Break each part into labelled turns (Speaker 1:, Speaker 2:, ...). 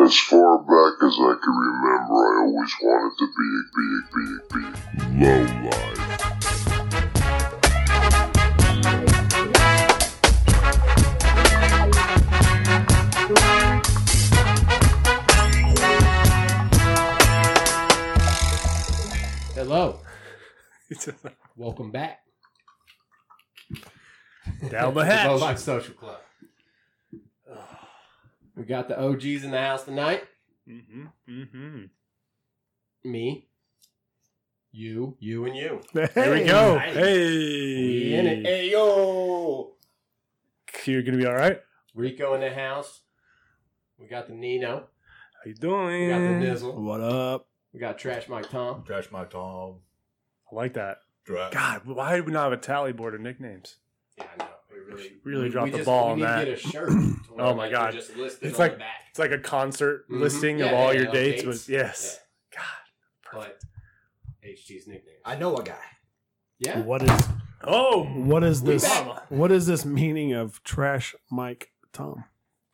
Speaker 1: as far back as I can remember, I always wanted to be, be, be, be low life.
Speaker 2: Hello. Welcome back.
Speaker 3: Down the
Speaker 2: to Low
Speaker 3: hatch.
Speaker 2: Life Social Club. We got the OGs in the house tonight.
Speaker 3: mm-hmm. Mm-hmm.
Speaker 2: Me, you, you, and you.
Speaker 3: There we go.
Speaker 2: Nice. We in it.
Speaker 3: Hey.
Speaker 2: Hey, yo.
Speaker 3: You're gonna be all right.
Speaker 2: Rico in the house. We got the Nino.
Speaker 3: How you doing?
Speaker 2: We got the Nizzle.
Speaker 4: What up?
Speaker 2: We got Trash Mike Tom.
Speaker 4: Trash my Tom.
Speaker 3: I like that.
Speaker 4: Trash.
Speaker 3: God, why do we not have a tally board of nicknames?
Speaker 2: Yeah, I know. We really,
Speaker 3: Really
Speaker 2: we-
Speaker 3: dropped
Speaker 2: we
Speaker 3: the
Speaker 2: just-
Speaker 3: ball
Speaker 2: we
Speaker 3: on
Speaker 2: need
Speaker 3: that.
Speaker 2: To get a shirt. to where,
Speaker 3: Oh my
Speaker 2: like,
Speaker 3: God.
Speaker 2: they're Just listed
Speaker 3: It's
Speaker 2: on
Speaker 3: like-
Speaker 2: the back.
Speaker 3: It's like a concert
Speaker 2: Mhm.
Speaker 3: listing
Speaker 2: Yeah,
Speaker 3: of all
Speaker 2: yeah,
Speaker 3: your
Speaker 2: yeah,
Speaker 3: dates,
Speaker 2: dates.
Speaker 3: but yes. God.
Speaker 2: But HG's nickname.
Speaker 5: I know a guy.
Speaker 2: yeah.
Speaker 6: What is
Speaker 3: Oh,
Speaker 6: what is
Speaker 2: We
Speaker 6: this?
Speaker 2: back.
Speaker 6: What is this meaning of trash Mike Tom?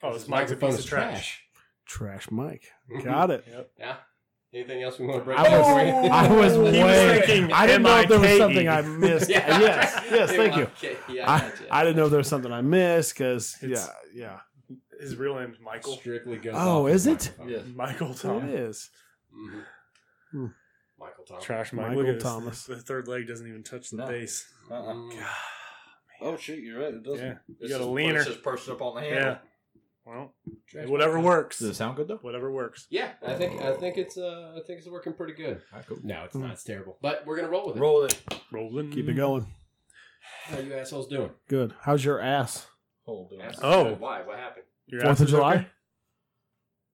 Speaker 3: Oh,
Speaker 2: This
Speaker 3: this mic's a
Speaker 2: microphone
Speaker 3: piece of
Speaker 2: is Mm-hmm.
Speaker 3: trash.
Speaker 6: Trash Mike. Got it.
Speaker 2: Yeah. Anything else we want to break?
Speaker 6: I was I was
Speaker 3: He was
Speaker 6: way.
Speaker 3: thinking
Speaker 6: I didn't know if there was
Speaker 3: M.I.K.E..
Speaker 6: something I missed. Yes, yes. Thank you.
Speaker 2: Okay, yeah, I,
Speaker 6: I,
Speaker 2: gotcha.
Speaker 6: I didn't know if there was something I missed because yeah
Speaker 3: It's-
Speaker 6: yeah
Speaker 3: His real name's Michael.
Speaker 2: Strictly goes.
Speaker 6: Oh,
Speaker 2: off
Speaker 6: is
Speaker 2: the
Speaker 6: it?
Speaker 2: microphone.
Speaker 3: Michael
Speaker 6: it
Speaker 3: Thomas.
Speaker 6: is.
Speaker 2: Mhm.
Speaker 6: Hmm.
Speaker 2: Michael Thomas.
Speaker 3: Trash Mike.
Speaker 6: Michael
Speaker 3: Look at this.
Speaker 6: Thomas.
Speaker 3: The third leg doesn't even touch the
Speaker 5: No.
Speaker 3: base.
Speaker 5: Uh-uh.
Speaker 2: Mm.
Speaker 5: Oh shoot, you're right. It doesn't.
Speaker 3: Yeah.
Speaker 5: It's
Speaker 3: got a
Speaker 5: just-
Speaker 3: leaner.
Speaker 5: It's just perched up on the handle.
Speaker 3: Yeah. Well,
Speaker 2: Trash
Speaker 3: whatever
Speaker 2: Mike.
Speaker 3: works.
Speaker 5: Does it sound good though?
Speaker 3: Whatever works.
Speaker 2: Yeah, I think I think it's uh I think it's working pretty good.
Speaker 5: All right, cool.
Speaker 2: No, it's
Speaker 6: Hmm.
Speaker 2: not. It's terrible. But we're gonna roll with it.
Speaker 5: Roll it.
Speaker 3: Rolling.
Speaker 6: Keep it going.
Speaker 2: How you assholes doing?
Speaker 6: Good. How's your ass?
Speaker 5: Hold on.
Speaker 2: Assholes
Speaker 3: Oh.
Speaker 2: good. why? What happened?
Speaker 3: Your
Speaker 6: Fourth
Speaker 3: ass
Speaker 6: of
Speaker 3: is
Speaker 6: July.
Speaker 3: okay?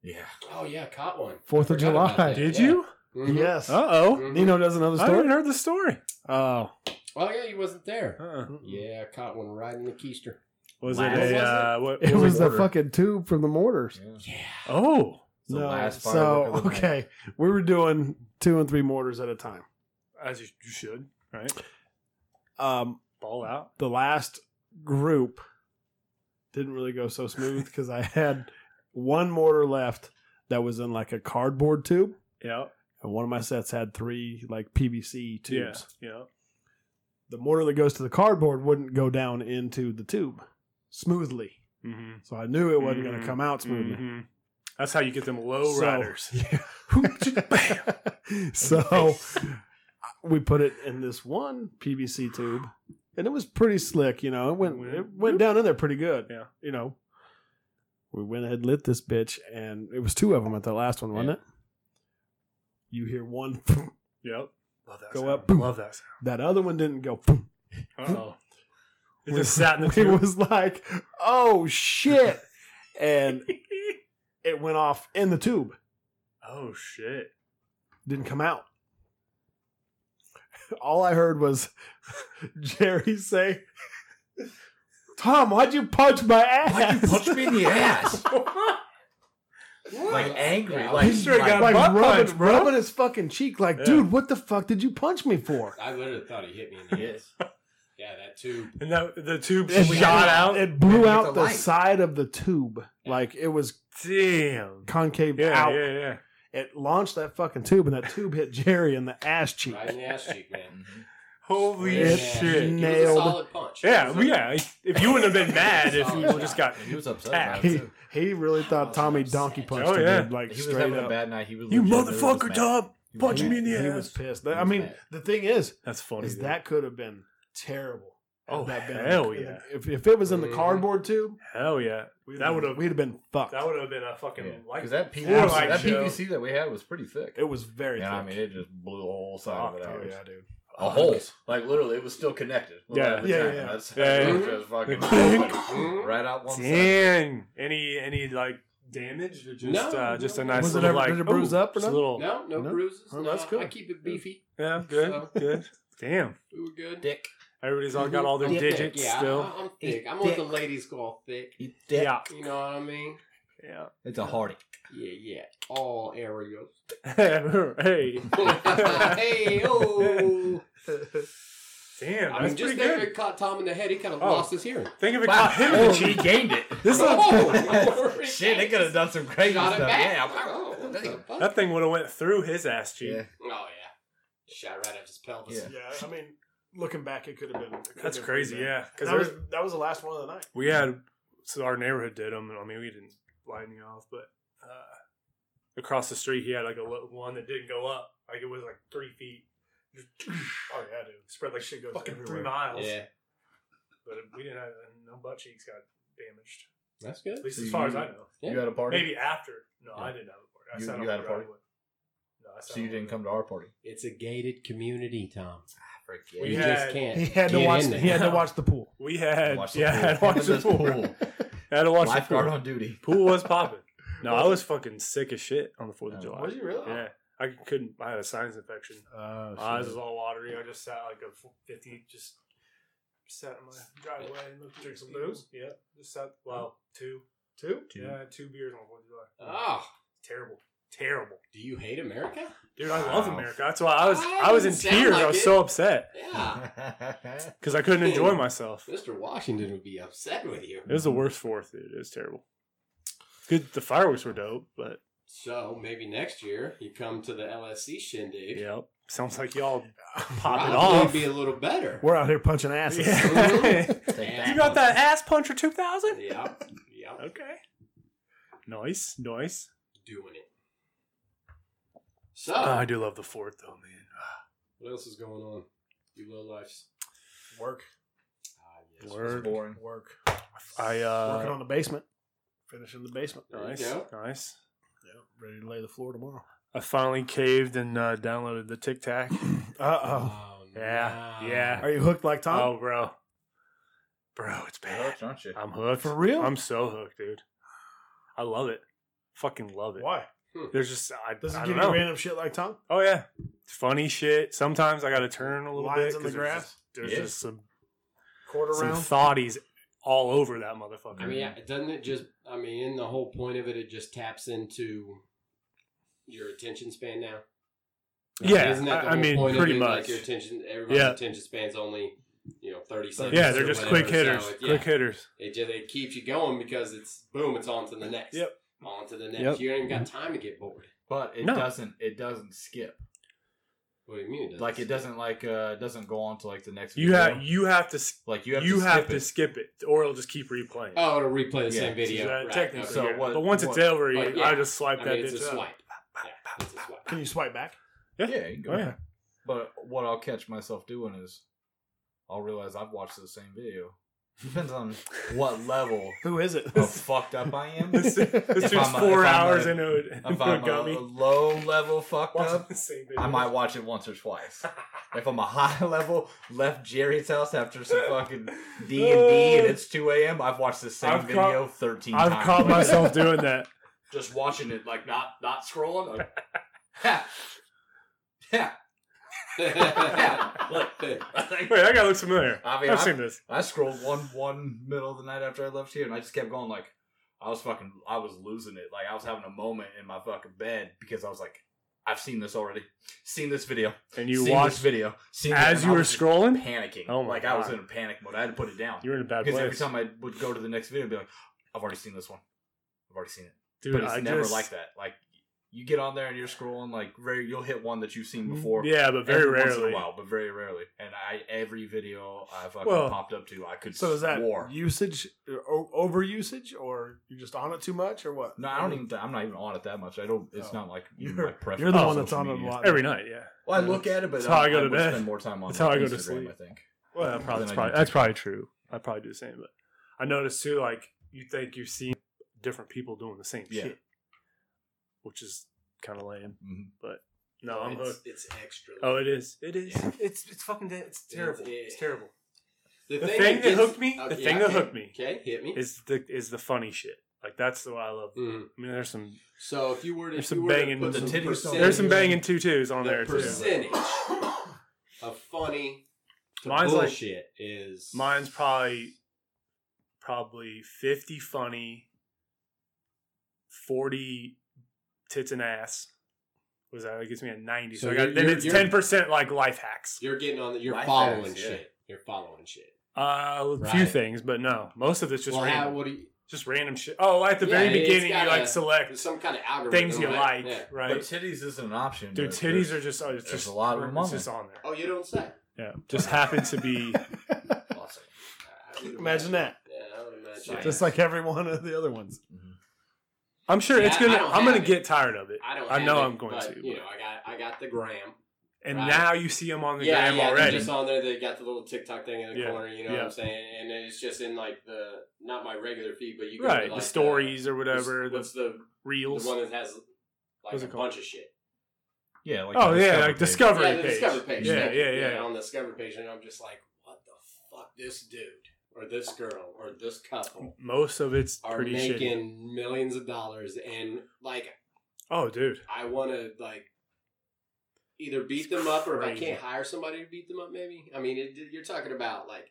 Speaker 5: Yeah.
Speaker 2: Oh yeah, caught one.
Speaker 6: Fourth
Speaker 2: I
Speaker 6: of
Speaker 2: forgot about
Speaker 6: July.
Speaker 2: that,
Speaker 3: Did
Speaker 2: yeah.
Speaker 3: you?
Speaker 2: Mhm.
Speaker 6: Yes.
Speaker 3: Uh oh.
Speaker 2: Mhm.
Speaker 6: Nino doesn't know the
Speaker 3: I haven't
Speaker 6: story.
Speaker 3: heard the story.
Speaker 6: Oh,
Speaker 2: Oh yeah, you wasn't there.
Speaker 3: Uh-uh.
Speaker 2: Yeah, I caught one right in the keister.
Speaker 3: Was
Speaker 5: Wow.
Speaker 3: it
Speaker 2: Was it?
Speaker 3: a uh, what?
Speaker 6: it
Speaker 3: what
Speaker 6: was the
Speaker 5: order?
Speaker 6: fucking tube from the mortars.
Speaker 5: yeah.
Speaker 2: Yeah.
Speaker 3: Oh,
Speaker 5: It's the last
Speaker 6: so
Speaker 5: firework of the night.
Speaker 6: okay, we were doing two and three mortars at a time.
Speaker 3: as you, you should, right?
Speaker 6: Um,
Speaker 3: Ball out.
Speaker 6: the last group didn't really go so smooth because I had one mortar left that was in like a cardboard tube,
Speaker 3: Yeah,
Speaker 6: and one of my sets had three like PVC
Speaker 3: yeah,
Speaker 6: tubes.
Speaker 3: yeah.
Speaker 6: The mortar that goes to the cardboard wouldn't go down into the tube smoothly,
Speaker 3: Mm-hmm.
Speaker 6: so I knew it wasn't going to come out smoothly.
Speaker 3: That's how you get them low
Speaker 6: So-
Speaker 3: riders.
Speaker 6: so we put it in this one PVC tube, and it was pretty slick. You know, it went it went down in there pretty good.
Speaker 3: Yeah.
Speaker 6: you know, we went ahead and lit this bitch, and it was two of them at the last one, wasn't it? You hear one,
Speaker 3: Yep. Love that.
Speaker 6: Go
Speaker 3: sound.
Speaker 6: up, boom.
Speaker 3: Love that. Sound.
Speaker 6: that other one didn't go.
Speaker 3: Uh-oh. It just sat in the
Speaker 6: It
Speaker 3: tube.
Speaker 6: was like, oh shit, and it went off in the tube.
Speaker 3: oh shit!
Speaker 6: didn't come out. All I heard was Jerry say, "Tom, why'd you punch my ass?"
Speaker 5: Why'd you punch me in the ass? Like angry,
Speaker 2: Yeah,
Speaker 5: like-
Speaker 6: He straight
Speaker 5: like-
Speaker 6: got like
Speaker 3: butt
Speaker 6: rubbing,
Speaker 3: punched, bro.
Speaker 6: rubbing his fucking cheek, like,
Speaker 3: Yeah.
Speaker 6: dude, what the fuck did you punch me for?
Speaker 2: I literally thought he hit me in the ass. yeah, that tube.
Speaker 3: And that the tube
Speaker 6: It
Speaker 3: shot out.
Speaker 6: It blew
Speaker 5: Hit
Speaker 6: out
Speaker 5: the
Speaker 6: the
Speaker 5: light.
Speaker 6: side of the tube,
Speaker 2: Yeah.
Speaker 6: like it was
Speaker 3: Damn.
Speaker 6: concave
Speaker 3: Yeah,
Speaker 6: out.
Speaker 3: yeah, yeah.
Speaker 6: It launched that fucking tube, and that tube hit Jerry in the ass cheek.
Speaker 2: Right in the ass cheek, man.
Speaker 5: Mhm.
Speaker 3: Holy
Speaker 2: Yeah.
Speaker 3: shit!
Speaker 2: It was a
Speaker 6: Nailed.
Speaker 2: solid punch. It
Speaker 3: Yeah,
Speaker 2: was
Speaker 3: well,
Speaker 2: a-
Speaker 3: yeah. If you wouldn't have been mad, if you
Speaker 2: Solid
Speaker 3: just
Speaker 2: shot.
Speaker 3: got
Speaker 5: And he was upset.
Speaker 3: Ah,
Speaker 5: About it,
Speaker 6: He
Speaker 5: too.
Speaker 6: he really thought Tommy donkey punched
Speaker 3: Oh,
Speaker 6: him,
Speaker 3: yeah.
Speaker 6: dude, like
Speaker 5: he was
Speaker 6: straight
Speaker 5: having
Speaker 6: up.
Speaker 5: a bad night. He was
Speaker 3: you
Speaker 5: legit- he was
Speaker 3: motherfucker,
Speaker 5: mad.
Speaker 3: Tom.
Speaker 5: He was
Speaker 3: Punch
Speaker 5: mad.
Speaker 3: me in the
Speaker 6: He
Speaker 3: ass.
Speaker 6: was pissed. That-
Speaker 5: He
Speaker 6: I
Speaker 5: was
Speaker 6: mean,
Speaker 5: mad.
Speaker 6: the thing is,
Speaker 3: That's funny.
Speaker 6: is
Speaker 3: dude.
Speaker 6: that could have been terrible. Had
Speaker 3: Oh,
Speaker 6: that been in
Speaker 3: hell
Speaker 6: the- in the-
Speaker 3: yeah.
Speaker 6: if, if it was in the
Speaker 2: Mhm.
Speaker 6: cardboard tube,
Speaker 3: Hell yeah.
Speaker 6: we'd
Speaker 3: That
Speaker 6: have-
Speaker 3: would've-
Speaker 6: we'd have been fucked.
Speaker 3: That would have been a fucking
Speaker 5: Yeah.
Speaker 3: light.
Speaker 5: Because that, PVC,
Speaker 3: Warlock
Speaker 5: that
Speaker 3: show.
Speaker 5: PVC that we had was pretty thick.
Speaker 6: it was very.
Speaker 5: Yeah, I
Speaker 6: thick.
Speaker 5: mean, it just blew the whole side of it
Speaker 6: oh
Speaker 5: out.
Speaker 6: yeah, dude.
Speaker 5: A hole. Like, literally, it was still connected.
Speaker 3: Yeah.
Speaker 5: Like,
Speaker 6: Yeah, yeah,
Speaker 5: exactly.
Speaker 6: yeah.
Speaker 5: That's
Speaker 3: Yeah,
Speaker 5: it was
Speaker 2: yeah.
Speaker 5: just fucking
Speaker 2: Mhm.
Speaker 5: right out one side.
Speaker 3: Dang. Any any like damage or just
Speaker 2: No,
Speaker 3: uh,
Speaker 2: no,
Speaker 3: just a
Speaker 2: no.
Speaker 3: nice
Speaker 6: Was it
Speaker 3: little
Speaker 6: ever-
Speaker 3: like
Speaker 6: did it bruise
Speaker 3: ooh,
Speaker 6: up or
Speaker 3: just a
Speaker 6: nothing?
Speaker 3: little
Speaker 2: No, no,
Speaker 6: No?
Speaker 2: bruises.
Speaker 6: Oh,
Speaker 2: no,
Speaker 6: that's good.
Speaker 2: I keep it beefy.
Speaker 3: yeah good
Speaker 2: So-
Speaker 3: good damn
Speaker 2: We were good. Mhm.
Speaker 5: Dick.
Speaker 3: everybody's all got all their
Speaker 2: I'm thick.
Speaker 3: digits
Speaker 2: yeah,
Speaker 3: still
Speaker 2: I, I'm thick. I'm what the ladies call thick.
Speaker 5: Eat dick.
Speaker 3: yeah
Speaker 2: You know what I mean?
Speaker 3: yeah
Speaker 5: It's a hearty.
Speaker 2: Yeah, yeah. All areas.
Speaker 3: hey
Speaker 2: hey, oh.
Speaker 3: Damn,
Speaker 2: I
Speaker 3: that's
Speaker 2: mean, just
Speaker 3: pretty
Speaker 2: think
Speaker 3: good.
Speaker 2: if it caught Tom in the head, he kind of
Speaker 3: Oh.
Speaker 2: lost his hearing.
Speaker 3: Think of it
Speaker 5: Wow,
Speaker 3: caught him in the
Speaker 5: he
Speaker 3: cheek.
Speaker 5: gained it.
Speaker 3: This is
Speaker 2: Oh,
Speaker 5: Shit, they could have done some crazy
Speaker 2: Got
Speaker 5: stuff.
Speaker 2: it back.
Speaker 5: Yeah.
Speaker 2: Oh, what the fuck?
Speaker 3: that thing would have went through his ass cheek.
Speaker 5: Yeah.
Speaker 2: Oh, yeah. Shot right up his pelvis.
Speaker 5: Yeah.
Speaker 6: Yeah, I mean, looking back, it could have been.
Speaker 3: That's crazy. Yeah, because
Speaker 6: that was that was the last one of the night.
Speaker 3: we had so our neighborhood did them. I mean, we didn't line you off, but uh, across the street, he had like a little one that didn't go up. Like it was like three feet.
Speaker 6: Oh yeah, dude.
Speaker 3: Spread like
Speaker 6: Shit goes
Speaker 3: fucking three
Speaker 6: everywhere.
Speaker 3: miles.
Speaker 2: Yeah.
Speaker 3: But we didn't have no butt cheeks got damaged.
Speaker 2: That's good.
Speaker 3: At least
Speaker 5: So
Speaker 3: as far as
Speaker 5: you-
Speaker 3: I know.
Speaker 5: You had a party?
Speaker 3: Maybe after. No, I
Speaker 5: Yeah.
Speaker 3: didn't have a party. I
Speaker 5: You-
Speaker 3: sat
Speaker 5: you
Speaker 3: on
Speaker 5: had
Speaker 3: the
Speaker 5: a party?
Speaker 3: driveway. No, I sat
Speaker 5: So you
Speaker 3: on
Speaker 5: didn't
Speaker 3: the-
Speaker 5: come to our party.
Speaker 2: It's a gated community, Tom.
Speaker 3: We
Speaker 2: you
Speaker 3: had-
Speaker 2: just can't.
Speaker 6: He had to
Speaker 2: get
Speaker 6: watch.
Speaker 2: in
Speaker 6: The,
Speaker 2: there.
Speaker 6: he had to watch the pool.
Speaker 3: We had
Speaker 5: Watch the
Speaker 3: yeah, I
Speaker 5: pool.
Speaker 3: had to watch the
Speaker 5: Just the
Speaker 3: pool.
Speaker 5: pool.
Speaker 3: I had to watch the
Speaker 5: Lifeguard
Speaker 3: pool.
Speaker 5: on duty.
Speaker 3: Pool was popping. No, I was fucking sick as shit on the Fourth of
Speaker 5: Oh.
Speaker 3: July.
Speaker 6: Was you really?
Speaker 3: Yeah, I couldn't. I had a sinus infection.
Speaker 6: Oh,
Speaker 3: My eyes was
Speaker 6: shit.
Speaker 3: all watery. I just sat like a f- fifty, just sat in my driveway and looked drink some booze. Yeah, just sat. Wow, two, two,
Speaker 5: Two.
Speaker 3: yeah, I had two beers on the Fourth of July.
Speaker 2: Oh,
Speaker 3: Terrible, terrible,
Speaker 2: do you hate America?
Speaker 3: dude. I love
Speaker 5: Wow.
Speaker 3: America. That's why I was.
Speaker 2: Ah,
Speaker 3: I was in
Speaker 2: doesn't sound
Speaker 3: tears. I
Speaker 2: like
Speaker 3: was
Speaker 2: it.
Speaker 3: so upset
Speaker 2: Yeah.
Speaker 3: because I couldn't enjoy
Speaker 2: Damn.
Speaker 3: myself.
Speaker 2: Mr. Washington would be upset with you.
Speaker 3: It was the worst Fourth. Dude. It was terrible. Good. The fireworks were dope, but
Speaker 2: So maybe next year you come to the LSC shindig.
Speaker 3: yeah, sounds like y'all pop it
Speaker 2: Probably
Speaker 3: off.
Speaker 2: be a little better.
Speaker 6: We're out here punching asses.
Speaker 3: Yeah.
Speaker 2: Damn.
Speaker 3: you got that ass puncher two thousand?
Speaker 2: Yep. Yep.
Speaker 3: Okay. Nice, nice.
Speaker 2: Doing it. So,
Speaker 3: Oh, I do love the fourth though, man.
Speaker 2: what else is going on? You low lifes.
Speaker 6: Work,
Speaker 2: Ah, yes.
Speaker 3: Word.
Speaker 5: It's boring.
Speaker 6: work,
Speaker 3: I uh
Speaker 6: working on the basement, finishing the basement.
Speaker 2: There you
Speaker 3: nice,
Speaker 2: go.
Speaker 3: nice.
Speaker 6: Yeah, ready to lay the floor tomorrow.
Speaker 3: I finally caved and uh, downloaded the Tic Tac.
Speaker 6: Uh oh.
Speaker 2: Oh,
Speaker 3: Yeah,
Speaker 2: no.
Speaker 3: yeah.
Speaker 6: Are you hooked like Tom?
Speaker 3: Oh, bro, bro, it's bad.
Speaker 5: Hooked, aren't you?
Speaker 3: I'm hooked.
Speaker 6: For real?
Speaker 3: I'm so hooked, dude. I love it. Fucking love it.
Speaker 6: Why?
Speaker 3: There's just I,
Speaker 6: Does
Speaker 3: I
Speaker 6: it
Speaker 3: don't
Speaker 6: give
Speaker 3: know.
Speaker 6: you random shit like Tom?
Speaker 3: Oh yeah, funny shit. Sometimes I got to turn a little bit
Speaker 6: Lines in the
Speaker 3: 'cause
Speaker 6: grass?
Speaker 3: There's, just, there's
Speaker 5: Yeah.
Speaker 3: just some
Speaker 6: Quarter
Speaker 3: some
Speaker 6: round.
Speaker 3: thoughties all over that motherfucker.
Speaker 2: I mean, yeah, doesn't it just? I mean, in the whole point of it, it just taps into your attention span now.
Speaker 3: Yeah,
Speaker 2: isn't that the
Speaker 3: I- I
Speaker 2: whole
Speaker 3: mean,
Speaker 2: point of
Speaker 3: pretty
Speaker 2: it?
Speaker 3: much.
Speaker 2: Like your attention, everybody's
Speaker 3: Yeah.
Speaker 2: attention span's only you know thirty seconds.
Speaker 3: yeah, they're
Speaker 2: or
Speaker 3: just
Speaker 2: whatever,
Speaker 3: quick hitters.
Speaker 2: So it, yeah,
Speaker 3: Quick hitters.
Speaker 2: It just it keeps you going because it's boom, it's on to the next.
Speaker 3: Yep.
Speaker 2: On to the next.
Speaker 3: Yep.
Speaker 2: You don't even got time to get bored.
Speaker 5: But it
Speaker 3: No.
Speaker 5: doesn't. It doesn't skip.
Speaker 2: What do you mean? It
Speaker 5: Like it doesn't. Like uh, it doesn't go on to like the next.
Speaker 3: You
Speaker 5: video.
Speaker 3: have you have to s-
Speaker 5: like you
Speaker 3: you
Speaker 5: have
Speaker 3: have,
Speaker 5: to
Speaker 3: to,
Speaker 5: skip it.
Speaker 3: skip it, or it'll just keep replaying.
Speaker 2: Oh, it'll replay the
Speaker 5: Yeah,
Speaker 2: same video.
Speaker 3: Uh,
Speaker 2: right,
Speaker 3: technically,
Speaker 2: okay.
Speaker 5: So
Speaker 3: yeah.
Speaker 5: what-
Speaker 3: but once
Speaker 5: what-
Speaker 3: it's over,
Speaker 2: But yeah,
Speaker 3: I just swipe
Speaker 2: I
Speaker 3: that
Speaker 2: mean, it's a
Speaker 3: bitch up.
Speaker 2: swipe. Yeah, it's a swipe.
Speaker 6: Can you swipe back?
Speaker 5: Yeah, you can go
Speaker 3: Oh,
Speaker 5: back.
Speaker 3: yeah.
Speaker 5: But what I'll catch myself doing is, I'll realize I've watched the same video. Depends on what level
Speaker 6: Who is it?
Speaker 5: of fucked up I am.
Speaker 3: This, this
Speaker 5: If
Speaker 3: dude's
Speaker 5: I'm a-
Speaker 3: four
Speaker 5: if I'm
Speaker 3: hours
Speaker 5: a-
Speaker 3: into it.
Speaker 5: If I'm a,
Speaker 3: gummy.
Speaker 5: low level fucked
Speaker 3: Watching
Speaker 5: up,
Speaker 3: the same
Speaker 5: I
Speaker 3: video.
Speaker 5: might watch it once or twice. If I'm a high level, left Jerry's house after some fucking D and D, and it's two a.m. I've watched the same
Speaker 3: I've caught-
Speaker 5: video thirteen times.
Speaker 3: I've caught myself doing that.
Speaker 5: just watching it, like not not scrolling. Like, ha, ha, ha. Look,
Speaker 3: Wait, that guy looks familiar.
Speaker 5: I mean,
Speaker 3: I've
Speaker 5: I,
Speaker 3: seen this.
Speaker 5: I scrolled one one middle of the night after I left here, and I just kept going. Like I was fucking, I was losing it. Like I was having a moment in my fucking bed because I was like, I've seen this already, seen this video,
Speaker 3: And you
Speaker 5: seen this
Speaker 3: watched
Speaker 5: video, seen this,"
Speaker 3: as
Speaker 5: and
Speaker 3: you
Speaker 5: I
Speaker 3: were
Speaker 5: was just
Speaker 3: scrolling.
Speaker 5: panicking.
Speaker 3: Oh my
Speaker 5: like I was
Speaker 3: God.
Speaker 5: in a panic mode. I had to put it down
Speaker 3: You were in a bad
Speaker 5: because every
Speaker 3: place,
Speaker 5: time I would go to the next video, I'd be like, I've already seen this one, I've already seen it.
Speaker 3: dude.
Speaker 5: but it's
Speaker 3: I
Speaker 5: never
Speaker 3: just,
Speaker 5: like that. Like you get on there and you're scrolling, like very, you'll hit one that you've seen before.
Speaker 3: Mm, Yeah, but very
Speaker 5: every Once in
Speaker 3: rarely.
Speaker 5: a while, but very rarely. And I every video I fucking
Speaker 3: Well,
Speaker 5: popped up to, I could.
Speaker 6: So is that
Speaker 5: swore.
Speaker 6: usage, o- over usage, or you're just on it too much, or what?
Speaker 5: No, I don't even. Th- I'm not even on it that much. I don't. It's
Speaker 6: Oh.
Speaker 5: not like even my
Speaker 6: You're,
Speaker 5: preference.
Speaker 6: you're the
Speaker 3: Oh,
Speaker 6: one that's
Speaker 5: social
Speaker 6: on it a
Speaker 5: media.
Speaker 6: lot.
Speaker 3: Every night, yeah.
Speaker 5: Well, I look at it, but
Speaker 3: That's how I go to
Speaker 5: would
Speaker 3: bed.
Speaker 5: Spend more time on.
Speaker 3: That's how I go to
Speaker 5: Instagram,
Speaker 3: sleep.
Speaker 5: I think.
Speaker 3: Well, that
Speaker 5: Then
Speaker 3: probably, that's,
Speaker 5: I
Speaker 3: probably,
Speaker 5: do
Speaker 3: that's
Speaker 5: too.
Speaker 3: probably true. I probably do the same, but I noticed too, like you think you've seen different people doing the same
Speaker 5: Yeah.
Speaker 3: shit, which is kind of lame.
Speaker 5: Mhm.
Speaker 3: No, I'm
Speaker 2: it's,
Speaker 3: hooked.
Speaker 2: it's extra.
Speaker 3: Oh, it is. It is.
Speaker 5: Yeah.
Speaker 3: It's it's fucking. da- It's terrible.
Speaker 2: yeah.
Speaker 3: It's terrible.
Speaker 2: The,
Speaker 3: The thing that
Speaker 2: gets-
Speaker 3: hooked me. The
Speaker 2: Okay,
Speaker 3: thing that
Speaker 2: okay,
Speaker 3: hooked me
Speaker 2: Okay, hit me.
Speaker 3: is the is the funny shit. Like that's the one I love.
Speaker 2: Mhm.
Speaker 3: I mean, there's some
Speaker 2: So if you were to,
Speaker 3: There's
Speaker 2: if
Speaker 3: some
Speaker 2: you were
Speaker 3: banging-
Speaker 2: to put
Speaker 5: The
Speaker 2: some
Speaker 5: titties don't-
Speaker 2: percentage-
Speaker 3: there's some banging two twos on
Speaker 2: the
Speaker 3: there too.
Speaker 2: percentage of funny to
Speaker 3: Mine's like-
Speaker 2: bullshit is
Speaker 3: Mine's probably probably fifty funny, forty tits and ass. Was that? That gives me a ninety. So,
Speaker 2: So
Speaker 3: I got,
Speaker 2: you're-
Speaker 3: then
Speaker 2: you're-
Speaker 3: it's
Speaker 2: you're-
Speaker 3: ten percent like life hacks.
Speaker 2: You're getting on the. You're
Speaker 5: Life
Speaker 2: following
Speaker 5: hacks, yeah.
Speaker 2: shit. You're following shit.
Speaker 3: Uh, a few
Speaker 2: Right.
Speaker 3: things, but no, most of it's just
Speaker 2: well, how,
Speaker 3: random.
Speaker 2: what do you,
Speaker 3: just random shit. Oh, at the
Speaker 2: Yeah,
Speaker 3: very
Speaker 2: it's
Speaker 3: beginning, you
Speaker 2: gotta-
Speaker 3: like select
Speaker 2: there's some kind of algorithm.
Speaker 3: things you
Speaker 2: right?
Speaker 3: like,
Speaker 2: Yeah.
Speaker 5: But
Speaker 3: right?
Speaker 5: titties isn't an option.
Speaker 3: Dude,
Speaker 5: but
Speaker 3: titties
Speaker 5: there's-
Speaker 3: are just oh, it's
Speaker 5: there's
Speaker 3: just
Speaker 5: a lot of them on
Speaker 3: it's just on there.
Speaker 2: Oh, you don't say.
Speaker 3: Yeah, just happen to be.
Speaker 5: lots of them.
Speaker 2: I would
Speaker 6: Imagine that.
Speaker 2: Yeah, I would imagine.
Speaker 5: Science.
Speaker 6: Just like every one of the other ones.
Speaker 3: I'm sure
Speaker 2: Yeah,
Speaker 3: it's
Speaker 2: I
Speaker 3: gonna.
Speaker 2: don't
Speaker 3: I'm gonna
Speaker 2: have it.
Speaker 3: get tired of it,
Speaker 2: I don't.
Speaker 3: I
Speaker 2: have
Speaker 3: know
Speaker 2: it,
Speaker 3: I'm going
Speaker 2: but,
Speaker 3: to,
Speaker 2: You
Speaker 3: but-
Speaker 2: know, I got I got the gram.
Speaker 3: and
Speaker 2: Right.
Speaker 3: now you see them on the
Speaker 2: yeah,
Speaker 3: gram
Speaker 2: yeah, they're
Speaker 3: already.
Speaker 2: just on there. They got the little TikTok thing in the
Speaker 3: Yeah,
Speaker 2: corner. You know what
Speaker 3: yeah.
Speaker 2: I'm saying? And it's just in like the not my regular feed, but you go to,
Speaker 3: right,
Speaker 2: like, uh,
Speaker 3: the stories or whatever,
Speaker 2: What's,
Speaker 3: the
Speaker 2: what's the the
Speaker 3: reels.
Speaker 2: one that has like
Speaker 3: What's
Speaker 2: a
Speaker 3: it called?
Speaker 2: bunch of shit?
Speaker 5: Yeah, like
Speaker 3: oh
Speaker 5: the
Speaker 3: yeah, like
Speaker 5: page.
Speaker 3: discovery
Speaker 2: yeah, the
Speaker 3: page.
Speaker 2: Discover page.
Speaker 3: Yeah,
Speaker 2: thank you.
Speaker 3: yeah, yeah.
Speaker 2: On the Discover page, and I'm just like, what the fuck? This dude or this girl or this couple
Speaker 3: Most of it's
Speaker 2: are
Speaker 3: pretty shitty.
Speaker 2: making millions of dollars, and like
Speaker 3: Oh, dude.
Speaker 2: I want to like either beat
Speaker 3: It's
Speaker 2: them up or if I
Speaker 3: crazy.
Speaker 2: can't hire somebody to beat them up, maybe. I mean, it, you're talking about like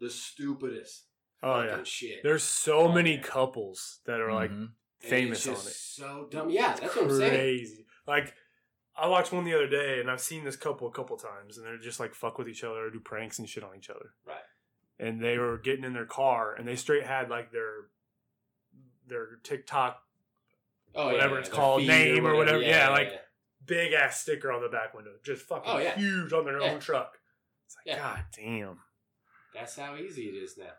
Speaker 2: the stupidest
Speaker 3: Oh
Speaker 2: fucking
Speaker 3: yeah.
Speaker 2: shit.
Speaker 3: There's so
Speaker 2: Oh,
Speaker 3: many
Speaker 2: yeah.
Speaker 3: couples that are like
Speaker 5: Mhm.
Speaker 2: And it's
Speaker 3: famous on
Speaker 2: just
Speaker 3: it.
Speaker 2: So dumb. Yeah, that's what I'm saying.
Speaker 3: crazy. Like I watched one the other day, and I've seen this couple a couple times, and they're just like fuck with each other, do pranks and shit on each other.
Speaker 2: Right.
Speaker 3: And they were getting in their car, and they straight had like their their TikTok
Speaker 2: Oh,
Speaker 3: Whatever it's
Speaker 2: the
Speaker 3: called,
Speaker 2: feed
Speaker 3: name or whatever. Yeah, like- big ass sticker on the back window, just fucking
Speaker 2: Oh, yeah.
Speaker 3: huge on their
Speaker 2: Yeah.
Speaker 3: own truck. It's like
Speaker 2: Yeah.
Speaker 3: god damn.
Speaker 2: that's how easy it is now.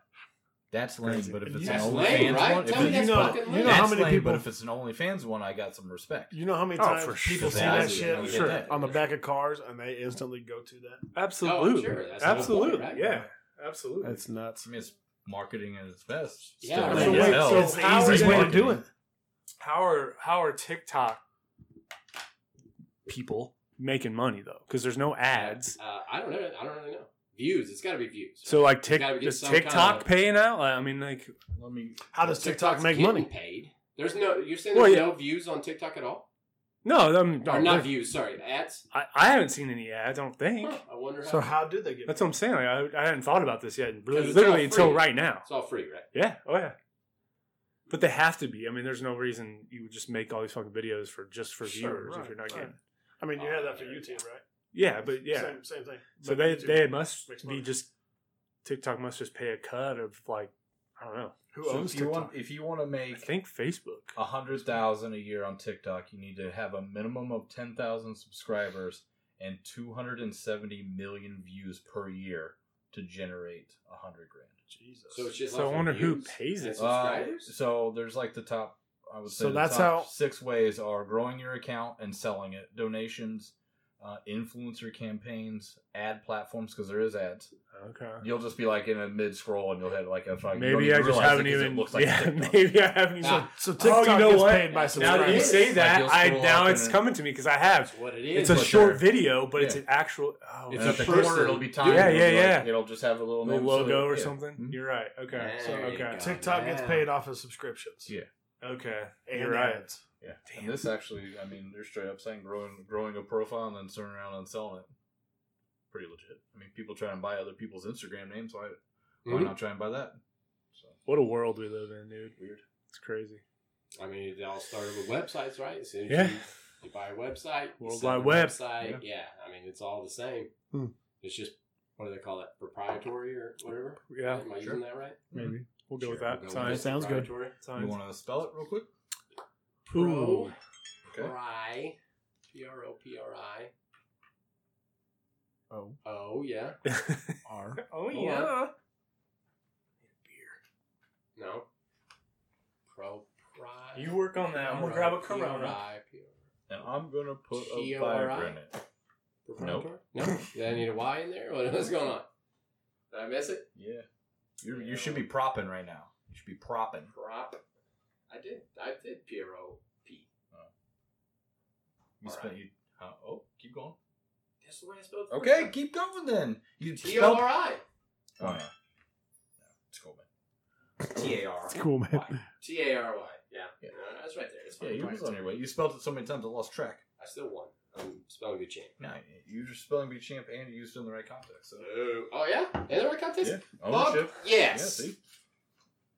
Speaker 5: That's lame,
Speaker 3: Crazy.
Speaker 5: but if
Speaker 6: And
Speaker 5: it's
Speaker 6: you-
Speaker 5: an
Speaker 2: That's
Speaker 5: OnlyFans
Speaker 2: lame, right?
Speaker 5: one,
Speaker 2: Tell
Speaker 5: if
Speaker 2: me
Speaker 5: it-
Speaker 2: that's
Speaker 6: you know-
Speaker 2: fucking
Speaker 6: you
Speaker 2: lame.
Speaker 6: know how
Speaker 5: that's
Speaker 6: many
Speaker 5: lame,
Speaker 6: people-
Speaker 5: but if it's an OnlyFans one, I got some respect.
Speaker 6: You know how many
Speaker 3: Oh,
Speaker 6: times
Speaker 3: for
Speaker 6: people
Speaker 3: sure.
Speaker 6: see that
Speaker 5: Yeah,
Speaker 6: shit
Speaker 5: yeah, yeah.
Speaker 6: on the back of cars and they instantly go to that?
Speaker 3: Absolutely.
Speaker 2: sure. That's the whole
Speaker 3: Absolutely.
Speaker 2: point, right?
Speaker 3: Yeah. Absolutely.
Speaker 6: That's nuts.
Speaker 5: I mean, it's marketing at its best.
Speaker 2: Yeah,
Speaker 5: Still
Speaker 2: I
Speaker 5: lame
Speaker 2: mean,
Speaker 5: as
Speaker 2: wait,
Speaker 5: hell.
Speaker 3: so
Speaker 5: It's
Speaker 3: how
Speaker 5: the
Speaker 3: are
Speaker 5: easiest
Speaker 3: they-
Speaker 5: way to do it.
Speaker 3: how are how are TikTok people making money though? Because there's no ads.
Speaker 2: Uh, I don't know. I don't really know. Views. It's got to be views.
Speaker 3: So like
Speaker 2: You
Speaker 3: tick,
Speaker 2: gotta get
Speaker 3: does
Speaker 2: some kind
Speaker 3: TikTok
Speaker 2: of-
Speaker 3: paying out? Like, I mean, like
Speaker 5: Let me.
Speaker 6: How does TikTok
Speaker 2: TikTok's
Speaker 6: make
Speaker 2: getting
Speaker 6: money?
Speaker 2: Paid. There's no. You're saying
Speaker 3: Well,
Speaker 2: there's
Speaker 3: yeah.
Speaker 2: no views on TikTok at all?
Speaker 3: no, I'm,
Speaker 2: or not
Speaker 3: not
Speaker 2: views. Sorry, ads.
Speaker 3: I, I haven't seen any ads. I don't think
Speaker 2: Huh, I wonder how.
Speaker 6: So how did they get?
Speaker 3: that's what I'm saying. Like, I, I hadn't thought about this yet. Really,
Speaker 2: it's
Speaker 3: literally
Speaker 2: all
Speaker 3: until
Speaker 2: free.
Speaker 3: right now.
Speaker 2: it's all free, right?
Speaker 3: Yeah. Oh yeah. But they have to be. I mean, there's no reason you would just make all these fucking videos for just for
Speaker 6: Sure,
Speaker 3: viewers
Speaker 6: right,
Speaker 3: if you're not
Speaker 6: right.
Speaker 3: getting.
Speaker 6: I mean, you
Speaker 2: Oh,
Speaker 6: had that for
Speaker 2: there it
Speaker 6: YouTube, right?
Speaker 3: Yeah, but yeah.
Speaker 6: same, same thing.
Speaker 3: So
Speaker 6: But
Speaker 3: they
Speaker 6: YouTube
Speaker 3: they must
Speaker 6: makes
Speaker 3: be
Speaker 6: money.
Speaker 3: just TikTok must just pay a cut of like I don't know.
Speaker 6: who
Speaker 5: So
Speaker 6: owns
Speaker 5: if you
Speaker 6: TikTok?
Speaker 5: want, if you want to
Speaker 3: I
Speaker 5: make
Speaker 3: think Facebook.
Speaker 5: a hundred thousand a year on TikTok, you need to have a minimum of ten thousand subscribers and two hundred and seventy million views per year to generate a hundred grand.
Speaker 6: Jesus.
Speaker 2: So it's just.
Speaker 3: So I
Speaker 2: off of
Speaker 3: wonder who
Speaker 2: views
Speaker 3: pays
Speaker 2: and
Speaker 3: it.
Speaker 5: Uh,
Speaker 2: Subscribers.
Speaker 5: so there's like the top. I would say
Speaker 6: So
Speaker 5: the
Speaker 6: that's
Speaker 5: top
Speaker 6: how-
Speaker 5: six ways are growing your account and selling it, donations, uh, influencer campaigns, ad platforms because there is ads.
Speaker 3: Okay.
Speaker 5: You'll just be like in a mid scroll and you'll hit like a fucking. you don't
Speaker 3: Maybe
Speaker 5: even
Speaker 3: I just
Speaker 5: realize it
Speaker 3: haven't
Speaker 5: 'cause it
Speaker 3: even.
Speaker 5: looks like
Speaker 3: yeah,
Speaker 5: TikTok. Ah,
Speaker 3: maybe I haven't even.
Speaker 2: Nah,
Speaker 6: So
Speaker 3: Oh,
Speaker 6: TikTok
Speaker 3: you know
Speaker 6: gets
Speaker 3: what?
Speaker 6: paid by
Speaker 2: Now
Speaker 3: now that you
Speaker 6: subscribers.
Speaker 3: say that,
Speaker 5: Like, you'll
Speaker 3: I
Speaker 5: scroll
Speaker 3: now
Speaker 5: up
Speaker 3: it's
Speaker 5: and it-
Speaker 3: coming to me because I have.
Speaker 2: That's what it is.
Speaker 3: It's a
Speaker 5: but
Speaker 3: short
Speaker 5: they're-
Speaker 3: video, but it's
Speaker 5: yeah.
Speaker 3: an actual. Oh,
Speaker 2: It's
Speaker 5: And at
Speaker 2: a
Speaker 5: the
Speaker 2: person.
Speaker 5: corner, it'll be timed.
Speaker 3: Yeah,
Speaker 5: It'll be
Speaker 3: yeah,
Speaker 5: like-
Speaker 3: yeah.
Speaker 5: it'll just have a little
Speaker 3: the
Speaker 5: name,
Speaker 3: logo or
Speaker 5: yeah.
Speaker 3: something.
Speaker 5: Mhm.
Speaker 6: Mm-hmm.
Speaker 3: You're right. Okay. So
Speaker 2: There you
Speaker 3: okay.
Speaker 2: go.
Speaker 6: TikTok gets
Speaker 2: Yeah.
Speaker 6: paid off of subscriptions.
Speaker 5: Yeah.
Speaker 3: Okay.
Speaker 6: And
Speaker 3: You're right.
Speaker 6: ads.
Speaker 5: Yeah.
Speaker 3: Damn.
Speaker 5: And this actually, I mean, they're straight up saying growing growing a profile and then turning around and selling it. Pretty legit. I mean, people try and buy other people's Instagram names. Why, why
Speaker 2: Mhm.
Speaker 5: not try and buy that? So
Speaker 3: What a world we live in, dude.
Speaker 5: weird.
Speaker 3: It's crazy.
Speaker 2: I mean, it all started with websites, right? As soon as
Speaker 3: Yeah.
Speaker 2: you, you buy a website, you
Speaker 3: World
Speaker 2: sell
Speaker 3: Wide
Speaker 2: the
Speaker 3: Web.
Speaker 2: Website. Yeah. I mean, it's all the same.
Speaker 6: Hmm.
Speaker 2: It's just what do they call it? Proprietary or whatever.
Speaker 3: Yeah.
Speaker 2: Am I
Speaker 5: sure.
Speaker 2: using that right?
Speaker 6: Maybe.
Speaker 3: We'll go
Speaker 2: Sure,
Speaker 3: with that.
Speaker 2: we'll go
Speaker 3: Science.
Speaker 2: with
Speaker 6: Sounds good.
Speaker 2: proprietary.
Speaker 5: You
Speaker 3: Science.
Speaker 5: want to spell it real quick?
Speaker 3: Ooh.
Speaker 5: Okay.
Speaker 2: Pri, P R O P R I.
Speaker 6: O
Speaker 2: Oh yeah.
Speaker 6: R.
Speaker 2: Go
Speaker 3: oh
Speaker 2: yeah. No. Pro. Pri.
Speaker 3: You work on that. I'm gonna grab a Corona.
Speaker 5: And I'm gonna put a
Speaker 2: T-O-R-I?
Speaker 5: Viagra in it.
Speaker 2: Proprietary? No. Did I need a Y in there? What- What's going on? Did I miss it?
Speaker 5: Yeah. You you should be propping right now. You should be propping.
Speaker 2: Prop. I did. I did P R O P.
Speaker 5: You
Speaker 2: All
Speaker 5: spent
Speaker 2: right.
Speaker 5: you. Uh, oh, keep going.
Speaker 2: That's the way I spelled it.
Speaker 5: Okay, keep going then. You
Speaker 2: T O
Speaker 5: spelled.
Speaker 2: R I.
Speaker 5: Oh yeah. Yeah, It's cool, man. T A R.
Speaker 6: It's cool, man.
Speaker 2: T A R Y. Yeah.
Speaker 5: Yeah.
Speaker 2: No, that's right there. It's
Speaker 5: Yeah,
Speaker 2: fine.
Speaker 5: you was on your way. You spelled it so many times I lost track.
Speaker 2: I still won. I'm spelling good champ.
Speaker 5: No, you were spelling be champ and you used it in the right context. So
Speaker 2: Oh, oh yeah? Is there a contest?
Speaker 5: yeah,
Speaker 2: Bob?
Speaker 5: ownership. Yeah,
Speaker 2: Yes.
Speaker 5: see,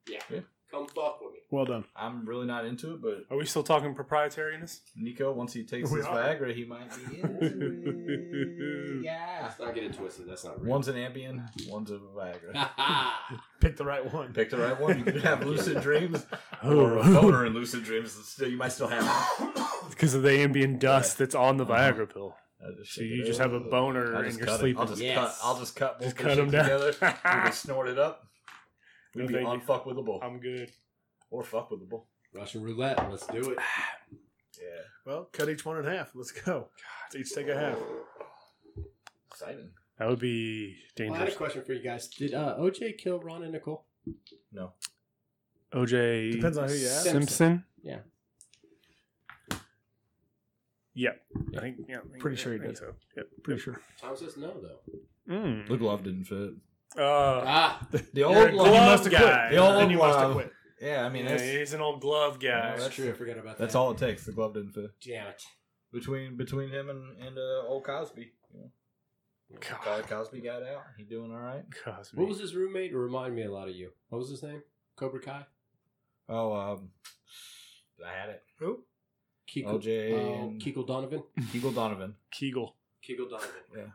Speaker 2: Yeah.
Speaker 5: Yeah.
Speaker 2: Come fuck with me.
Speaker 6: Well done.
Speaker 5: I'm really not into it, but
Speaker 3: Are we still talking proprietariness?
Speaker 5: Nico, once he takes
Speaker 3: We
Speaker 5: his
Speaker 3: are.
Speaker 5: Viagra, he might be into it. Yeah.
Speaker 2: Let's not get it twisted. That's not real.
Speaker 5: One's an Ambien, one's a
Speaker 2: Ah.
Speaker 5: Viagra.
Speaker 6: Pick the right one.
Speaker 5: Pick the right one. You could have lucid dreams or a
Speaker 6: Oh,
Speaker 5: boner in lucid dreams. and Still, you might still have. it.
Speaker 3: Because of the ambient dust that's on the
Speaker 5: Uh-huh.
Speaker 3: Viagra pill.
Speaker 5: I just
Speaker 3: So
Speaker 5: shake
Speaker 3: you
Speaker 5: it
Speaker 3: just
Speaker 5: up.
Speaker 3: have a boner
Speaker 5: I'll
Speaker 3: and
Speaker 5: just
Speaker 3: you're
Speaker 5: cut it. I'll
Speaker 3: sleeping.
Speaker 5: just
Speaker 2: Yes.
Speaker 5: cut. I'll just cut. Both
Speaker 3: Just
Speaker 5: the
Speaker 3: cut
Speaker 5: shit
Speaker 3: 'em down.
Speaker 5: together. we can snort it up. We'd
Speaker 3: No,
Speaker 5: be
Speaker 3: thank you. Um,
Speaker 5: unfuckwithable
Speaker 3: I'm good.
Speaker 5: or fuckwithable.
Speaker 2: Russian roulette. Let's do it.
Speaker 5: Yeah,
Speaker 6: well, cut each one in half. Let's go. Let's each take a half.
Speaker 5: exciting.
Speaker 3: That would
Speaker 2: Well,
Speaker 3: be
Speaker 2: I had a
Speaker 3: dangerous.
Speaker 2: question for you guys. Did uh, OJ kill Ron and Nicole?
Speaker 5: No,
Speaker 3: OJ
Speaker 6: Depends on who you ask.
Speaker 3: Simpson.
Speaker 2: Yeah.
Speaker 3: Yep.
Speaker 2: Yeah.
Speaker 3: I think. Yeah. I think-
Speaker 6: Pretty sure he
Speaker 3: I think
Speaker 6: did.
Speaker 3: So.
Speaker 6: Pretty sure.
Speaker 2: Tom says no, though.
Speaker 3: Mm.
Speaker 5: the glove didn't fit.
Speaker 3: Uh,
Speaker 2: Ah,
Speaker 5: The
Speaker 3: You're
Speaker 5: old
Speaker 3: a
Speaker 5: glove.
Speaker 3: glove
Speaker 6: you must have
Speaker 3: guy.
Speaker 6: quit.
Speaker 5: The old
Speaker 6: then you must have
Speaker 5: glove.
Speaker 6: quit.
Speaker 5: Yeah, I mean
Speaker 3: yeah,
Speaker 5: that's,
Speaker 3: he's an old glove guy.
Speaker 5: Yeah,
Speaker 2: that's
Speaker 5: that's-
Speaker 2: true. I forgot about that.
Speaker 5: that's all it takes. The glove didn't fit
Speaker 2: Damn it.
Speaker 5: between between him and and uh, old Cosby. You know, Col-
Speaker 3: God.
Speaker 5: Cosby got out. He doing all right.
Speaker 3: Cosby.
Speaker 2: What was his roommate? It reminded me a lot of you. What was his name? Cobra Kai?
Speaker 5: Oh, um, I had it.
Speaker 6: Who?
Speaker 2: Kiko,
Speaker 5: OJ
Speaker 2: oh,
Speaker 5: and
Speaker 2: Kiko Donovan?
Speaker 5: Eagle Donovan.
Speaker 3: Kegel?
Speaker 2: Kiko Donovan.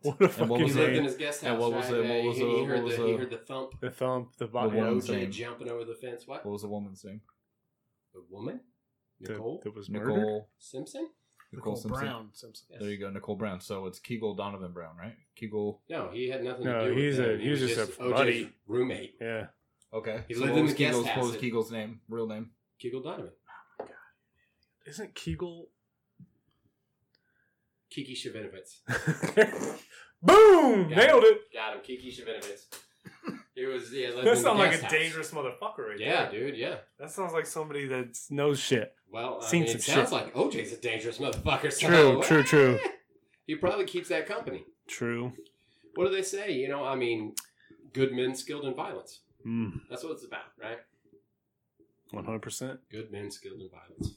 Speaker 6: What?
Speaker 3: What a fucking
Speaker 5: what
Speaker 2: He
Speaker 5: was
Speaker 2: lived in
Speaker 5: it?
Speaker 3: name.
Speaker 2: his guest house.
Speaker 5: And what was
Speaker 2: right?
Speaker 5: the- what
Speaker 2: Yeah,
Speaker 5: was
Speaker 2: he,
Speaker 5: the-
Speaker 2: he heard
Speaker 5: what was
Speaker 2: the,
Speaker 5: the-
Speaker 2: he heard the thump.
Speaker 3: The thump. The
Speaker 2: of
Speaker 5: The woman-
Speaker 3: bottom.
Speaker 5: woman's
Speaker 2: OJ
Speaker 5: name.
Speaker 2: jumping over the fence. What?
Speaker 5: What was the woman's name?
Speaker 2: The woman?
Speaker 3: That
Speaker 2: Nicole
Speaker 3: that was
Speaker 5: Nicole.
Speaker 3: murdered.
Speaker 2: Simpson?
Speaker 5: Nicole, Simpson.
Speaker 6: Brown Simpson.
Speaker 2: Yes.
Speaker 5: There you go, Nicole Brown. So it's Kegel Donovan Brown, right? Kegel.
Speaker 2: No, he had nothing
Speaker 3: No,
Speaker 2: to do
Speaker 3: he's
Speaker 2: with
Speaker 3: a-
Speaker 2: it.
Speaker 3: he was just a buddy.
Speaker 2: roommate.
Speaker 3: Yeah.
Speaker 5: Okay.
Speaker 2: He
Speaker 5: so
Speaker 2: lived
Speaker 5: what
Speaker 2: in
Speaker 5: was
Speaker 2: the guest
Speaker 5: Kegel's,
Speaker 2: house
Speaker 5: What was
Speaker 2: at-
Speaker 5: Kegel's name? Real name?
Speaker 2: Kiko Donovan.
Speaker 3: Isn't Kegel?
Speaker 2: Kiki Shavinovitz.
Speaker 3: Boom!
Speaker 2: Yeah.
Speaker 3: Nailed it.
Speaker 2: Got him. Kiki Shavinovitz. He was, Uh, yeah, lived in
Speaker 3: That
Speaker 2: the
Speaker 3: sounds like
Speaker 2: guest
Speaker 3: a
Speaker 2: house.
Speaker 3: dangerous motherfucker right
Speaker 2: Yeah,
Speaker 3: there.
Speaker 2: dude, yeah.
Speaker 3: That sounds like somebody that knows shit.
Speaker 2: Well, I
Speaker 3: Seen
Speaker 2: mean,
Speaker 3: some
Speaker 2: it sounds
Speaker 3: shit.
Speaker 2: like OJ's a dangerous motherfucker. So
Speaker 3: True, true, true.
Speaker 2: He probably keeps that company.
Speaker 3: True.
Speaker 2: What do they say? You know, I mean, good men skilled in violence.
Speaker 3: Mm,
Speaker 2: That's what it's about, right?
Speaker 3: 100%.
Speaker 2: Good men skilled in violence.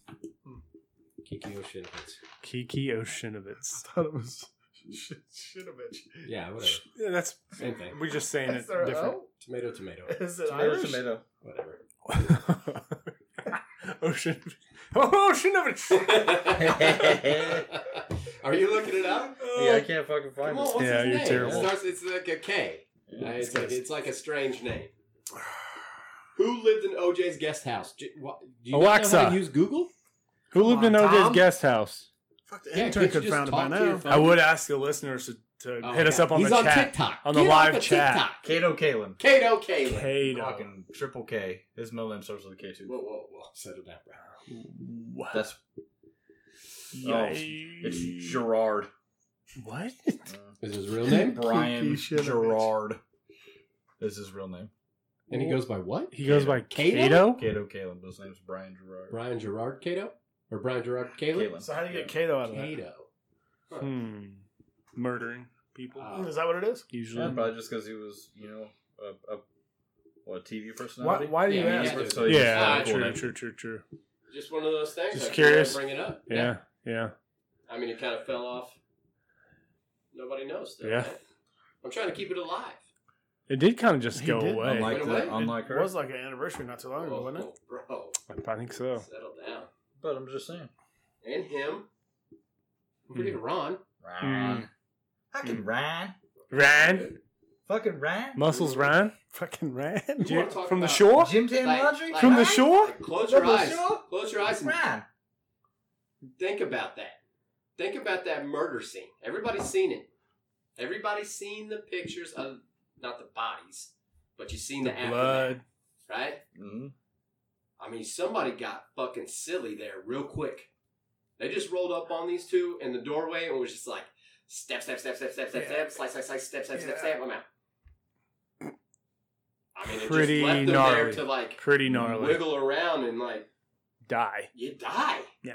Speaker 2: Kiki O'Shinovitz.
Speaker 3: Kiki Oshinovitz.
Speaker 6: I thought it was shit, shit a bitch.
Speaker 2: Yeah, whatever.
Speaker 3: Yeah, that's.
Speaker 2: Same thing.
Speaker 3: We're just saying
Speaker 6: Is
Speaker 3: it
Speaker 6: there a
Speaker 3: different.
Speaker 2: Tomato, tomato.
Speaker 6: O? Is it
Speaker 5: Tomato,
Speaker 6: Irish?
Speaker 5: tomato.
Speaker 2: Whatever.
Speaker 3: Ocean. Oh, Oshinovitz!
Speaker 2: Are you looking it up?
Speaker 5: Yeah, I can't fucking find
Speaker 2: Come on,
Speaker 5: it.
Speaker 2: what's
Speaker 3: Yeah,
Speaker 2: his
Speaker 3: you're
Speaker 2: name?
Speaker 3: terrible.
Speaker 2: It starts, it's like a K. Uh, it's, like, it's like a strange name. Who lived in OJ's guest house? J- what, do you not know how
Speaker 3: Alexa.
Speaker 2: to use Google?
Speaker 3: Who
Speaker 6: lived in OJ's Tom?
Speaker 3: guest house?
Speaker 6: Fuck, the
Speaker 2: Yeah,
Speaker 6: intern
Speaker 2: can't you
Speaker 6: could
Speaker 2: just
Speaker 6: found it by
Speaker 2: talk to your
Speaker 6: now.
Speaker 2: phone?
Speaker 3: I would ask the listeners to, to
Speaker 2: Oh,
Speaker 3: hit us
Speaker 2: yeah.
Speaker 3: up on
Speaker 2: He's
Speaker 3: the
Speaker 2: on
Speaker 3: chat.
Speaker 2: TikTok.
Speaker 3: on the
Speaker 2: Get off
Speaker 3: live
Speaker 2: of
Speaker 3: chat.
Speaker 2: TikTok.
Speaker 5: Kato Kalin.
Speaker 2: Kato Kalin.
Speaker 3: Kato.
Speaker 5: Fucking triple K. His middle name starts with a K too.
Speaker 2: Whoa, whoa, whoa. Settle down, bro.
Speaker 5: That's it's
Speaker 3: Yay.
Speaker 5: Gerard. Mm.
Speaker 3: What?
Speaker 2: Is his real name?
Speaker 6: Kiki
Speaker 5: Brian
Speaker 6: Shinovich.
Speaker 5: Gerard. Is his real name?
Speaker 2: And he goes by what?
Speaker 3: He goes by
Speaker 2: Kato?
Speaker 3: Kato?
Speaker 5: Kato Kalin. But his name's Brian Gerard.
Speaker 2: Brian Gerard Kato? Or Brian Gerard Kalin?
Speaker 5: Kalin.
Speaker 6: So how do you get
Speaker 5: Yeah.
Speaker 6: Kato out of that?
Speaker 2: Kato. Huh.
Speaker 3: Hmm. Murdering people.
Speaker 2: Uh,
Speaker 6: Is that what it is?
Speaker 3: Usually.
Speaker 5: Yeah, probably just because he was, you know, a, a, what, TV
Speaker 6: Why,
Speaker 5: personality.
Speaker 6: why do you
Speaker 2: Yeah,
Speaker 6: ask?
Speaker 2: yeah.
Speaker 5: So he just
Speaker 3: yeah,
Speaker 5: had a
Speaker 2: Ah,
Speaker 5: cool
Speaker 3: true,
Speaker 5: name.
Speaker 3: true, true, true.
Speaker 2: Just one of those things.
Speaker 3: Just
Speaker 2: I figured I'd
Speaker 3: curious.
Speaker 2: Bring it up.
Speaker 3: Yeah, yeah.
Speaker 2: I mean, it kind of fell off. Nobody knows. Though,
Speaker 3: Yeah.
Speaker 2: right? I'm trying to keep it alive.
Speaker 3: It did kind of just
Speaker 6: He
Speaker 3: go
Speaker 6: did.
Speaker 3: away.
Speaker 5: Unlike,
Speaker 2: Wait,
Speaker 5: that,
Speaker 2: wait.
Speaker 5: unlike
Speaker 6: It
Speaker 5: her.
Speaker 6: was like an anniversary not too long ago, wasn't it?
Speaker 2: Oh, bro,
Speaker 3: I think so.
Speaker 2: settle down.
Speaker 5: But I'm just saying.
Speaker 2: And him. Pretty
Speaker 3: Hmm.
Speaker 2: Ron.
Speaker 5: Ryan. Fucking Ryan.
Speaker 3: Ryan,
Speaker 5: Fucking Ryan.
Speaker 3: muscles, Ryan,
Speaker 6: Fucking ran.
Speaker 2: You wanna talk
Speaker 3: from the
Speaker 2: about-
Speaker 3: shore.
Speaker 5: Jim Tan
Speaker 2: Like-
Speaker 5: Laundry?
Speaker 2: like-
Speaker 3: From the
Speaker 5: Ryan?
Speaker 3: shore.
Speaker 2: Like, close your
Speaker 5: From the
Speaker 2: eyes.
Speaker 5: shore?
Speaker 2: Close your eyes and
Speaker 5: Ryan.
Speaker 2: think about that. Think about that murder scene. Everybody's seen it. Everybody's seen the pictures of not the bodies, but you've seen the, aftermath,
Speaker 3: Blood.
Speaker 2: right?
Speaker 5: Mm-hmm.
Speaker 2: I mean, somebody got fucking silly there real quick. They just rolled up on these two in the doorway and was just like, step, step, step, step, step, step,
Speaker 3: Yeah.
Speaker 2: step, slice, slice, slice, step, step, step,
Speaker 3: Yeah.
Speaker 2: step. I'm out. I mean, it
Speaker 3: Pretty
Speaker 2: just left them there
Speaker 3: gnarly.
Speaker 2: to like
Speaker 3: Pretty gnarly.
Speaker 2: wiggle around and like
Speaker 3: Die.
Speaker 2: you die.
Speaker 3: Yeah.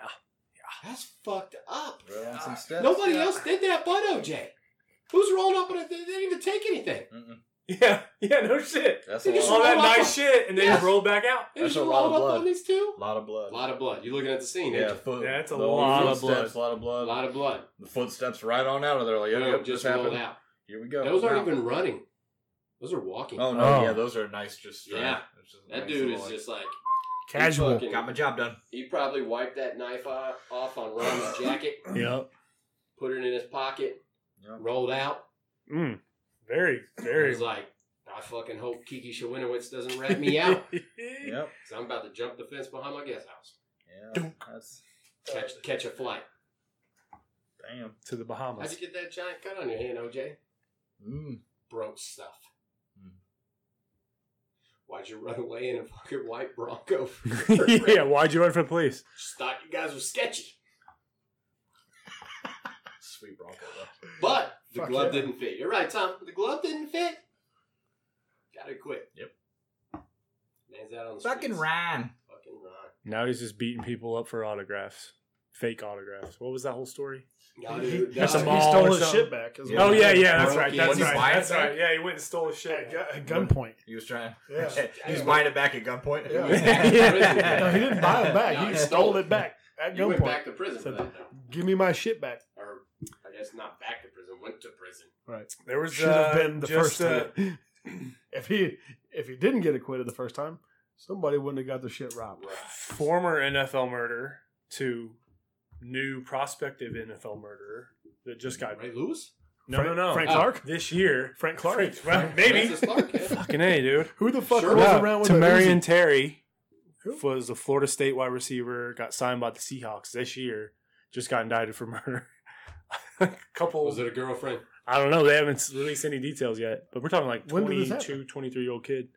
Speaker 2: That's fucked up.
Speaker 5: on some steps.
Speaker 2: Ah, Nobody
Speaker 5: Yeah.
Speaker 2: else did that but OJ. Who's rolled up on it? They didn't even take anything.
Speaker 5: Mm-mm.
Speaker 3: Yeah, yeah, no shit.
Speaker 5: That's
Speaker 2: Did
Speaker 5: a
Speaker 2: you
Speaker 5: lot,
Speaker 3: All that
Speaker 2: roll up
Speaker 3: nice
Speaker 2: on-
Speaker 3: shit, and then
Speaker 2: Yeah.
Speaker 3: roll back out.
Speaker 2: They
Speaker 5: That's
Speaker 2: just
Speaker 5: a lot
Speaker 2: rolled
Speaker 5: of
Speaker 2: up on
Speaker 5: blood.
Speaker 2: these two.
Speaker 5: lot of blood.
Speaker 2: A lot of blood. You're looking at the scene.
Speaker 5: yeah,
Speaker 2: Yeah.
Speaker 5: foot.
Speaker 3: Yeah, that's a
Speaker 5: the
Speaker 3: lot of
Speaker 5: footsteps, lot of
Speaker 2: A
Speaker 5: blood.
Speaker 2: lot of blood.
Speaker 5: The footsteps right on out of there. Like, yep,
Speaker 2: Boom,
Speaker 5: yep,
Speaker 2: just
Speaker 5: this
Speaker 2: rolled
Speaker 5: happened.
Speaker 2: out.
Speaker 5: Here we go.
Speaker 2: Those aren't
Speaker 5: Now,
Speaker 2: even running. Those are walking.
Speaker 5: Oh no,
Speaker 6: Oh.
Speaker 5: yeah, those are nice. Just uh,
Speaker 2: Yeah.
Speaker 5: it's just
Speaker 2: that
Speaker 5: nice
Speaker 2: dude
Speaker 5: little,
Speaker 2: is
Speaker 5: like,
Speaker 2: just like
Speaker 3: Casual.
Speaker 2: fucking-
Speaker 5: got my job done.
Speaker 2: he probably wiped that knife o- off on Ron's jacket,
Speaker 6: Yep.
Speaker 2: put it in his pocket,
Speaker 5: Yep.
Speaker 2: rolled out.
Speaker 3: Mm, very,
Speaker 2: He
Speaker 3: very.
Speaker 2: was like, I fucking hope Kiki Shawinowitz doesn't rat me out,
Speaker 5: Yep.
Speaker 2: because I'm about to jump the fence behind my guest house,
Speaker 5: Yeah.
Speaker 3: Dunk.
Speaker 5: That's
Speaker 6: uh,
Speaker 2: catch catch a flight.
Speaker 5: damn.
Speaker 3: to the
Speaker 2: How'd
Speaker 3: Bahamas.
Speaker 2: you get that giant cut on your hand, OJ?
Speaker 5: Mm.
Speaker 2: Broke stuff.
Speaker 5: Hmm.
Speaker 2: Why'd you run away in a fucking white Bronco?
Speaker 3: yeah, why'd you run for the police?
Speaker 2: Just thought you guys were sketchy.
Speaker 5: Sweet Bronco. though.
Speaker 2: But the
Speaker 6: Fuck
Speaker 2: glove
Speaker 6: yeah.
Speaker 2: didn't fit. You're right, Tom. The glove didn't fit. Got to quit.
Speaker 5: Yep.
Speaker 2: Man's out on the
Speaker 5: Fucking
Speaker 2: streets.
Speaker 5: Ryan.
Speaker 2: Fucking Ron.
Speaker 3: Now he's just beating people up for autographs, fake autographs. What was that whole story?
Speaker 2: Y'all do-
Speaker 3: That's
Speaker 2: y'all
Speaker 3: a
Speaker 2: do-
Speaker 3: mall
Speaker 6: he
Speaker 3: or
Speaker 6: stole his
Speaker 3: something.
Speaker 6: shit back. is
Speaker 5: Yeah.
Speaker 6: what
Speaker 3: Oh
Speaker 6: he
Speaker 3: yeah,
Speaker 6: did.
Speaker 3: yeah, that's right,
Speaker 2: Broke
Speaker 3: that's
Speaker 2: his
Speaker 3: right,
Speaker 5: wife
Speaker 3: that's
Speaker 5: back?
Speaker 3: right. Yeah, he went and stole his shit.
Speaker 6: At gu- at gunpoint.
Speaker 5: He was trying.
Speaker 6: Yeah.
Speaker 5: He was buying it back at gunpoint.
Speaker 6: Yeah.
Speaker 2: Yeah.
Speaker 6: No, he didn't buy it back.
Speaker 2: No,
Speaker 6: he
Speaker 2: he
Speaker 6: stole
Speaker 2: stole
Speaker 6: it back at
Speaker 2: You went
Speaker 6: gunpoint.
Speaker 2: back to prison for
Speaker 6: Said-
Speaker 2: that, though.
Speaker 6: Give me my shit back.
Speaker 2: Or, I guess not back to prison. Went to prison.
Speaker 6: Right.
Speaker 3: There was
Speaker 6: Should have
Speaker 3: uh,
Speaker 6: been the
Speaker 3: just, uh,
Speaker 6: first time. if he if he didn't get acquitted the first time, somebody wouldn't have got their shit robbed.
Speaker 3: uh,
Speaker 2: Right.
Speaker 3: former NFL murderer to new prospective NFL murderer that just got
Speaker 2: Ray Lewis?
Speaker 3: no
Speaker 6: Frank-
Speaker 3: no no
Speaker 6: Frank
Speaker 2: Oh.
Speaker 6: Clark.
Speaker 3: this year.
Speaker 6: Frank Clark.
Speaker 3: Frank- well, maybe
Speaker 2: Francis Clark, yeah.
Speaker 3: fucking a dude.
Speaker 6: Who the fuck
Speaker 2: Sure.
Speaker 6: rolls
Speaker 3: Yeah,
Speaker 6: around with a
Speaker 3: Tamarian
Speaker 6: Uzi?
Speaker 3: Terry
Speaker 6: Who?
Speaker 3: was the Florida State wide receiver, got signed by the Seahawks this year, just got indicted for murder. a couple,
Speaker 2: Was it a girlfriend?
Speaker 3: I don't know, they haven't s- released any details yet, but we're talking like
Speaker 6: When did this
Speaker 3: 22, 23 year old kid.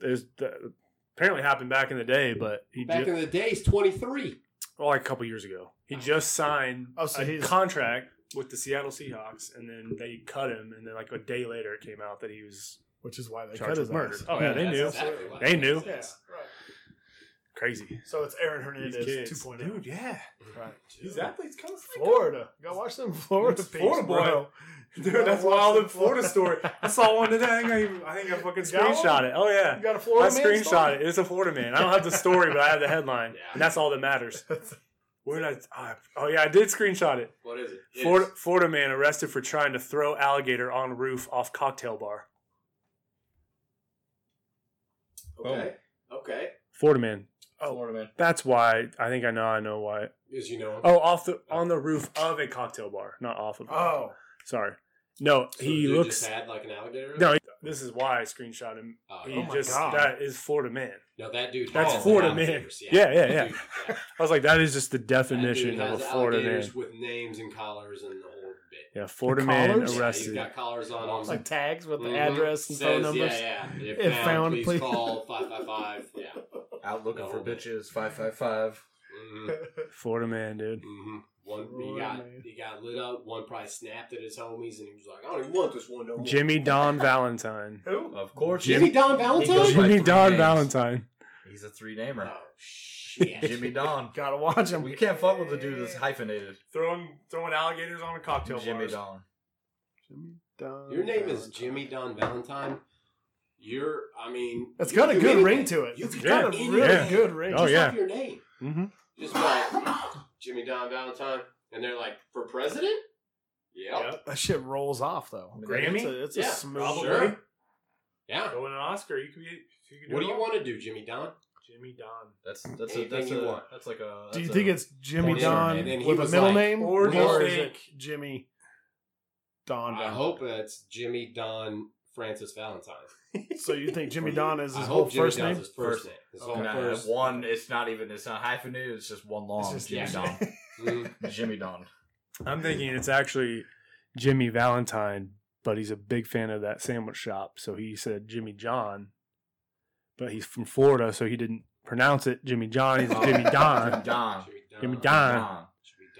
Speaker 3: There's the, apparently happened back in the day, but he
Speaker 2: Back
Speaker 3: ju-
Speaker 2: in the day, he's 23.
Speaker 3: well, like a couple years ago. He just signed
Speaker 6: Oh, so
Speaker 3: a
Speaker 6: he's-
Speaker 3: contract with the Seattle Seahawks, and then they cut him, and then like a day later, it came out that he was
Speaker 6: Which is why they
Speaker 3: charged
Speaker 6: cut his
Speaker 3: with murder.
Speaker 6: ass.
Speaker 3: Oh yeah, they
Speaker 2: That's
Speaker 3: knew,
Speaker 2: exactly what
Speaker 3: They
Speaker 2: it
Speaker 3: knew.
Speaker 2: is.
Speaker 6: Yeah, right.
Speaker 3: crazy.
Speaker 6: So it's Aaron
Speaker 3: These
Speaker 6: Hernandez
Speaker 3: kids,
Speaker 6: 2.0.
Speaker 3: dude, yeah.
Speaker 6: Right.
Speaker 3: These athletes come
Speaker 6: Florida. Go watch some Florida
Speaker 3: It's
Speaker 6: piece,
Speaker 3: Florida boy.
Speaker 6: bro.
Speaker 3: Dude,
Speaker 6: Go
Speaker 3: that's
Speaker 6: watch
Speaker 3: wild
Speaker 6: some
Speaker 3: in Florida story. I saw one today. I think I, even- I, think I fucking
Speaker 6: You got
Speaker 3: screenshot
Speaker 6: one?
Speaker 3: it. Oh yeah,
Speaker 6: You got a
Speaker 3: I
Speaker 6: Florida man
Speaker 3: screenshot
Speaker 6: story?
Speaker 3: it. It's a Florida man. I don't have the story, but I have the headline,
Speaker 2: Yeah.
Speaker 3: and that's all that matters. Where did I? ah, oh yeah, I did screenshot it.
Speaker 2: What is it? It
Speaker 3: Florida,
Speaker 2: is-
Speaker 3: Florida man arrested for trying to throw alligator on roof off cocktail bar.
Speaker 2: Okay. Okay.
Speaker 3: Florida man.
Speaker 6: Oh.
Speaker 5: Florida man.
Speaker 3: That's why I think I know. I know why.
Speaker 2: As you know him.
Speaker 3: Oh, off the on the roof of a cocktail bar, not off of.
Speaker 6: Oh.
Speaker 3: sorry. No,
Speaker 2: So the
Speaker 3: he
Speaker 2: dude
Speaker 3: looks.
Speaker 2: Just had like an alligator?
Speaker 3: No, this is why I screenshot him.
Speaker 2: Oh,
Speaker 3: He
Speaker 2: yeah.
Speaker 6: my
Speaker 3: just
Speaker 6: God.
Speaker 3: that is Florida man.
Speaker 2: No, that dude.
Speaker 3: That's
Speaker 2: has
Speaker 3: Florida
Speaker 2: alligators,
Speaker 3: man. Yeah, yeah, yeah.
Speaker 2: Dude, yeah.
Speaker 3: I was like, that is just the
Speaker 2: That
Speaker 3: definition
Speaker 2: dude
Speaker 3: of a
Speaker 2: has
Speaker 3: Florida man.
Speaker 2: alligators with names and collars and the whole bit.
Speaker 3: Yeah, Florida
Speaker 6: The
Speaker 3: man
Speaker 6: collars?
Speaker 2: Yeah, he's
Speaker 3: arrested.
Speaker 2: got collars on. on
Speaker 6: It's like tags with the
Speaker 2: Mhm.
Speaker 3: Mm-hmm.
Speaker 6: address
Speaker 2: Says,
Speaker 6: and phone numbers.
Speaker 2: Yeah, yeah. If,
Speaker 6: If
Speaker 2: found,
Speaker 6: found,
Speaker 2: please,
Speaker 6: please-
Speaker 2: call five five five. Yeah.
Speaker 5: Out looking
Speaker 2: No.
Speaker 5: for bitches. Five five five.
Speaker 2: Mm-hmm.
Speaker 3: Florida man, dude.
Speaker 2: Mm-hmm. One he
Speaker 6: Florida
Speaker 2: got
Speaker 6: man.
Speaker 2: he got lit up. One probably snapped at his homies and he was like, "I don't even want this one no more."
Speaker 3: Jimmy Don Valentine.
Speaker 6: Who?
Speaker 5: Of course.
Speaker 2: Jimmy Don
Speaker 5: He goes
Speaker 2: Valentine.
Speaker 5: by
Speaker 3: Jimmy
Speaker 5: three
Speaker 3: Don
Speaker 5: names.
Speaker 3: Valentine.
Speaker 5: He's a three namer.
Speaker 2: Oh shit.
Speaker 5: Jimmy Don.
Speaker 6: Gotta watch him.
Speaker 5: We can't fuck with the dude that's hyphenated.
Speaker 3: Throwing throwing alligators on a cocktail
Speaker 5: Jimmy Don.
Speaker 6: Jimmy Don
Speaker 2: Your name is
Speaker 6: Valentine.
Speaker 2: Jimmy Don Valentine. You're. I mean,
Speaker 6: It's
Speaker 2: you can
Speaker 6: got a
Speaker 2: do
Speaker 6: good
Speaker 2: anything.
Speaker 6: ring to it.
Speaker 2: You
Speaker 6: It's
Speaker 2: can
Speaker 6: got a
Speaker 2: do
Speaker 6: really
Speaker 2: anything.
Speaker 6: good ring.
Speaker 3: Oh,
Speaker 2: Just
Speaker 3: yeah.
Speaker 2: off your name.
Speaker 3: Mm-hmm.
Speaker 2: Just like Jimmy Don Valentine, and they're like, for president? Yep.
Speaker 3: Yep.
Speaker 6: That shit rolls off though.
Speaker 3: Grammy?
Speaker 6: It's a, it's a
Speaker 2: Yeah,
Speaker 6: smooth.
Speaker 2: sure.
Speaker 6: ring.
Speaker 2: Yeah.
Speaker 3: Go win an Oscar. You could be. You could
Speaker 2: What do
Speaker 3: it
Speaker 2: you
Speaker 3: all.
Speaker 2: want to do, Jimmy Don?
Speaker 3: Jimmy Don.
Speaker 5: That's that's a
Speaker 2: Anything
Speaker 5: that's
Speaker 2: you
Speaker 5: a,
Speaker 2: want.
Speaker 5: that's like a.
Speaker 6: Do you
Speaker 5: that's
Speaker 6: think
Speaker 5: a-
Speaker 6: it's Jimmy
Speaker 5: And then-
Speaker 6: Don
Speaker 5: and
Speaker 2: then he
Speaker 6: with a
Speaker 2: was
Speaker 6: middle
Speaker 2: like,
Speaker 6: name,
Speaker 3: or
Speaker 2: do
Speaker 6: or
Speaker 2: you
Speaker 6: is it
Speaker 3: think-
Speaker 6: Jimmy Don?
Speaker 2: I
Speaker 6: Valentine?
Speaker 2: hope that's Jimmy Don Francis Valentine.
Speaker 6: So you think Jimmy Don is
Speaker 2: I
Speaker 6: his whole
Speaker 2: hope Jimmy
Speaker 6: first
Speaker 2: Don's
Speaker 6: name?
Speaker 2: his first
Speaker 5: First-
Speaker 2: name. His
Speaker 6: Okay.
Speaker 2: whole
Speaker 5: Nah,
Speaker 2: first.
Speaker 5: one. It's not even. It's not hyphenated. It's just one long.
Speaker 6: just
Speaker 5: Jimmy Don.
Speaker 6: Jimmy.
Speaker 2: Mhm.
Speaker 5: Jimmy Don.
Speaker 3: I'm thinking it's actually Jimmy Valentine, but he's a big fan of that sandwich shop, so he said Jimmy John. But he's from Florida, so he didn't pronounce it Jimmy John. He's Jimmy Don.
Speaker 5: Jimmy Don.
Speaker 3: Jimmy Don.
Speaker 2: Jimmy Don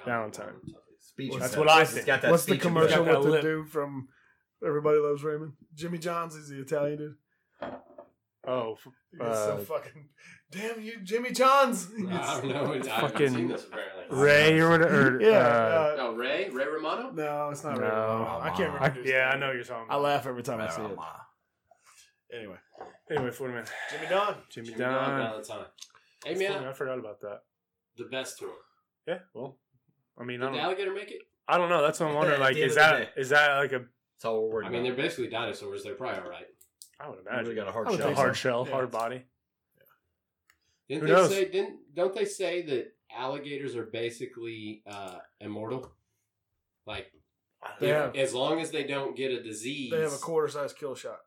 Speaker 3: Valentine.
Speaker 5: Speech.
Speaker 6: Well,
Speaker 3: that's
Speaker 5: impediment.
Speaker 3: what I
Speaker 5: It's
Speaker 3: think.
Speaker 5: got that
Speaker 6: What's the
Speaker 5: speech
Speaker 6: commercial
Speaker 5: impediment.
Speaker 3: impediment.
Speaker 6: with the
Speaker 3: Lip.
Speaker 6: dude from Everybody Loves Raymond? Jimmy John's is the Italian dude.
Speaker 3: Oh,
Speaker 6: He gets
Speaker 3: Uh,
Speaker 6: so fucking damn you, Jimmy John's.
Speaker 2: I don't know. I haven't
Speaker 3: Fucking
Speaker 2: seen this apparently.
Speaker 3: Ray or whatever.
Speaker 6: yeah,
Speaker 3: uh,
Speaker 6: uh,
Speaker 2: No, Ray? Ray Romano?
Speaker 6: no, it's not
Speaker 3: No.
Speaker 6: Raymond. I can't
Speaker 3: I,
Speaker 6: remember. his
Speaker 3: yeah, I
Speaker 6: name.
Speaker 3: know what you're talking
Speaker 6: I
Speaker 3: about.
Speaker 6: laugh every time I see it. Anyway,
Speaker 3: Anyway, Florida man.
Speaker 6: Jimmy Don.
Speaker 3: Jimmy,
Speaker 2: Jimmy
Speaker 3: Don.
Speaker 2: Don Valentine. Hey,
Speaker 3: That's funny,
Speaker 2: man,
Speaker 3: I forgot about that.
Speaker 2: the best one.
Speaker 3: Yeah, well, I mean, I
Speaker 2: Did the
Speaker 3: don't,
Speaker 2: alligator make it?
Speaker 3: I don't know. That's what I'm wondering.
Speaker 5: At
Speaker 3: Like,
Speaker 5: the end
Speaker 3: is
Speaker 5: of the
Speaker 3: that is that like a
Speaker 5: That's all we're worried
Speaker 2: I mean,
Speaker 5: about.
Speaker 2: they're basically dinosaurs. They're probably all right.
Speaker 3: I would
Speaker 5: I
Speaker 3: imagine.
Speaker 5: really got a
Speaker 3: I
Speaker 5: hard
Speaker 3: would
Speaker 5: shell.
Speaker 3: think hard shell,
Speaker 5: Yeah.
Speaker 3: hard body.
Speaker 2: Didn't
Speaker 3: Who
Speaker 2: they
Speaker 3: knows?
Speaker 2: say? Didn't don't they say that alligators are basically uh, immortal? Like
Speaker 6: They
Speaker 2: if-
Speaker 6: have-
Speaker 2: as long as they don't get a disease.
Speaker 6: They have a quarter size kill shot.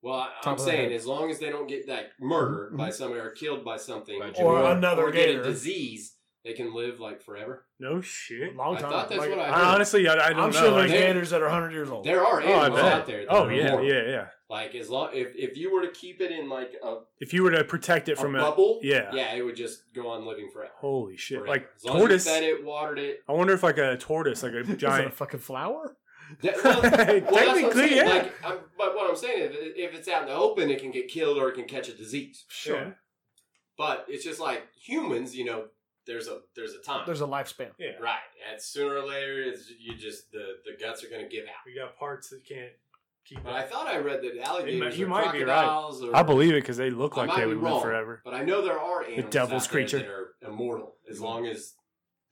Speaker 2: Well, I,
Speaker 6: Top
Speaker 2: I'm
Speaker 6: of the
Speaker 2: saying
Speaker 6: head.
Speaker 2: as long as they don't get like murdered
Speaker 3: Mm-hmm.
Speaker 2: by somebody or killed by something
Speaker 5: By Jim
Speaker 6: Or
Speaker 5: Or-
Speaker 6: another
Speaker 2: or get a
Speaker 6: gator.
Speaker 2: disease, they can live like forever.
Speaker 3: No shit.
Speaker 6: Long
Speaker 2: I
Speaker 6: time.
Speaker 2: thought that's
Speaker 6: Like,
Speaker 2: what I heard.
Speaker 3: I honestly, I, I don't
Speaker 6: I'm
Speaker 3: know.
Speaker 6: sure
Speaker 3: Like,
Speaker 6: there's
Speaker 2: they-
Speaker 6: gators that are 100 years old.
Speaker 2: There are
Speaker 3: Oh, I
Speaker 2: animals
Speaker 3: bet.
Speaker 2: out there. that
Speaker 3: oh
Speaker 2: are
Speaker 3: yeah,
Speaker 2: immortal.
Speaker 3: yeah, yeah.
Speaker 2: Like as long if if you were to keep it in like a,
Speaker 3: If you were to protect it
Speaker 2: a
Speaker 3: from a,
Speaker 2: bubble,
Speaker 3: yeah.
Speaker 2: yeah, it would just go on living forever.
Speaker 3: holy shit,
Speaker 2: forever.
Speaker 3: like
Speaker 2: as long as
Speaker 3: tortoise.
Speaker 2: you fed it, watered it.
Speaker 3: I wonder if like a tortoise, like a
Speaker 6: Is it a
Speaker 3: giant.
Speaker 6: fucking flower?
Speaker 2: That- well, well, that's what I'm
Speaker 3: Technically,
Speaker 2: saying.
Speaker 3: yeah.
Speaker 2: Like, I'm, but what I'm saying is, if it's out in the open, it can get killed or it can catch a disease.
Speaker 6: Sure.
Speaker 3: Yeah.
Speaker 2: But it's just like humans, you know. There's a there's a time.
Speaker 6: There's a lifespan.
Speaker 3: yeah,
Speaker 2: Right, and sooner or later, it's, you just the, the guts are going to give out.
Speaker 3: we got parts that can't keep.
Speaker 2: But I thought I read that alligators,
Speaker 3: you
Speaker 2: or
Speaker 3: might be right.
Speaker 2: crocodiles, or
Speaker 3: I believe it because they look
Speaker 2: I
Speaker 3: like
Speaker 2: might
Speaker 3: they
Speaker 2: be
Speaker 3: would
Speaker 2: wrong,
Speaker 3: live forever.
Speaker 2: But I know there are animals
Speaker 3: devil's
Speaker 2: out there
Speaker 3: creature.
Speaker 2: that are immortal as long as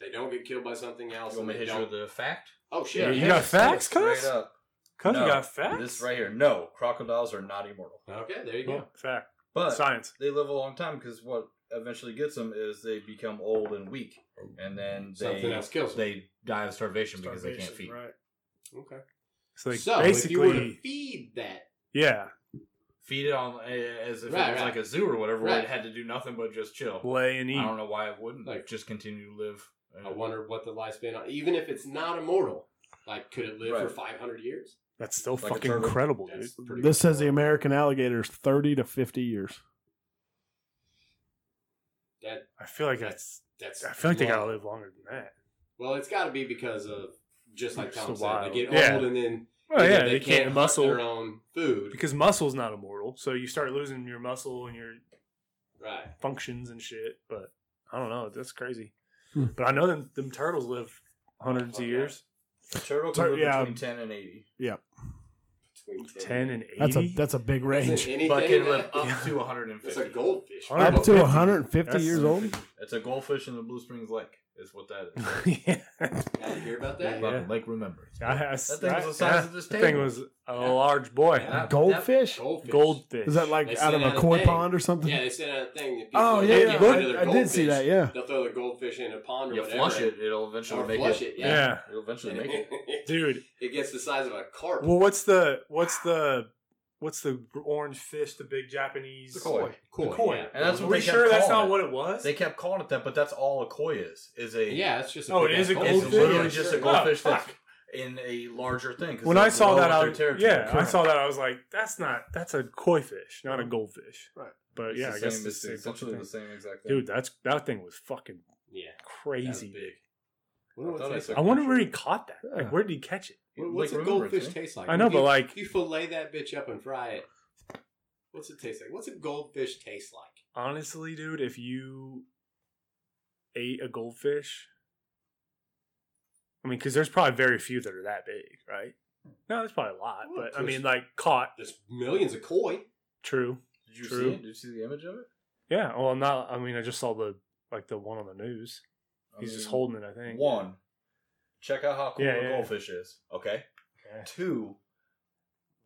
Speaker 2: they don't get killed by something else.
Speaker 5: You
Speaker 2: And
Speaker 5: want me to
Speaker 2: they
Speaker 5: hit you
Speaker 2: don't.
Speaker 5: with a fact?
Speaker 2: Oh
Speaker 3: Yeah,
Speaker 2: shit!
Speaker 3: you
Speaker 6: yeah,
Speaker 3: got
Speaker 6: it's-
Speaker 3: facts,
Speaker 5: Straight
Speaker 3: cuz?
Speaker 5: up.
Speaker 3: Cuz
Speaker 5: No,
Speaker 3: you got facts?
Speaker 5: This right here. No, crocodiles are not immortal.
Speaker 2: Okay, there you go.
Speaker 3: Well, fact.
Speaker 5: But
Speaker 3: Science.
Speaker 5: they live a long time because what eventually gets them is they become old and weak, and then they
Speaker 2: Something else kills them.
Speaker 5: they die of starvation, because they can't
Speaker 6: Starvation,
Speaker 5: feed.
Speaker 6: Right.
Speaker 2: okay.
Speaker 3: So, like,
Speaker 2: so if you were to
Speaker 3: basically,
Speaker 2: feed that,
Speaker 3: yeah,
Speaker 5: Feed it on eh, as if
Speaker 2: Right,
Speaker 5: it was
Speaker 2: right.
Speaker 5: like a zoo or whatever. Where
Speaker 2: Right.
Speaker 5: it had to do nothing but just chill.
Speaker 3: lay and
Speaker 5: I don't
Speaker 3: eat.
Speaker 5: know why it wouldn't
Speaker 2: Like-
Speaker 5: just continue to live. Uh,
Speaker 2: I wonder what the lifespan, even if it's not immortal, like could it live for
Speaker 5: Right.
Speaker 2: 500 years?
Speaker 3: That's still
Speaker 5: Like a
Speaker 3: fucking
Speaker 5: turtle.
Speaker 3: incredible, dude.
Speaker 2: That's pretty
Speaker 6: This says the
Speaker 2: incredible.
Speaker 6: American alligator is 30 to 50 years.
Speaker 2: That
Speaker 3: I feel like that's.
Speaker 2: that's that's.
Speaker 3: I feel like they
Speaker 2: long.
Speaker 3: gotta live longer than that.
Speaker 2: Well, it's got to be because of just like
Speaker 3: Just
Speaker 2: Tom
Speaker 3: the
Speaker 2: said,
Speaker 3: wild.
Speaker 2: they get
Speaker 3: Yeah.
Speaker 2: old and then
Speaker 3: Oh
Speaker 2: you know,
Speaker 3: yeah, they,
Speaker 2: hunt
Speaker 3: can't,
Speaker 2: their
Speaker 3: muscle
Speaker 2: own food.
Speaker 3: because muscle's not immortal. So you start losing your muscle and your
Speaker 2: Right.
Speaker 3: functions and shit. But I don't know. That's crazy.
Speaker 6: Hmm.
Speaker 3: But I know them, them turtles live hundreds
Speaker 2: Oh,
Speaker 3: of
Speaker 2: yeah.
Speaker 3: years.
Speaker 5: A turtle can
Speaker 6: Tur-
Speaker 5: live
Speaker 6: yeah.
Speaker 5: between ten and eighty.
Speaker 2: Between
Speaker 3: Ten and eighty.
Speaker 6: That's a that's a big range.
Speaker 2: Isn't anything
Speaker 5: But can live
Speaker 2: that-
Speaker 5: up
Speaker 3: Yeah.
Speaker 5: to one hundred and
Speaker 2: It's
Speaker 5: fifty.
Speaker 2: a goldfish.
Speaker 3: Up
Speaker 6: Up to
Speaker 3: 150.
Speaker 6: 150
Speaker 3: That's-
Speaker 6: years old?
Speaker 5: It's a goldfish in the Blue Springs Lake. Is what that is.
Speaker 3: yeah.
Speaker 2: Yeah, you hear about
Speaker 3: Yeah.
Speaker 2: that?
Speaker 5: Fucking Lake remember.
Speaker 3: I, I,
Speaker 5: That thing was the size of this
Speaker 3: that
Speaker 5: table.
Speaker 3: thing was a large boy.
Speaker 2: Yeah.
Speaker 6: Goldfish?
Speaker 2: Goldfish.
Speaker 3: Goldfish.
Speaker 6: Is that like
Speaker 2: They
Speaker 6: out of
Speaker 2: send
Speaker 6: a
Speaker 2: out a
Speaker 6: koi
Speaker 2: thing.
Speaker 6: pond or something?
Speaker 2: Yeah, they sent out a thing. That people,
Speaker 6: Oh, yeah.
Speaker 2: they
Speaker 6: yeah.
Speaker 2: get rid of their
Speaker 6: I, I did see
Speaker 2: goldfish.
Speaker 6: that, yeah.
Speaker 2: They'll throw the goldfish in a pond or
Speaker 5: You
Speaker 2: whatever.
Speaker 5: flush it, it'll eventually
Speaker 2: Or
Speaker 5: make
Speaker 2: flush
Speaker 5: it.
Speaker 2: it,
Speaker 3: yeah.
Speaker 2: yeah.
Speaker 5: It'll eventually make it.
Speaker 2: it.
Speaker 3: dude.
Speaker 2: it gets the size of a carp.
Speaker 3: Well, what's the what's the what's the orange fish? The big Japanese
Speaker 5: It's a koi.
Speaker 2: Koi,
Speaker 3: Koi.
Speaker 2: Yeah.
Speaker 5: And that's
Speaker 3: Are
Speaker 5: what
Speaker 3: we
Speaker 5: they kept
Speaker 3: sure that's
Speaker 5: calling
Speaker 3: not what
Speaker 5: it.
Speaker 3: it was?
Speaker 5: They kept calling it that, but that's all a koi is. Is a
Speaker 2: yeah, it's just. A
Speaker 3: Oh, it
Speaker 2: big
Speaker 3: is
Speaker 2: ass
Speaker 3: a
Speaker 5: It's
Speaker 2: goldfish.
Speaker 3: goldfish?
Speaker 5: literally
Speaker 2: Yeah,
Speaker 5: just
Speaker 2: sure.
Speaker 5: a goldfish
Speaker 3: Oh,
Speaker 5: that's
Speaker 3: fuck.
Speaker 5: in a larger thing. 'cause
Speaker 3: when
Speaker 5: they're
Speaker 3: I saw
Speaker 5: below
Speaker 3: that, I
Speaker 5: their
Speaker 3: was,
Speaker 5: territory.
Speaker 3: yeah, I
Speaker 5: Correct.
Speaker 3: saw that. I was like, that's not that's a koi fish, not a goldfish.
Speaker 6: Right.
Speaker 3: But
Speaker 5: It's
Speaker 3: yeah,
Speaker 5: the
Speaker 3: I guess it's
Speaker 5: same, it's
Speaker 3: the same
Speaker 5: essentially
Speaker 3: fucking
Speaker 5: the
Speaker 3: thing.
Speaker 5: same exact thing.
Speaker 3: dude, that's that thing was fucking
Speaker 2: Yeah.
Speaker 5: That's
Speaker 3: crazy.
Speaker 5: big.
Speaker 2: Wonder
Speaker 5: I
Speaker 2: what it
Speaker 5: thought I
Speaker 2: tastes
Speaker 5: saw
Speaker 2: like.
Speaker 3: I wonder where he
Speaker 5: pictures.
Speaker 3: caught that.
Speaker 6: Yeah.
Speaker 3: Like, where did he catch it?
Speaker 2: What- What's
Speaker 5: Like
Speaker 2: a
Speaker 5: remember,
Speaker 2: goldfish
Speaker 5: right?
Speaker 2: taste like?
Speaker 3: I know,
Speaker 2: If you-
Speaker 3: but, like-
Speaker 2: if you fillet that bitch up and fry it. What's it taste like? What's a goldfish taste like?
Speaker 3: Honestly, dude, if you ate a goldfish, I mean, because there's probably very few that are that big, right? No, there's probably a lot,
Speaker 2: Well,
Speaker 3: but I
Speaker 2: 'cause-
Speaker 3: mean, like caught.
Speaker 2: There's millions of koi.
Speaker 3: True.
Speaker 5: Did you
Speaker 3: True.
Speaker 5: see it? Did you see the image of it?
Speaker 3: Yeah. Well, not. I mean, I just saw the like the one on the news.
Speaker 5: I
Speaker 3: He's just
Speaker 5: mean,
Speaker 3: holding it. I think.
Speaker 5: One, check out how cool
Speaker 3: Yeah,
Speaker 5: a
Speaker 3: yeah.
Speaker 5: goldfish is. Okay.
Speaker 3: Yeah.
Speaker 5: Two,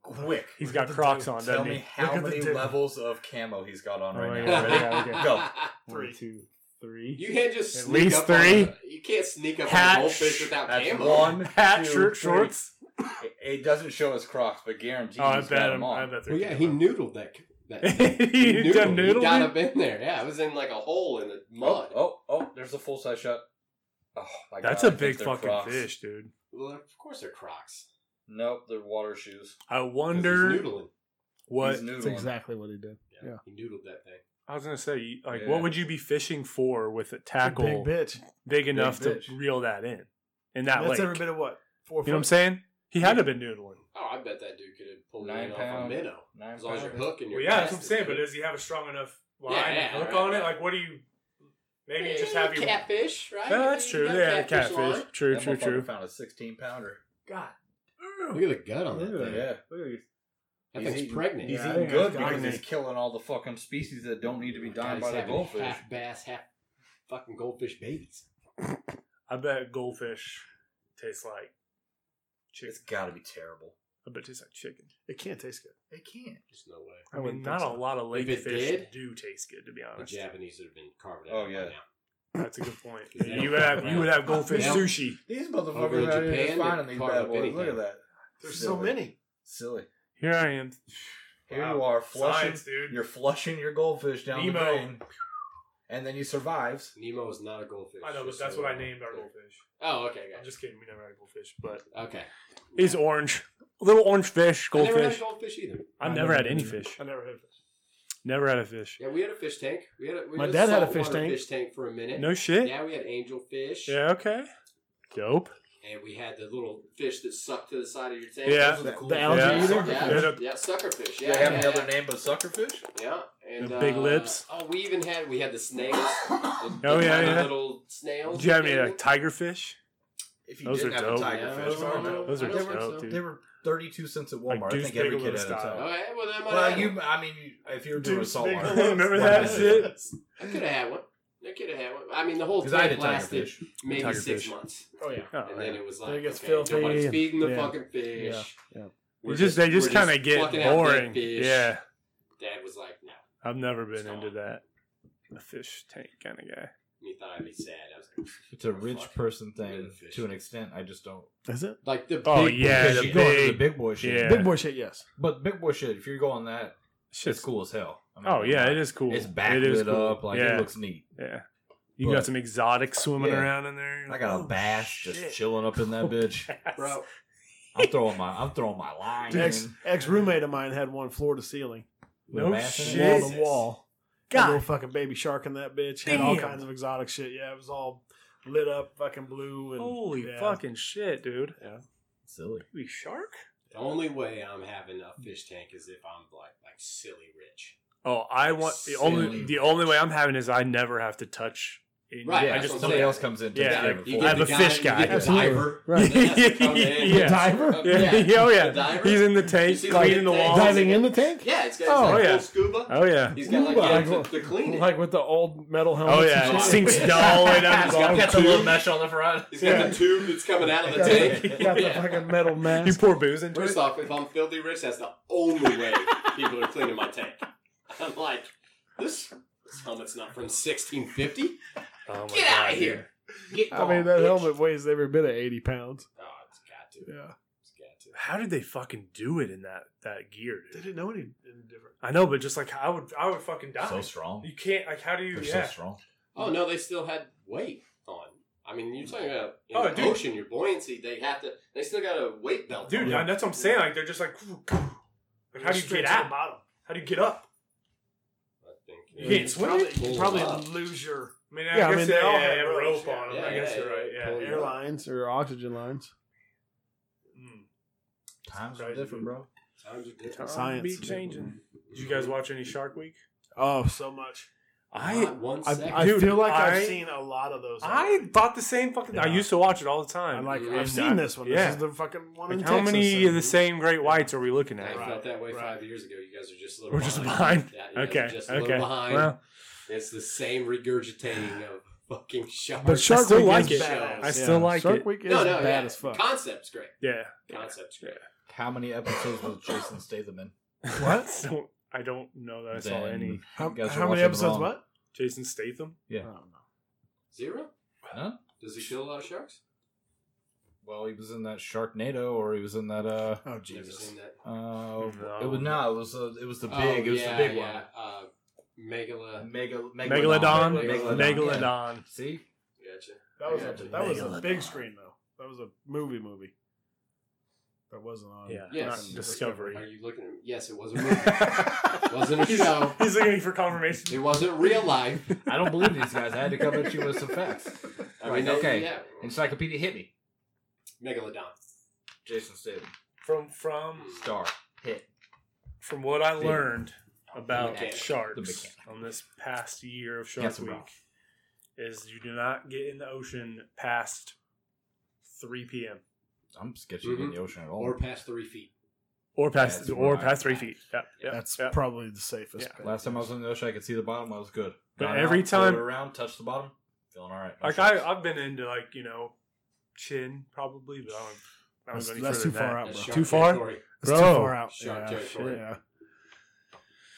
Speaker 5: quick.
Speaker 3: He's got Crocs on,
Speaker 5: Tell
Speaker 3: doesn't
Speaker 5: me
Speaker 3: he?
Speaker 5: how
Speaker 6: Look at the
Speaker 5: many
Speaker 6: dude.
Speaker 5: levels of camo he's got on
Speaker 3: Oh my
Speaker 5: right
Speaker 3: God. Ready?
Speaker 5: now.
Speaker 3: Yeah,
Speaker 6: Three.
Speaker 3: One, two, three.
Speaker 2: You can't just
Speaker 3: At
Speaker 2: sneak
Speaker 3: least
Speaker 2: up on
Speaker 3: three.
Speaker 2: a- you can't sneak up
Speaker 3: Hat,
Speaker 2: on a goldfish without
Speaker 5: That's
Speaker 2: camo.
Speaker 5: one,
Speaker 3: Hat,
Speaker 5: two,
Speaker 3: shirt,
Speaker 5: three.
Speaker 3: shorts.
Speaker 5: It, it doesn't show his Crocs, but guaranteed
Speaker 3: Oh, I
Speaker 5: he's got
Speaker 3: bet
Speaker 5: them
Speaker 3: him.
Speaker 5: on.
Speaker 3: I bet. they're
Speaker 2: Well, yeah, he
Speaker 3: camo.
Speaker 2: noodled that. that
Speaker 3: he done
Speaker 2: He
Speaker 3: noodled
Speaker 2: got
Speaker 3: it?
Speaker 2: up in there. Yeah, it was in like a hole in the
Speaker 5: Oh,
Speaker 2: mud.
Speaker 5: oh, oh, there's a full size shot. Oh, my
Speaker 3: That's
Speaker 5: God,
Speaker 3: a
Speaker 5: I think
Speaker 3: big
Speaker 5: they're
Speaker 3: fucking
Speaker 5: Crocs.
Speaker 3: fish, dude.
Speaker 2: Well, of course they're Crocs.
Speaker 5: Nope, they're water shoes.
Speaker 3: I
Speaker 2: 'Cause he's
Speaker 3: wonder
Speaker 2: noodling.
Speaker 3: what
Speaker 5: He's noodling.
Speaker 6: That's exactly what he did.
Speaker 2: Yeah,
Speaker 6: Yeah.
Speaker 2: he noodled that thing.
Speaker 3: I was gonna say. you- Like,
Speaker 5: Yeah.
Speaker 3: what would you be fishing for with a tackle
Speaker 6: Big
Speaker 3: big,
Speaker 6: bitch.
Speaker 3: enough
Speaker 5: fish.
Speaker 3: to reel that in? In that
Speaker 6: That's
Speaker 3: lake,
Speaker 6: every bit of what? Four
Speaker 3: you know what I'm
Speaker 6: foot?
Speaker 3: saying? He had to have been noodling.
Speaker 2: Oh, I bet that dude could have pulled
Speaker 5: Nine
Speaker 2: it off a
Speaker 5: pound-
Speaker 2: minnow.
Speaker 5: Nine
Speaker 2: As long as your
Speaker 5: pounds.
Speaker 2: hook and your
Speaker 3: Well, yeah, that's
Speaker 2: cast
Speaker 3: what I'm
Speaker 2: is
Speaker 3: saying.
Speaker 2: good.
Speaker 3: But does he have a strong enough line
Speaker 2: Yeah,
Speaker 3: and
Speaker 2: yeah,
Speaker 3: hook
Speaker 2: right,
Speaker 3: on it?
Speaker 2: right.
Speaker 3: Like, what do you? Maybe you
Speaker 2: Yeah,
Speaker 3: just have your.
Speaker 2: catfish, right?
Speaker 3: No, that's
Speaker 2: You
Speaker 3: true.
Speaker 2: got
Speaker 3: They had catfish.
Speaker 2: line.
Speaker 3: True,
Speaker 5: That
Speaker 3: true,
Speaker 5: motherfucker
Speaker 3: true.
Speaker 5: found a 16 pounder.
Speaker 3: God.
Speaker 2: Look at the gut on
Speaker 3: Look
Speaker 2: that
Speaker 3: at
Speaker 2: thing.
Speaker 5: Yeah.
Speaker 2: That
Speaker 5: He's
Speaker 2: thing's
Speaker 5: eating-
Speaker 2: pregnant.
Speaker 5: He's
Speaker 3: Yeah, I
Speaker 5: eating
Speaker 3: think
Speaker 5: good
Speaker 3: that's gotta
Speaker 5: because he's
Speaker 3: be-
Speaker 5: killing all the fucking species that don't need to be
Speaker 2: God,
Speaker 5: dying
Speaker 2: he's
Speaker 5: by the
Speaker 2: having
Speaker 5: goldfish.
Speaker 2: Half bass, half fucking goldfish babies.
Speaker 3: I bet goldfish tastes like chicken.
Speaker 5: It's got to be terrible.
Speaker 3: I bet it tastes like chicken.
Speaker 6: It can't taste good.
Speaker 5: It can't.
Speaker 2: There's no way.
Speaker 3: I,
Speaker 6: I
Speaker 3: mean,
Speaker 6: wouldn't
Speaker 3: not
Speaker 6: think
Speaker 3: a
Speaker 6: so.
Speaker 3: lot of lake
Speaker 2: it
Speaker 3: fish
Speaker 2: did-
Speaker 3: do taste good, to be
Speaker 2: The
Speaker 3: honest.
Speaker 2: Japanese have been carved out.
Speaker 5: Oh,
Speaker 2: by
Speaker 5: yeah.
Speaker 2: now.
Speaker 3: That's a good point.
Speaker 2: They don't
Speaker 3: you would have you would have goldfish
Speaker 5: They don't-
Speaker 3: sushi.
Speaker 5: These
Speaker 2: Over in
Speaker 5: motherfuckers out here just
Speaker 2: Japan,
Speaker 5: finding
Speaker 2: they
Speaker 5: these
Speaker 2: carve
Speaker 5: bad
Speaker 2: up
Speaker 5: boys.
Speaker 2: anything.
Speaker 5: Look at that.
Speaker 6: There's so many.
Speaker 5: Silly.
Speaker 3: Here I am.
Speaker 5: Here
Speaker 3: Wow.
Speaker 5: you are flushing.
Speaker 3: Science, dude.
Speaker 5: You're flushing your goldfish down the
Speaker 3: Nemo.
Speaker 5: drain, and then he survives.
Speaker 2: Nemo is not a goldfish.
Speaker 3: I know, but
Speaker 2: just
Speaker 3: that's
Speaker 2: so
Speaker 3: what I
Speaker 2: we're
Speaker 3: named our
Speaker 2: clear.
Speaker 3: goldfish.
Speaker 2: Oh, okay,
Speaker 3: I'm
Speaker 2: gotcha.
Speaker 3: just kidding. We never had goldfish, but
Speaker 2: Okay.
Speaker 3: it's orange. Little orange fish,
Speaker 2: I never had a
Speaker 3: goldfish.
Speaker 2: goldfish either.
Speaker 3: I've never had any
Speaker 6: did.
Speaker 3: fish.
Speaker 6: I never had fish.
Speaker 3: Never had a fish.
Speaker 2: Yeah, we had a fish tank. We had a, we
Speaker 6: My
Speaker 2: had
Speaker 6: dad had a
Speaker 2: saltwater
Speaker 6: fish tank.
Speaker 2: Fish tank for a minute.
Speaker 3: No shit.
Speaker 2: Yeah, we had angelfish.
Speaker 3: Yeah. Okay. Dope.
Speaker 2: And we had the little fish that sucked to the side of your tank.
Speaker 3: Yeah.
Speaker 5: Those are the cool
Speaker 6: The
Speaker 5: fish.
Speaker 6: algae
Speaker 3: Yeah.
Speaker 6: either?
Speaker 2: Yeah,
Speaker 3: They're
Speaker 2: yeah,
Speaker 3: the-
Speaker 2: suckerfish.
Speaker 5: Do
Speaker 2: Yeah,
Speaker 5: they have
Speaker 2: yeah,
Speaker 5: another
Speaker 2: yeah.
Speaker 5: name but suckerfish?
Speaker 2: Yeah, and
Speaker 3: The big
Speaker 2: uh,
Speaker 3: lips.
Speaker 2: Oh, we even had we had the snails. the,
Speaker 3: Oh,
Speaker 2: the
Speaker 3: yeah,
Speaker 2: tiny
Speaker 3: yeah.
Speaker 2: Little snails.
Speaker 3: Did you have any
Speaker 2: Yeah.
Speaker 3: like, tiger fish?
Speaker 5: If you
Speaker 3: Those are
Speaker 5: didn't have
Speaker 3: dope.
Speaker 5: a tiger
Speaker 2: No,
Speaker 5: fish, farm
Speaker 2: no,
Speaker 5: out.
Speaker 3: Those are
Speaker 2: I don't think
Speaker 3: dope,
Speaker 2: so.
Speaker 3: dude.
Speaker 5: They were thirty-two cents at
Speaker 3: Like
Speaker 5: Walmart. I
Speaker 3: Deuce
Speaker 5: think every
Speaker 3: Bigelow
Speaker 5: kid had a
Speaker 3: style.
Speaker 5: time.
Speaker 2: Okay, well then uh, I might
Speaker 5: Well,
Speaker 2: have
Speaker 5: you,
Speaker 2: one.
Speaker 5: I mean, you- if you're doing
Speaker 6: Deuce
Speaker 5: salt water,
Speaker 6: Bigelow.
Speaker 3: Remember
Speaker 5: Well,
Speaker 3: that
Speaker 5: that's
Speaker 3: shit?
Speaker 5: it.
Speaker 2: I could have had one. I could have had one. I mean, the whole
Speaker 5: Because I had
Speaker 2: thing
Speaker 5: a tiger
Speaker 2: lasted
Speaker 5: fish.
Speaker 2: maybe
Speaker 3: Tiger
Speaker 2: six
Speaker 3: fish.
Speaker 2: months,
Speaker 6: Oh yeah.
Speaker 3: Oh,
Speaker 2: and
Speaker 3: yeah.
Speaker 2: then it was like
Speaker 6: It gets
Speaker 2: okay,
Speaker 6: filthy
Speaker 2: nobody's
Speaker 6: and-
Speaker 2: feeding the
Speaker 6: yeah.
Speaker 2: fucking fish.
Speaker 6: Yeah, yeah.
Speaker 2: We're
Speaker 3: They just they just
Speaker 2: we're
Speaker 3: kind of get
Speaker 2: plucking out dead
Speaker 3: boring.
Speaker 2: fish.
Speaker 3: Yeah.
Speaker 2: Dad was like, "No."
Speaker 3: I've never been
Speaker 2: Stop.
Speaker 3: into that. A fish tank kind of guy.
Speaker 2: And he thought I'd be sad. I was like,
Speaker 5: It's a
Speaker 2: Fuck.
Speaker 5: rich person thing
Speaker 2: Little fish.
Speaker 5: to an extent. I just don't.
Speaker 6: Is it
Speaker 2: like the
Speaker 3: Oh,
Speaker 2: big
Speaker 3: yeah,
Speaker 2: bush
Speaker 3: the
Speaker 5: you
Speaker 2: shit.
Speaker 5: go into
Speaker 3: big-
Speaker 5: the big boy shit.
Speaker 3: yeah.
Speaker 6: big boy shit? Yes.
Speaker 5: But big boy shit, if you're going that,
Speaker 3: Shit's
Speaker 5: it's cool as hell. I'm not
Speaker 3: Oh
Speaker 5: gonna
Speaker 3: yeah,
Speaker 5: lie.
Speaker 3: it is cool.
Speaker 5: It's backlit
Speaker 3: It is cool.
Speaker 5: up. Like
Speaker 3: yeah,
Speaker 5: it looks neat.
Speaker 3: yeah. You
Speaker 5: But-
Speaker 3: got some exotics swimming
Speaker 5: Yeah.
Speaker 3: around in there.
Speaker 5: I got a
Speaker 3: Oh,
Speaker 5: bass
Speaker 3: shit.
Speaker 5: just chilling up in that bitch.
Speaker 2: bro.
Speaker 5: I'm throwing my I'm throwing my line.
Speaker 6: Ex
Speaker 5: in
Speaker 6: ex roommate of mine had one floor to ceiling,
Speaker 5: with
Speaker 3: No
Speaker 5: a bass in it.
Speaker 3: shit.
Speaker 6: wall to wall. Had A
Speaker 3: God,
Speaker 6: little fucking baby shark in that bitch. Had all
Speaker 3: Damn.
Speaker 6: kinds of exotic shit. Yeah, it was all lit up, fucking blue and
Speaker 3: holy
Speaker 6: yeah.
Speaker 3: fucking shit, dude!
Speaker 5: Silly.
Speaker 3: Baby shark?
Speaker 2: The only way I'm having a fish tank is if I'm like like silly rich.
Speaker 3: Oh, I want the only
Speaker 5: Silly.
Speaker 3: the only way I'm having is I never have to touch. Any,
Speaker 2: Right,
Speaker 5: Yeah,
Speaker 3: I
Speaker 2: that's
Speaker 3: just
Speaker 2: what I'm
Speaker 5: somebody
Speaker 2: saying.
Speaker 5: else comes in. takes
Speaker 3: Yeah,
Speaker 5: care of
Speaker 3: like,
Speaker 5: it
Speaker 2: you get
Speaker 3: I
Speaker 5: for you.
Speaker 3: have
Speaker 2: the
Speaker 3: a fish
Speaker 2: you
Speaker 3: guy.
Speaker 2: get the
Speaker 6: Absolutely.
Speaker 2: diver. Uh,
Speaker 6: Right.
Speaker 2: that has to come in.
Speaker 3: Yeah.
Speaker 6: Diver?
Speaker 3: yeah. oh
Speaker 2: The
Speaker 3: yeah,
Speaker 2: diver?
Speaker 3: he's in the
Speaker 2: You
Speaker 3: tank,
Speaker 2: see the
Speaker 3: cleaning the
Speaker 2: big tank?
Speaker 3: walls.
Speaker 6: diving in the tank.
Speaker 2: Yeah, it's got it's
Speaker 6: Oh,
Speaker 2: got
Speaker 3: yeah.
Speaker 2: full scuba.
Speaker 3: Oh yeah,
Speaker 2: He's got like,
Speaker 6: Scuba.
Speaker 2: yeah, to,
Speaker 6: Like,
Speaker 2: to clean it.
Speaker 6: Like with the old metal helmet.
Speaker 3: oh yeah, it sinks down and
Speaker 5: He's got,
Speaker 3: out.
Speaker 5: got the little mesh on the front.
Speaker 2: He's got the tube that's coming out of the tank.
Speaker 6: Got the
Speaker 2: Yeah.
Speaker 6: fucking metal
Speaker 3: You
Speaker 6: mask.
Speaker 3: pour booze into it.
Speaker 2: First off, if I'm filthy rich, that's the only way people are cleaning my tank. I'm like, this, this helmet's not from 1650.
Speaker 3: Oh, my
Speaker 2: Get out
Speaker 3: God,
Speaker 2: of
Speaker 3: dude.
Speaker 2: here. Get
Speaker 6: I mean,
Speaker 2: gone,
Speaker 6: that
Speaker 2: bitch.
Speaker 6: helmet weighs every bit of eighty pounds.
Speaker 2: Oh, it's got to.
Speaker 6: Yeah.
Speaker 2: It's got to.
Speaker 3: How did they fucking do it in that that gear, dude?
Speaker 6: didn't know any, any different.
Speaker 3: I know, but just like I would, I would fucking die.
Speaker 5: So strong.
Speaker 3: You can't like how do you?
Speaker 5: They're
Speaker 3: Yeah.
Speaker 5: so strong.
Speaker 2: Oh no, they still had weight on. I mean, you're talking about in
Speaker 3: Oh,
Speaker 2: the
Speaker 3: dude.
Speaker 2: ocean, your buoyancy. They have to. They still got a weight belt.
Speaker 3: dude.
Speaker 2: on.
Speaker 3: and That's what I'm saying. Like they're just like, like, how do you get
Speaker 6: Straight to the
Speaker 3: out?
Speaker 6: bottom?
Speaker 3: How do you get up?
Speaker 2: I think
Speaker 3: You can't swim.
Speaker 6: Probably,
Speaker 3: it?
Speaker 6: you
Speaker 2: Pull
Speaker 6: probably
Speaker 2: up.
Speaker 6: lose your
Speaker 3: I mean, I
Speaker 6: Yeah, I
Speaker 3: guess
Speaker 6: mean,
Speaker 3: they,
Speaker 6: they all
Speaker 3: yeah,
Speaker 6: have
Speaker 3: have rope
Speaker 6: ropes, yeah.
Speaker 3: on them.
Speaker 2: Yeah,
Speaker 3: I guess
Speaker 2: yeah,
Speaker 3: you're right.
Speaker 2: yeah.
Speaker 3: Yeah.
Speaker 2: Yeah.
Speaker 6: airlines or oxygen lines.
Speaker 3: Mm.
Speaker 5: Times are
Speaker 3: Crazy.
Speaker 5: different, bro.
Speaker 2: Times are different.
Speaker 6: Science.
Speaker 3: Be changing. Did you guys watch any Shark Week?
Speaker 6: Oh, so much.
Speaker 2: Not one
Speaker 6: I,
Speaker 2: second.
Speaker 6: I
Speaker 3: Dude,
Speaker 6: feel like I,
Speaker 3: I-
Speaker 6: have seen a lot of those.
Speaker 3: I thought the same fucking. I
Speaker 6: Yeah.
Speaker 3: used to watch it all the time. uh,
Speaker 6: I like.
Speaker 2: Yeah.
Speaker 6: I've seen this one.
Speaker 3: Yeah.
Speaker 6: This is the fucking one
Speaker 3: Like,
Speaker 6: in
Speaker 3: how
Speaker 6: Texas.
Speaker 3: many of
Speaker 6: and-
Speaker 3: the same great whites are we looking
Speaker 2: I
Speaker 3: at?
Speaker 6: Right,
Speaker 2: felt that way
Speaker 6: right.
Speaker 2: five years ago. You guys are just a little.
Speaker 3: We're just behind?
Speaker 2: Yeah, you guys are
Speaker 3: Okay.
Speaker 2: Just a little
Speaker 3: Okay.
Speaker 2: behind.
Speaker 3: Well,
Speaker 2: It's the same regurgitating of fucking sharks.
Speaker 6: But Shark
Speaker 3: still
Speaker 6: Week
Speaker 3: like
Speaker 6: is
Speaker 3: it.
Speaker 6: badass.
Speaker 3: I still like
Speaker 6: Shark
Speaker 3: it.
Speaker 6: Week is
Speaker 2: no, no,
Speaker 6: bad
Speaker 2: yeah.
Speaker 6: as fuck.
Speaker 2: Concept's great.
Speaker 3: yeah.
Speaker 2: Concept's great.
Speaker 5: How many episodes will Jason Statham in?
Speaker 3: What? so, I don't know that I saw
Speaker 5: Then-
Speaker 3: any.
Speaker 6: How,
Speaker 5: You guys are
Speaker 6: how many
Speaker 5: watching
Speaker 6: episodes?
Speaker 5: wrong.
Speaker 6: What?
Speaker 3: Jason Statham.
Speaker 5: Yeah.
Speaker 6: I don't know.
Speaker 2: Zero.
Speaker 5: Huh?
Speaker 2: Does he kill a lot of sharks?
Speaker 5: Well, he was in that Sharknado, or he was in that uh.
Speaker 6: Oh
Speaker 2: Never
Speaker 6: Jesus!
Speaker 2: seen that.
Speaker 5: Uh,
Speaker 3: No.
Speaker 5: it was no, it was uh, it was the big,
Speaker 2: Oh,
Speaker 5: it was
Speaker 2: yeah,
Speaker 5: the big
Speaker 2: yeah. Uh, Megala.
Speaker 5: one, Mega,
Speaker 3: Megalodon.
Speaker 2: Megalodon.
Speaker 5: Yeah.
Speaker 3: Megalodon.
Speaker 5: See,
Speaker 2: Gotcha.
Speaker 6: That was a,
Speaker 5: Yeah,
Speaker 6: that was a
Speaker 5: Megalodon.
Speaker 6: big screen though. That was a movie movie. That wasn't on.
Speaker 3: Yeah.
Speaker 2: Yes.
Speaker 3: Not Discovery.
Speaker 2: Are you looking at me? Yes, it was a movie. it wasn't a
Speaker 3: He's-
Speaker 2: show.
Speaker 3: He's looking for confirmation.
Speaker 2: It wasn't real life.
Speaker 5: I don't believe these guys. I had to come at you with some facts.
Speaker 2: I
Speaker 5: Like,
Speaker 2: mean, they-
Speaker 5: okay,
Speaker 2: Yeah.
Speaker 5: encyclopedia hit me.
Speaker 2: Megalodon.
Speaker 5: Jason Statham,
Speaker 3: From from
Speaker 5: star hit.
Speaker 3: from what I learned
Speaker 2: The
Speaker 3: about
Speaker 2: mechanic.
Speaker 5: The
Speaker 3: sharks
Speaker 5: mechanic.
Speaker 3: on this past year of Shark
Speaker 5: Yes,
Speaker 3: Week
Speaker 5: bro.
Speaker 3: is you do not get in the ocean past 3 p.m.
Speaker 5: I'm sketchy in
Speaker 2: Mhm.
Speaker 5: the ocean at all.
Speaker 2: Or past three feet.
Speaker 3: or past
Speaker 5: That's
Speaker 3: or
Speaker 5: right.
Speaker 3: past 3 feet. Yep, yep,
Speaker 6: That's
Speaker 3: yep.
Speaker 6: probably the safest.
Speaker 3: Yeah.
Speaker 6: bet.
Speaker 5: Last time I was in the ocean, I could see the bottom. I was good.
Speaker 3: But
Speaker 5: Got
Speaker 3: every
Speaker 5: out,
Speaker 3: time-
Speaker 5: floated around, touched the bottom, feeling all right. No
Speaker 3: like
Speaker 5: sharks.
Speaker 3: I I've been into like, you know, chin probably, but I don't I don't
Speaker 6: That's-
Speaker 3: go any
Speaker 6: that's
Speaker 3: further
Speaker 6: too
Speaker 3: than
Speaker 6: far
Speaker 3: that.
Speaker 6: out,
Speaker 2: That's
Speaker 6: bro.
Speaker 2: shark
Speaker 6: Too far?
Speaker 2: territory.
Speaker 6: That's too
Speaker 3: Bro.
Speaker 6: far out.
Speaker 2: Shark
Speaker 6: yeah,
Speaker 2: territory.
Speaker 6: shit, yeah.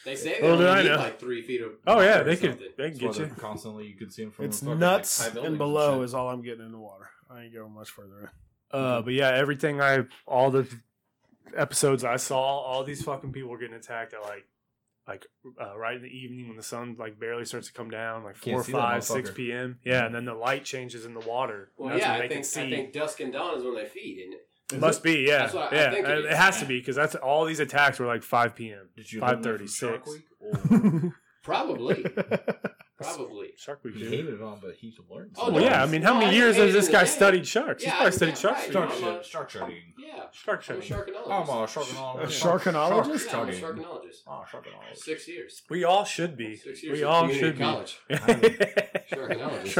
Speaker 2: They say they
Speaker 3: Little
Speaker 2: only
Speaker 3: Oh, did I
Speaker 2: need
Speaker 3: know.
Speaker 2: like three feet of.
Speaker 3: Oh yeah,
Speaker 2: water or
Speaker 3: they could
Speaker 2: something.
Speaker 3: they can get
Speaker 5: That's why
Speaker 3: you.
Speaker 5: they're Constantly, you can see them from
Speaker 6: It's
Speaker 5: fucking, like,
Speaker 6: nuts
Speaker 5: high buildings
Speaker 6: and
Speaker 5: and
Speaker 6: below
Speaker 5: shit.
Speaker 6: is all I'm getting in the water. I ain't going much further in.
Speaker 3: Uh, but yeah, everything I all the episodes I saw, all these fucking people were getting attacked at like like uh, right in the evening when the sun like barely starts to come down, like
Speaker 5: Can't
Speaker 3: four,
Speaker 5: see that
Speaker 3: five, six
Speaker 5: motherfucker. Mm-hmm.
Speaker 3: p.m. Yeah, and then the light changes in the water.
Speaker 2: Well,
Speaker 3: That's
Speaker 2: yeah,
Speaker 3: when
Speaker 2: I
Speaker 3: they can
Speaker 2: think I
Speaker 3: see.
Speaker 2: think dusk and dawn is when they feed, isn't it?
Speaker 6: Is
Speaker 3: Must
Speaker 6: it?
Speaker 3: be, yeah,
Speaker 2: That's what I- I
Speaker 3: yeah.
Speaker 2: think it
Speaker 3: it,
Speaker 2: is,
Speaker 3: has to
Speaker 2: yeah.
Speaker 3: be because that's all these attacks were like five p.m.
Speaker 5: Did you
Speaker 3: Five
Speaker 5: learn that from Shark
Speaker 3: 36.
Speaker 5: Week? Or-
Speaker 2: Probably, probably.
Speaker 3: Shark Week.
Speaker 5: he
Speaker 3: dude.
Speaker 5: hated it on, but he learned.
Speaker 2: Oh,
Speaker 3: Well,
Speaker 2: no,
Speaker 3: yeah, I
Speaker 2: it's-
Speaker 3: mean, how
Speaker 2: no, I
Speaker 3: many
Speaker 2: think
Speaker 3: years
Speaker 2: it
Speaker 3: has
Speaker 2: is
Speaker 3: this
Speaker 2: in
Speaker 3: guy
Speaker 2: the day.
Speaker 3: studied sharks?
Speaker 2: Yeah,
Speaker 3: He's
Speaker 2: I-
Speaker 3: probably studied
Speaker 2: yeah,
Speaker 3: sharks.
Speaker 2: right.
Speaker 3: for
Speaker 5: Shark
Speaker 3: years.
Speaker 2: I'm a-
Speaker 5: shit. Shark sharking.
Speaker 2: Yeah,
Speaker 3: Shark
Speaker 2: I'm a
Speaker 3: shark.
Speaker 2: sharkonologist.
Speaker 5: I'm a sharkonologist.
Speaker 2: yeah, I'm
Speaker 6: Shark- sharkonologist?
Speaker 2: a
Speaker 5: Sharking.
Speaker 2: sharkonologist.
Speaker 5: Oh, sharkonologist.
Speaker 2: Six years.
Speaker 3: We all should be.
Speaker 2: Six years.
Speaker 3: We
Speaker 2: at
Speaker 3: all
Speaker 2: community
Speaker 3: should be.
Speaker 2: college. Sharkonologist.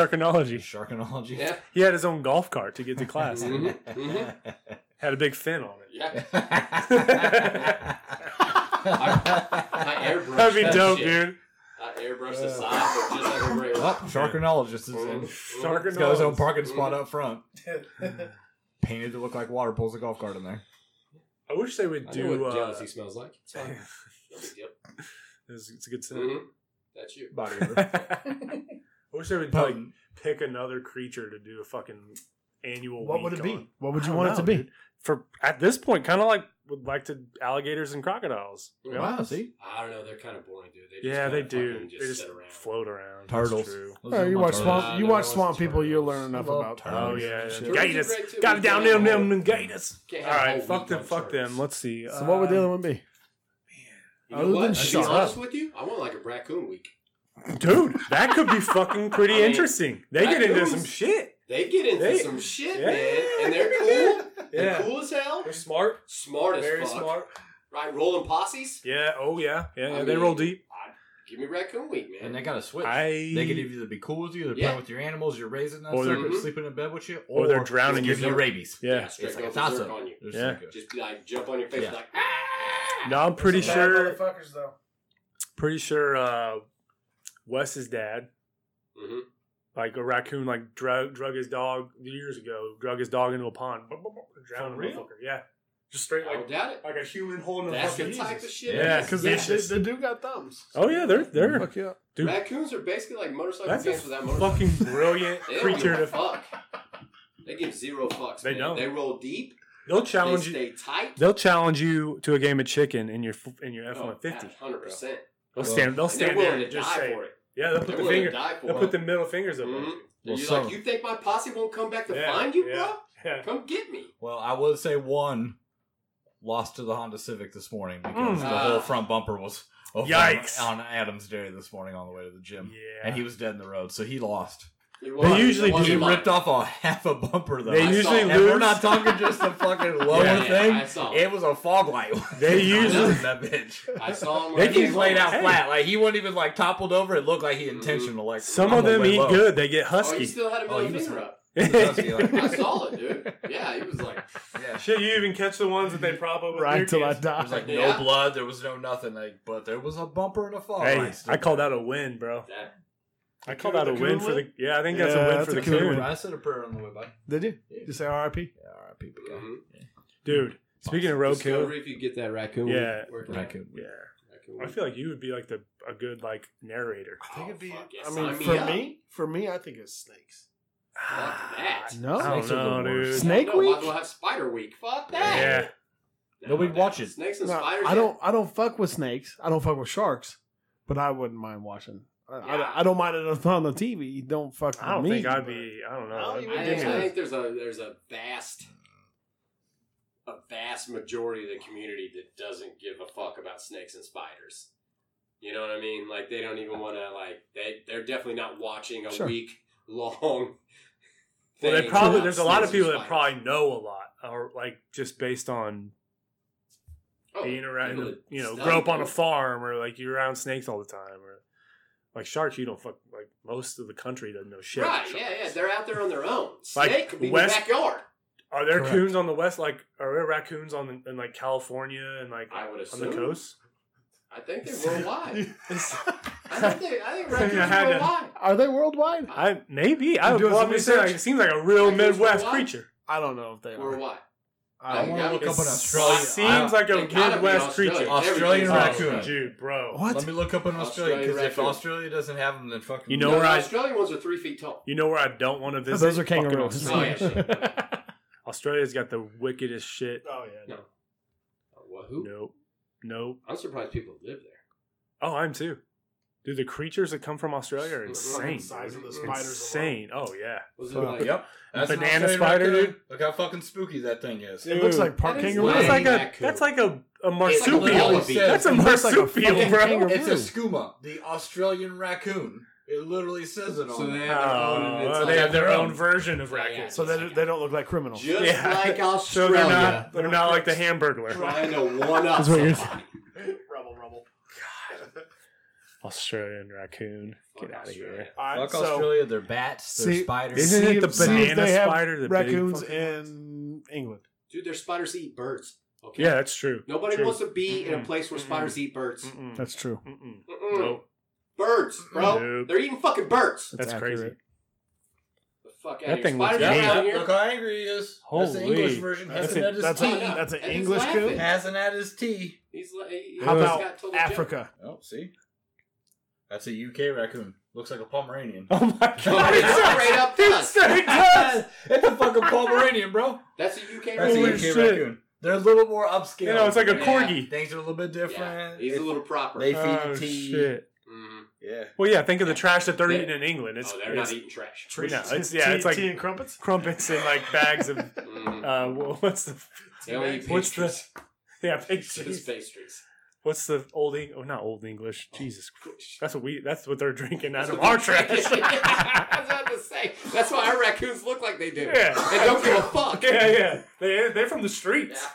Speaker 3: Sharkonology.
Speaker 5: Sharkonology.
Speaker 2: Yeah.
Speaker 3: He had his own golf cart to get to class.
Speaker 2: Mhm.
Speaker 5: Mm-hmm.
Speaker 3: had a big fin on it.
Speaker 2: Yeah. I
Speaker 5: I
Speaker 2: airbrushed
Speaker 3: That'd be
Speaker 2: that
Speaker 3: dope,
Speaker 2: shit.
Speaker 3: dude.
Speaker 2: I airbrushed the side, but just like a regular.
Speaker 5: Oh, sharkonologist is in.
Speaker 3: Shark
Speaker 5: He's got his own parking spot up front. Painted to look like water, pulls a golf cart in there.
Speaker 3: I wish they would
Speaker 2: I know
Speaker 3: do.
Speaker 2: what
Speaker 3: Uh,
Speaker 2: jealousy smells like. It's fine. No big deal.
Speaker 3: it's, it's a good scene.
Speaker 2: Mhm. That's you.
Speaker 5: Body
Speaker 2: Mm-hmm.
Speaker 3: I wish they would like
Speaker 5: Potent.
Speaker 3: pick another creature to do a fucking annual.
Speaker 6: What would
Speaker 3: week
Speaker 6: it be?
Speaker 3: on.
Speaker 6: What would you
Speaker 3: I
Speaker 6: want it to
Speaker 3: don't
Speaker 6: be?
Speaker 3: know, dude. For at this point, kind of like would like to alligators and crocodiles. you know?
Speaker 5: Wow, see?
Speaker 2: Mm-hmm. I don't know. They're kind of boring, dude. They just
Speaker 3: Yeah, they
Speaker 2: kinda
Speaker 3: do.
Speaker 2: fucking
Speaker 3: they just
Speaker 2: sit around.
Speaker 3: float around. That's
Speaker 5: Turtles.
Speaker 3: true.
Speaker 5: Those
Speaker 6: All
Speaker 5: are
Speaker 6: right, you
Speaker 5: my
Speaker 6: watch
Speaker 5: turtles.
Speaker 6: Swamp. you
Speaker 2: Uh,
Speaker 6: watch
Speaker 2: no,
Speaker 6: Swamp
Speaker 2: it's
Speaker 6: People. You'll learn
Speaker 2: turtles.
Speaker 6: enough
Speaker 5: Love
Speaker 6: about
Speaker 5: turtles.
Speaker 3: Oh
Speaker 6: turtles.
Speaker 3: yeah,
Speaker 6: and shit.
Speaker 2: Turtles are
Speaker 3: gators.
Speaker 2: great, too,
Speaker 3: Got
Speaker 2: but
Speaker 3: it down
Speaker 2: they don't
Speaker 3: them, them,
Speaker 2: have-
Speaker 3: them gators.
Speaker 2: Can't
Speaker 3: All
Speaker 2: have a
Speaker 3: right,
Speaker 2: whole
Speaker 3: fuck
Speaker 2: week
Speaker 3: them,
Speaker 2: on
Speaker 3: fuck
Speaker 2: turtles.
Speaker 3: them. Let's see. Uh,
Speaker 6: So what would the other one be?
Speaker 2: You
Speaker 6: Other
Speaker 2: know what?
Speaker 6: than
Speaker 2: To be
Speaker 6: shark.
Speaker 2: honest with you, I want like a raccoon week.
Speaker 3: Dude, that could be fucking pretty
Speaker 2: I mean,
Speaker 3: interesting. They get into some
Speaker 2: raccoons.
Speaker 3: shit.
Speaker 2: They get into
Speaker 3: They-
Speaker 2: some shit,
Speaker 3: Yeah.
Speaker 2: man, and they're cool. They're
Speaker 3: Yeah.
Speaker 2: cool as hell.
Speaker 3: smart.
Speaker 2: Smart as fuck. Right, rolling posses.
Speaker 3: Yeah. Oh yeah. Yeah.
Speaker 2: I
Speaker 3: yeah, they roll
Speaker 2: mean,
Speaker 3: deep.
Speaker 2: I- give me raccoon week, man.
Speaker 5: And they got a switch.
Speaker 3: I.
Speaker 5: They can either be cool with you, they're
Speaker 2: Yeah.
Speaker 5: playing with your animals, you're raising them,
Speaker 3: Or
Speaker 5: or
Speaker 3: they're-
Speaker 5: they're sleeping in bed with you,
Speaker 3: or they're drowning
Speaker 5: you.
Speaker 3: you.
Speaker 5: you rabies.
Speaker 3: yeah.
Speaker 2: straight
Speaker 5: It's like a
Speaker 2: go
Speaker 5: toss
Speaker 2: berserk
Speaker 5: up.
Speaker 2: on you.
Speaker 3: Yeah.
Speaker 2: Just like jump on your face,
Speaker 5: Yeah.
Speaker 2: like ah.
Speaker 3: No, I'm pretty
Speaker 6: Some bad
Speaker 3: sure.
Speaker 6: motherfuckers, though.
Speaker 3: Pretty sure. uh Wes's dad,
Speaker 2: hmm
Speaker 3: like a raccoon, like drug drug his dog years ago. Drug his dog into a pond. Drowned
Speaker 5: For
Speaker 3: a
Speaker 5: real?
Speaker 3: motherfucker. Yeah. Just straight
Speaker 2: I
Speaker 3: like
Speaker 2: don't doubt it.
Speaker 3: like a human holding
Speaker 2: That's
Speaker 3: a
Speaker 2: the
Speaker 3: fucking.
Speaker 2: type of shit.
Speaker 3: Yeah,
Speaker 2: that is.
Speaker 3: because
Speaker 6: Yeah,
Speaker 3: they-
Speaker 6: they, they do got thumbs.
Speaker 3: Oh yeah, they're they're
Speaker 6: Fuck yeah.
Speaker 3: dude.
Speaker 2: raccoons are basically like motorcycle
Speaker 3: That's a
Speaker 2: gangs without motorcycles.
Speaker 3: fucking brilliant
Speaker 2: They don't
Speaker 3: creature
Speaker 2: give a
Speaker 3: to.
Speaker 2: fuck. They give zero fucks.
Speaker 3: They
Speaker 2: man.
Speaker 3: don't.
Speaker 2: They roll deep.
Speaker 3: They'll
Speaker 2: They
Speaker 3: challenge you.
Speaker 2: stay tight.
Speaker 3: They'll challenge you to a game of chicken in your f- in
Speaker 2: Oh,
Speaker 3: your F one fifty.
Speaker 2: Hundred percent.
Speaker 3: They'll
Speaker 5: Well,
Speaker 3: stand. They'll
Speaker 2: They're
Speaker 3: stand there
Speaker 2: willing to
Speaker 3: and just
Speaker 2: die
Speaker 3: say,
Speaker 2: for it.
Speaker 3: "Yeah." They'll
Speaker 2: They're
Speaker 3: put the
Speaker 2: willing
Speaker 3: finger.
Speaker 2: to die for
Speaker 3: They'll
Speaker 2: it.
Speaker 3: put the middle fingers up. at
Speaker 2: Mhm.
Speaker 3: you.
Speaker 2: And you're
Speaker 5: Well, some-
Speaker 2: like, you think my posse won't come back to
Speaker 3: Yeah,
Speaker 2: find you, bro?
Speaker 3: yeah,
Speaker 2: Come get me.
Speaker 5: Well, I would say one lost to the Honda Civic this morning because
Speaker 3: Mm.
Speaker 5: the
Speaker 2: Ah.
Speaker 5: whole front bumper was open
Speaker 3: Yikes.
Speaker 5: on Adam's dairy this morning on the way to the gym,
Speaker 3: Yeah.
Speaker 5: and he was dead in the road, so he lost.
Speaker 2: They
Speaker 3: usually
Speaker 2: Oh,
Speaker 5: He
Speaker 3: do.
Speaker 5: ripped off a half a bumper though.
Speaker 3: they
Speaker 2: I
Speaker 3: usually
Speaker 5: and
Speaker 2: saw-
Speaker 3: lose.
Speaker 5: we're not talking just the fucking lower
Speaker 3: Yeah.
Speaker 5: thing.
Speaker 2: I saw.
Speaker 5: It was a fog light.
Speaker 3: They
Speaker 5: I was
Speaker 3: usually-
Speaker 5: in that bitch.
Speaker 2: I saw him.
Speaker 3: They
Speaker 2: when I
Speaker 3: keep
Speaker 5: He's
Speaker 2: came
Speaker 5: laid
Speaker 2: home.
Speaker 5: out
Speaker 3: Hey.
Speaker 5: flat. Like he wasn't even like toppled over. It looked like he intentional. Like
Speaker 3: Some
Speaker 5: I'm
Speaker 3: of them
Speaker 5: way
Speaker 3: eat
Speaker 5: low.
Speaker 3: good. They get
Speaker 2: Oh, you
Speaker 3: husky.
Speaker 2: still had a
Speaker 5: Oh,
Speaker 2: middle
Speaker 5: he was-
Speaker 2: finger up.
Speaker 5: He was husky, like-
Speaker 2: I saw it, dude. Yeah, he was like,
Speaker 5: Yeah.
Speaker 3: Shit, you even catch the ones that they prop over.
Speaker 6: Right till I
Speaker 5: There was
Speaker 6: die.
Speaker 5: like no
Speaker 2: Yeah.
Speaker 5: blood. There was no nothing. Like, but there was a bumper and a fog
Speaker 3: Hey,
Speaker 5: light. still.
Speaker 3: I call that a win, bro.
Speaker 2: that.
Speaker 3: I call that a
Speaker 6: coon
Speaker 3: win for the.
Speaker 6: win?
Speaker 3: Yeah, I think that's
Speaker 6: Yeah,
Speaker 3: a win
Speaker 6: that's
Speaker 3: for
Speaker 6: a
Speaker 3: the
Speaker 6: coon
Speaker 3: coon,
Speaker 6: win.
Speaker 5: I said a prayer on the way by.
Speaker 6: Did you?
Speaker 5: Yeah.
Speaker 6: You say RIP?
Speaker 5: Yeah, R.I.P. but yeah.
Speaker 2: Mhm.
Speaker 3: dude. Speaking of roadkill,
Speaker 2: Discovery, if you get that raccoon.
Speaker 3: Yeah.
Speaker 2: working out.
Speaker 5: Raccoon.
Speaker 3: yeah,
Speaker 2: Raccoon.
Speaker 3: I feel like you would be like the a good like narrator.
Speaker 6: I think it'd be.
Speaker 2: Oh, fuck yeah,
Speaker 6: I mean,
Speaker 2: sign me
Speaker 6: for
Speaker 2: up.
Speaker 6: me, for me, I think it's snakes.
Speaker 3: Ah,
Speaker 5: Ah,
Speaker 2: that.
Speaker 6: No,
Speaker 3: I don't
Speaker 5: Snakes are the
Speaker 3: know, dude.
Speaker 5: worst.
Speaker 6: Snake
Speaker 2: no, Might
Speaker 6: week?
Speaker 2: as well have Spider Week. Fuck that.
Speaker 3: Yeah,
Speaker 2: No,
Speaker 5: Nobody
Speaker 2: no.
Speaker 5: watches.
Speaker 2: Snakes and
Speaker 6: No,
Speaker 2: spiders.
Speaker 6: I
Speaker 2: yeah.
Speaker 6: don't. I don't fuck with snakes. I don't fuck with sharks, but I wouldn't mind watching. I, I don't-
Speaker 2: Yeah.
Speaker 6: I, don't mind it if on the TV. Don't fuck.
Speaker 3: I don't
Speaker 6: with me,
Speaker 3: think I'd
Speaker 6: but-
Speaker 3: be. I don't know.
Speaker 6: I don't
Speaker 3: I'd
Speaker 6: even
Speaker 2: I
Speaker 3: be
Speaker 2: think,
Speaker 6: Yeah.
Speaker 2: I
Speaker 3: doing
Speaker 2: think there's a there's a vast a vast majority of the community that doesn't give a fuck about snakes and spiders. You know what I mean? Like they don't even want to like they they're definitely not watching a
Speaker 6: Sure.
Speaker 2: week long.
Speaker 3: Well, they
Speaker 2: thing
Speaker 3: probably
Speaker 2: about
Speaker 3: there's a lot of
Speaker 2: snakes
Speaker 3: people
Speaker 2: and
Speaker 3: that probably know a lot, or like just based on
Speaker 2: spiders.
Speaker 3: being around,
Speaker 2: Oh, people that
Speaker 3: you know,
Speaker 2: study
Speaker 3: grow up on a
Speaker 2: them.
Speaker 3: farm, or like you're around snakes all the time, or like sharks. You don't fuck like most of the country doesn't know shit. about
Speaker 2: Right? Yeah,
Speaker 3: sharks.
Speaker 2: yeah. They're out there on their own.
Speaker 3: Like
Speaker 2: Snake could be
Speaker 3: West-
Speaker 2: in the backyard.
Speaker 3: Are there
Speaker 6: Correct.
Speaker 3: coons on the west? Like, are there raccoons on in like California and like
Speaker 2: I would
Speaker 3: on
Speaker 2: assume.
Speaker 3: the coast?
Speaker 2: I think they're worldwide. I think
Speaker 3: I,
Speaker 2: they, I think
Speaker 3: I
Speaker 2: raccoons
Speaker 3: had
Speaker 2: are
Speaker 3: to-
Speaker 2: worldwide.
Speaker 6: Are they worldwide?
Speaker 3: maybe I
Speaker 6: You
Speaker 3: would
Speaker 6: doing
Speaker 3: well,
Speaker 6: some
Speaker 3: I'm just saying, like,
Speaker 6: research?
Speaker 3: it seems like a real
Speaker 2: Raccoons are
Speaker 3: Midwest
Speaker 2: wild.
Speaker 3: creature.
Speaker 6: I don't know if they are.
Speaker 2: Worldwide.
Speaker 6: I
Speaker 5: I
Speaker 6: want
Speaker 5: wanna
Speaker 2: yeah,
Speaker 5: look up
Speaker 2: it's-
Speaker 5: an Australian.
Speaker 3: Seems
Speaker 5: I-
Speaker 3: like a
Speaker 2: It gotta be
Speaker 3: Midwest
Speaker 2: Australia.
Speaker 3: creature. Oh,
Speaker 5: Australian
Speaker 2: Everything's
Speaker 5: raccoon.
Speaker 3: Dude, bro.
Speaker 6: What?
Speaker 5: Let me look up an Australian
Speaker 2: Australian
Speaker 5: because if
Speaker 2: raccoon.
Speaker 5: Australia doesn't have them, then fucking
Speaker 3: You
Speaker 2: No,
Speaker 3: know where
Speaker 2: the
Speaker 3: I-
Speaker 2: Australian ones are three feet tall.
Speaker 3: You know where I don't want to visit?
Speaker 6: those are
Speaker 3: Fucking
Speaker 6: kangaroos.
Speaker 2: Oh, yeah,
Speaker 3: Australia.
Speaker 2: shit.
Speaker 3: Australia's got the wickedest shit.
Speaker 6: Oh
Speaker 2: No.
Speaker 6: yeah.
Speaker 2: Uh, what, who?
Speaker 3: Nope. Nope.
Speaker 2: I'm surprised people live there.
Speaker 3: Oh, I'm too. Dude, the creatures that come from Australia are
Speaker 2: Look at the
Speaker 3: insane.
Speaker 6: size of the
Speaker 3: It's
Speaker 6: spiders alone.
Speaker 3: Insane. Oh yeah.
Speaker 2: Was it
Speaker 6: Fuck.
Speaker 2: like,
Speaker 5: Yep. an
Speaker 3: Banana
Speaker 5: Australian
Speaker 3: spider,
Speaker 5: raccoon.
Speaker 3: dude.
Speaker 5: Look how fucking spooky that thing is.
Speaker 6: It looks like
Speaker 2: That
Speaker 6: part
Speaker 2: is
Speaker 6: kangaroo.
Speaker 2: way-
Speaker 3: That's like a
Speaker 2: Raccoon.
Speaker 3: that's like a, a
Speaker 2: It's like a
Speaker 3: marsupial.
Speaker 2: wallaby.
Speaker 3: that's a
Speaker 6: It looks like a
Speaker 3: marsupial,
Speaker 6: fucking
Speaker 3: bro.
Speaker 6: kangaroo.
Speaker 5: It's a skooma, the Australian raccoon. It literally says it on
Speaker 2: So they
Speaker 5: it.
Speaker 2: have their own. and it's
Speaker 3: Oh,
Speaker 2: like-
Speaker 3: they have their own version of
Speaker 2: Yeah, yeah.
Speaker 3: raccoons.
Speaker 6: So they, they don't look like criminals.
Speaker 2: Just
Speaker 3: Yeah.
Speaker 2: like
Speaker 3: So
Speaker 2: Australia.
Speaker 3: they're not they're
Speaker 6: They're
Speaker 3: not
Speaker 6: not
Speaker 3: like the
Speaker 6: crooks.
Speaker 3: hamburglar.
Speaker 2: trying to one up.
Speaker 6: That's what you're
Speaker 2: somebody.
Speaker 6: rubble, rubble.
Speaker 3: Australian raccoon. Get
Speaker 2: Fuck
Speaker 3: out of here.
Speaker 2: Australia.
Speaker 6: All right,
Speaker 5: Fuck
Speaker 6: so
Speaker 5: Australia, they're bats, they're
Speaker 6: See-
Speaker 5: spiders.
Speaker 3: Isn't it
Speaker 6: See
Speaker 3: the
Speaker 6: if- see if
Speaker 3: banana
Speaker 6: they have
Speaker 3: spider? The big
Speaker 6: raccoons
Speaker 3: fucking-
Speaker 6: in England.
Speaker 2: Dude, their spiders eat birds. Okay.
Speaker 3: Yeah, that's true.
Speaker 2: Nobody
Speaker 3: True.
Speaker 2: wants to be in a
Speaker 3: Mm-mm.
Speaker 2: place where spiders eat birds.
Speaker 3: Mm-mm.
Speaker 6: That's true.
Speaker 3: Mm-mm.
Speaker 2: Mm-mm.
Speaker 3: Nope.
Speaker 2: Birds, bro.
Speaker 3: Nope.
Speaker 2: They're eating fucking birds.
Speaker 3: That's crazy.
Speaker 6: accurate.
Speaker 2: The fuck
Speaker 3: That
Speaker 2: out of here.
Speaker 3: thing looks
Speaker 2: Spiders
Speaker 5: Yeah,
Speaker 3: mean.
Speaker 2: around
Speaker 5: look-
Speaker 2: here.
Speaker 5: look how angry he is. That's the
Speaker 3: Holy.
Speaker 5: English version.
Speaker 6: That's,
Speaker 5: Hasn't had
Speaker 6: a,
Speaker 5: his
Speaker 6: that's,
Speaker 5: tea.
Speaker 6: a,
Speaker 2: teeth.
Speaker 6: that's an
Speaker 2: And he's
Speaker 6: English
Speaker 2: laughing.
Speaker 6: coon.
Speaker 5: Hasn't had his tea.
Speaker 2: He's like, he-
Speaker 6: How
Speaker 2: he's
Speaker 6: about
Speaker 2: got total joke.
Speaker 6: Africa?
Speaker 5: Oh, see? That's a UK raccoon. Looks like a Pomeranian.
Speaker 3: Oh my
Speaker 2: Oh,
Speaker 3: god!
Speaker 2: it's straight up
Speaker 3: It's
Speaker 2: done.
Speaker 3: straight up.
Speaker 5: it's a fucking Pomeranian, bro.
Speaker 2: That's a UK
Speaker 5: That's
Speaker 3: Holy
Speaker 5: a UK
Speaker 3: shit.
Speaker 5: raccoon. They're a little more upscale.
Speaker 3: You know, it's like a
Speaker 2: Yeah.
Speaker 3: corgi.
Speaker 5: Things are a little bit
Speaker 2: Yeah,
Speaker 5: different.
Speaker 2: he's a
Speaker 5: It's-
Speaker 2: little proper.
Speaker 5: They feed
Speaker 3: Oh
Speaker 5: you tea.
Speaker 3: shit!
Speaker 2: Mhm.
Speaker 5: Yeah.
Speaker 3: Well, yeah. Think of the trash that they're
Speaker 2: They-
Speaker 3: eating in England. It's,
Speaker 2: oh, they're
Speaker 3: it's
Speaker 2: not eating trash.
Speaker 3: No, it's- yeah, it's like-
Speaker 6: tea and crumpets.
Speaker 3: crumpets in like bags of.
Speaker 2: Mhm.
Speaker 3: Uh, wh- what's the
Speaker 2: they only eat
Speaker 3: what's the-
Speaker 2: pastries.
Speaker 3: yeah
Speaker 2: Just
Speaker 3: pastries?
Speaker 2: pastries.
Speaker 3: What's the old Eng- oh not old English? Jesus, Christ.
Speaker 2: Christ.
Speaker 3: that's what we that's what they're drinking out
Speaker 2: That's
Speaker 3: of
Speaker 2: what
Speaker 3: our
Speaker 2: they're
Speaker 3: trash.
Speaker 2: drinking. I was about to say. That's why our raccoons look like they do.
Speaker 3: Yeah.
Speaker 2: They don't give a fuck.
Speaker 3: yeah, yeah. They they're from the streets.
Speaker 2: Yeah.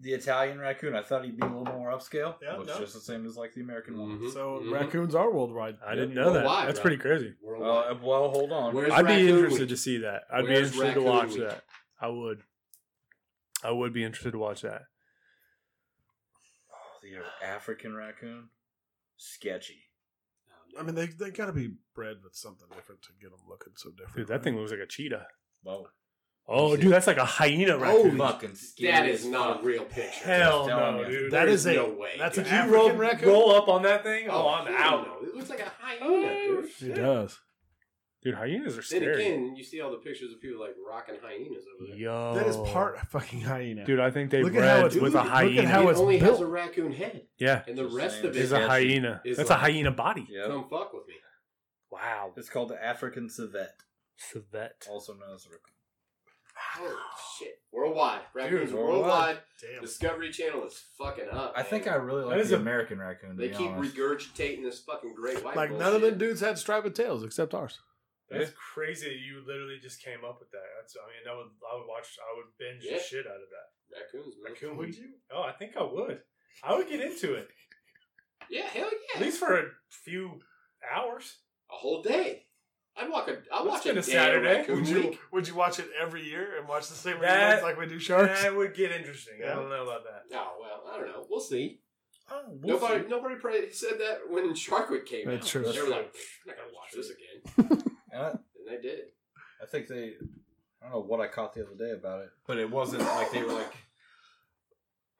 Speaker 5: The Italian raccoon, I thought he'd be a little more upscale.
Speaker 6: Yeah,
Speaker 5: Looks
Speaker 6: no.
Speaker 5: just the same as like the American one.
Speaker 2: Mhm.
Speaker 6: So
Speaker 2: Mhm.
Speaker 6: raccoons are worldwide.
Speaker 3: I didn't know that.
Speaker 2: Worldwide,
Speaker 3: that's
Speaker 2: bro.
Speaker 3: pretty crazy.
Speaker 2: Worldwide.
Speaker 5: Uh, well, hold on.
Speaker 2: Where's
Speaker 3: I'd be
Speaker 2: Raccoon
Speaker 3: interested
Speaker 2: Week?
Speaker 3: to see that. I'd be
Speaker 2: Where's
Speaker 3: interested
Speaker 2: Raccoon
Speaker 3: to watch
Speaker 2: Week?
Speaker 3: that. I would. I would be interested to watch that.
Speaker 5: Oh, the African raccoon? Sketchy.
Speaker 6: I mean, they they got to be bred with something different to get them looking so
Speaker 3: Dude,
Speaker 6: different.
Speaker 3: that thing looks like a cheetah.
Speaker 5: Whoa.
Speaker 3: Oh, dude, that's like a hyena
Speaker 5: Oh,
Speaker 3: raccoon.
Speaker 5: fucking scary.
Speaker 2: That
Speaker 5: as
Speaker 2: is not
Speaker 5: fuck.
Speaker 2: a real picture.
Speaker 3: Hell
Speaker 5: I'm telling
Speaker 3: no,
Speaker 5: you.
Speaker 3: dude.
Speaker 6: That
Speaker 3: There's
Speaker 6: is
Speaker 3: no-
Speaker 6: a
Speaker 2: no way.
Speaker 6: that's
Speaker 2: dude.
Speaker 6: an
Speaker 3: Did you
Speaker 6: African
Speaker 3: roll,
Speaker 6: raccoon?
Speaker 3: roll up on that thing? Oh, I'm
Speaker 2: hell
Speaker 3: out.
Speaker 2: no. It looks like a hyena. dude.
Speaker 6: it does.
Speaker 3: Dude, hyenas
Speaker 2: Oh,
Speaker 3: are
Speaker 2: Then
Speaker 3: scary.
Speaker 2: again, you see all the pictures of people like rocking hyenas over there.
Speaker 3: Yo,
Speaker 6: That is part fucking hyena.
Speaker 3: Oh. Dude, I think they
Speaker 6: Look at how
Speaker 3: bred
Speaker 6: it's-
Speaker 3: with a
Speaker 6: look at
Speaker 3: hyena.
Speaker 6: how
Speaker 2: it
Speaker 6: it's
Speaker 2: only has
Speaker 6: built.
Speaker 2: a raccoon head,
Speaker 3: yeah,
Speaker 2: and the
Speaker 5: Just
Speaker 2: rest
Speaker 5: saying.
Speaker 2: of it
Speaker 3: it's
Speaker 2: is
Speaker 3: a
Speaker 5: catchy.
Speaker 3: hyena.
Speaker 2: It's
Speaker 3: That's
Speaker 2: like-
Speaker 3: a hyena body.
Speaker 5: Yep.
Speaker 2: come fuck with me.
Speaker 3: Wow,
Speaker 5: It's called the African civet,
Speaker 3: civet.
Speaker 5: also known as raccoon.
Speaker 2: Holy shit! Worldwide, raccoons
Speaker 5: Dude,
Speaker 2: are worldwide.
Speaker 6: Damn.
Speaker 2: Discovery Channel is fucking up.
Speaker 5: I
Speaker 2: man.
Speaker 5: think I really
Speaker 3: Oh. That
Speaker 5: like
Speaker 3: is
Speaker 5: the
Speaker 3: a-
Speaker 5: American raccoon. To
Speaker 2: They
Speaker 5: be
Speaker 2: keep
Speaker 5: honest.
Speaker 2: regurgitating this fucking great white.
Speaker 6: Like
Speaker 2: bullshit.
Speaker 6: none of the dudes had striped tails except ours.
Speaker 2: Eh?
Speaker 3: That's crazy. that You literally just came up with that. That's, I mean, I would, I would watch, I would binge
Speaker 2: Yeah.
Speaker 3: the shit out of that.
Speaker 2: raccoons. Man.
Speaker 3: you? Oh, I think I would. I would get into it
Speaker 2: Yeah, hell
Speaker 3: at
Speaker 2: yeah.
Speaker 3: least for a few hours.
Speaker 2: a whole day. I'd walk a. I'd
Speaker 3: Let's
Speaker 2: watch
Speaker 3: get
Speaker 2: a,
Speaker 3: a
Speaker 2: day
Speaker 3: Saturday.
Speaker 2: Saturday. Raccoon
Speaker 3: Would you-
Speaker 2: Week.
Speaker 6: Would you watch it every year and watch the same
Speaker 3: That-
Speaker 6: reruns like we do sharks?
Speaker 3: That would get interesting. I
Speaker 6: Yeah.
Speaker 3: don't know about that.
Speaker 2: Oh well, I don't know. We'll see.
Speaker 5: Oh, we'll
Speaker 2: nobody,
Speaker 5: see.
Speaker 2: nobody probably said that when Shark Week came
Speaker 6: That's
Speaker 2: out.
Speaker 6: true.
Speaker 2: They were like,
Speaker 3: That's
Speaker 2: "Pfft, "I'm not gonna watch
Speaker 3: true.
Speaker 2: this again,"
Speaker 5: And I,
Speaker 2: and they did.
Speaker 5: I think they. I don't know what I caught the other day about it, but it wasn't like they were like.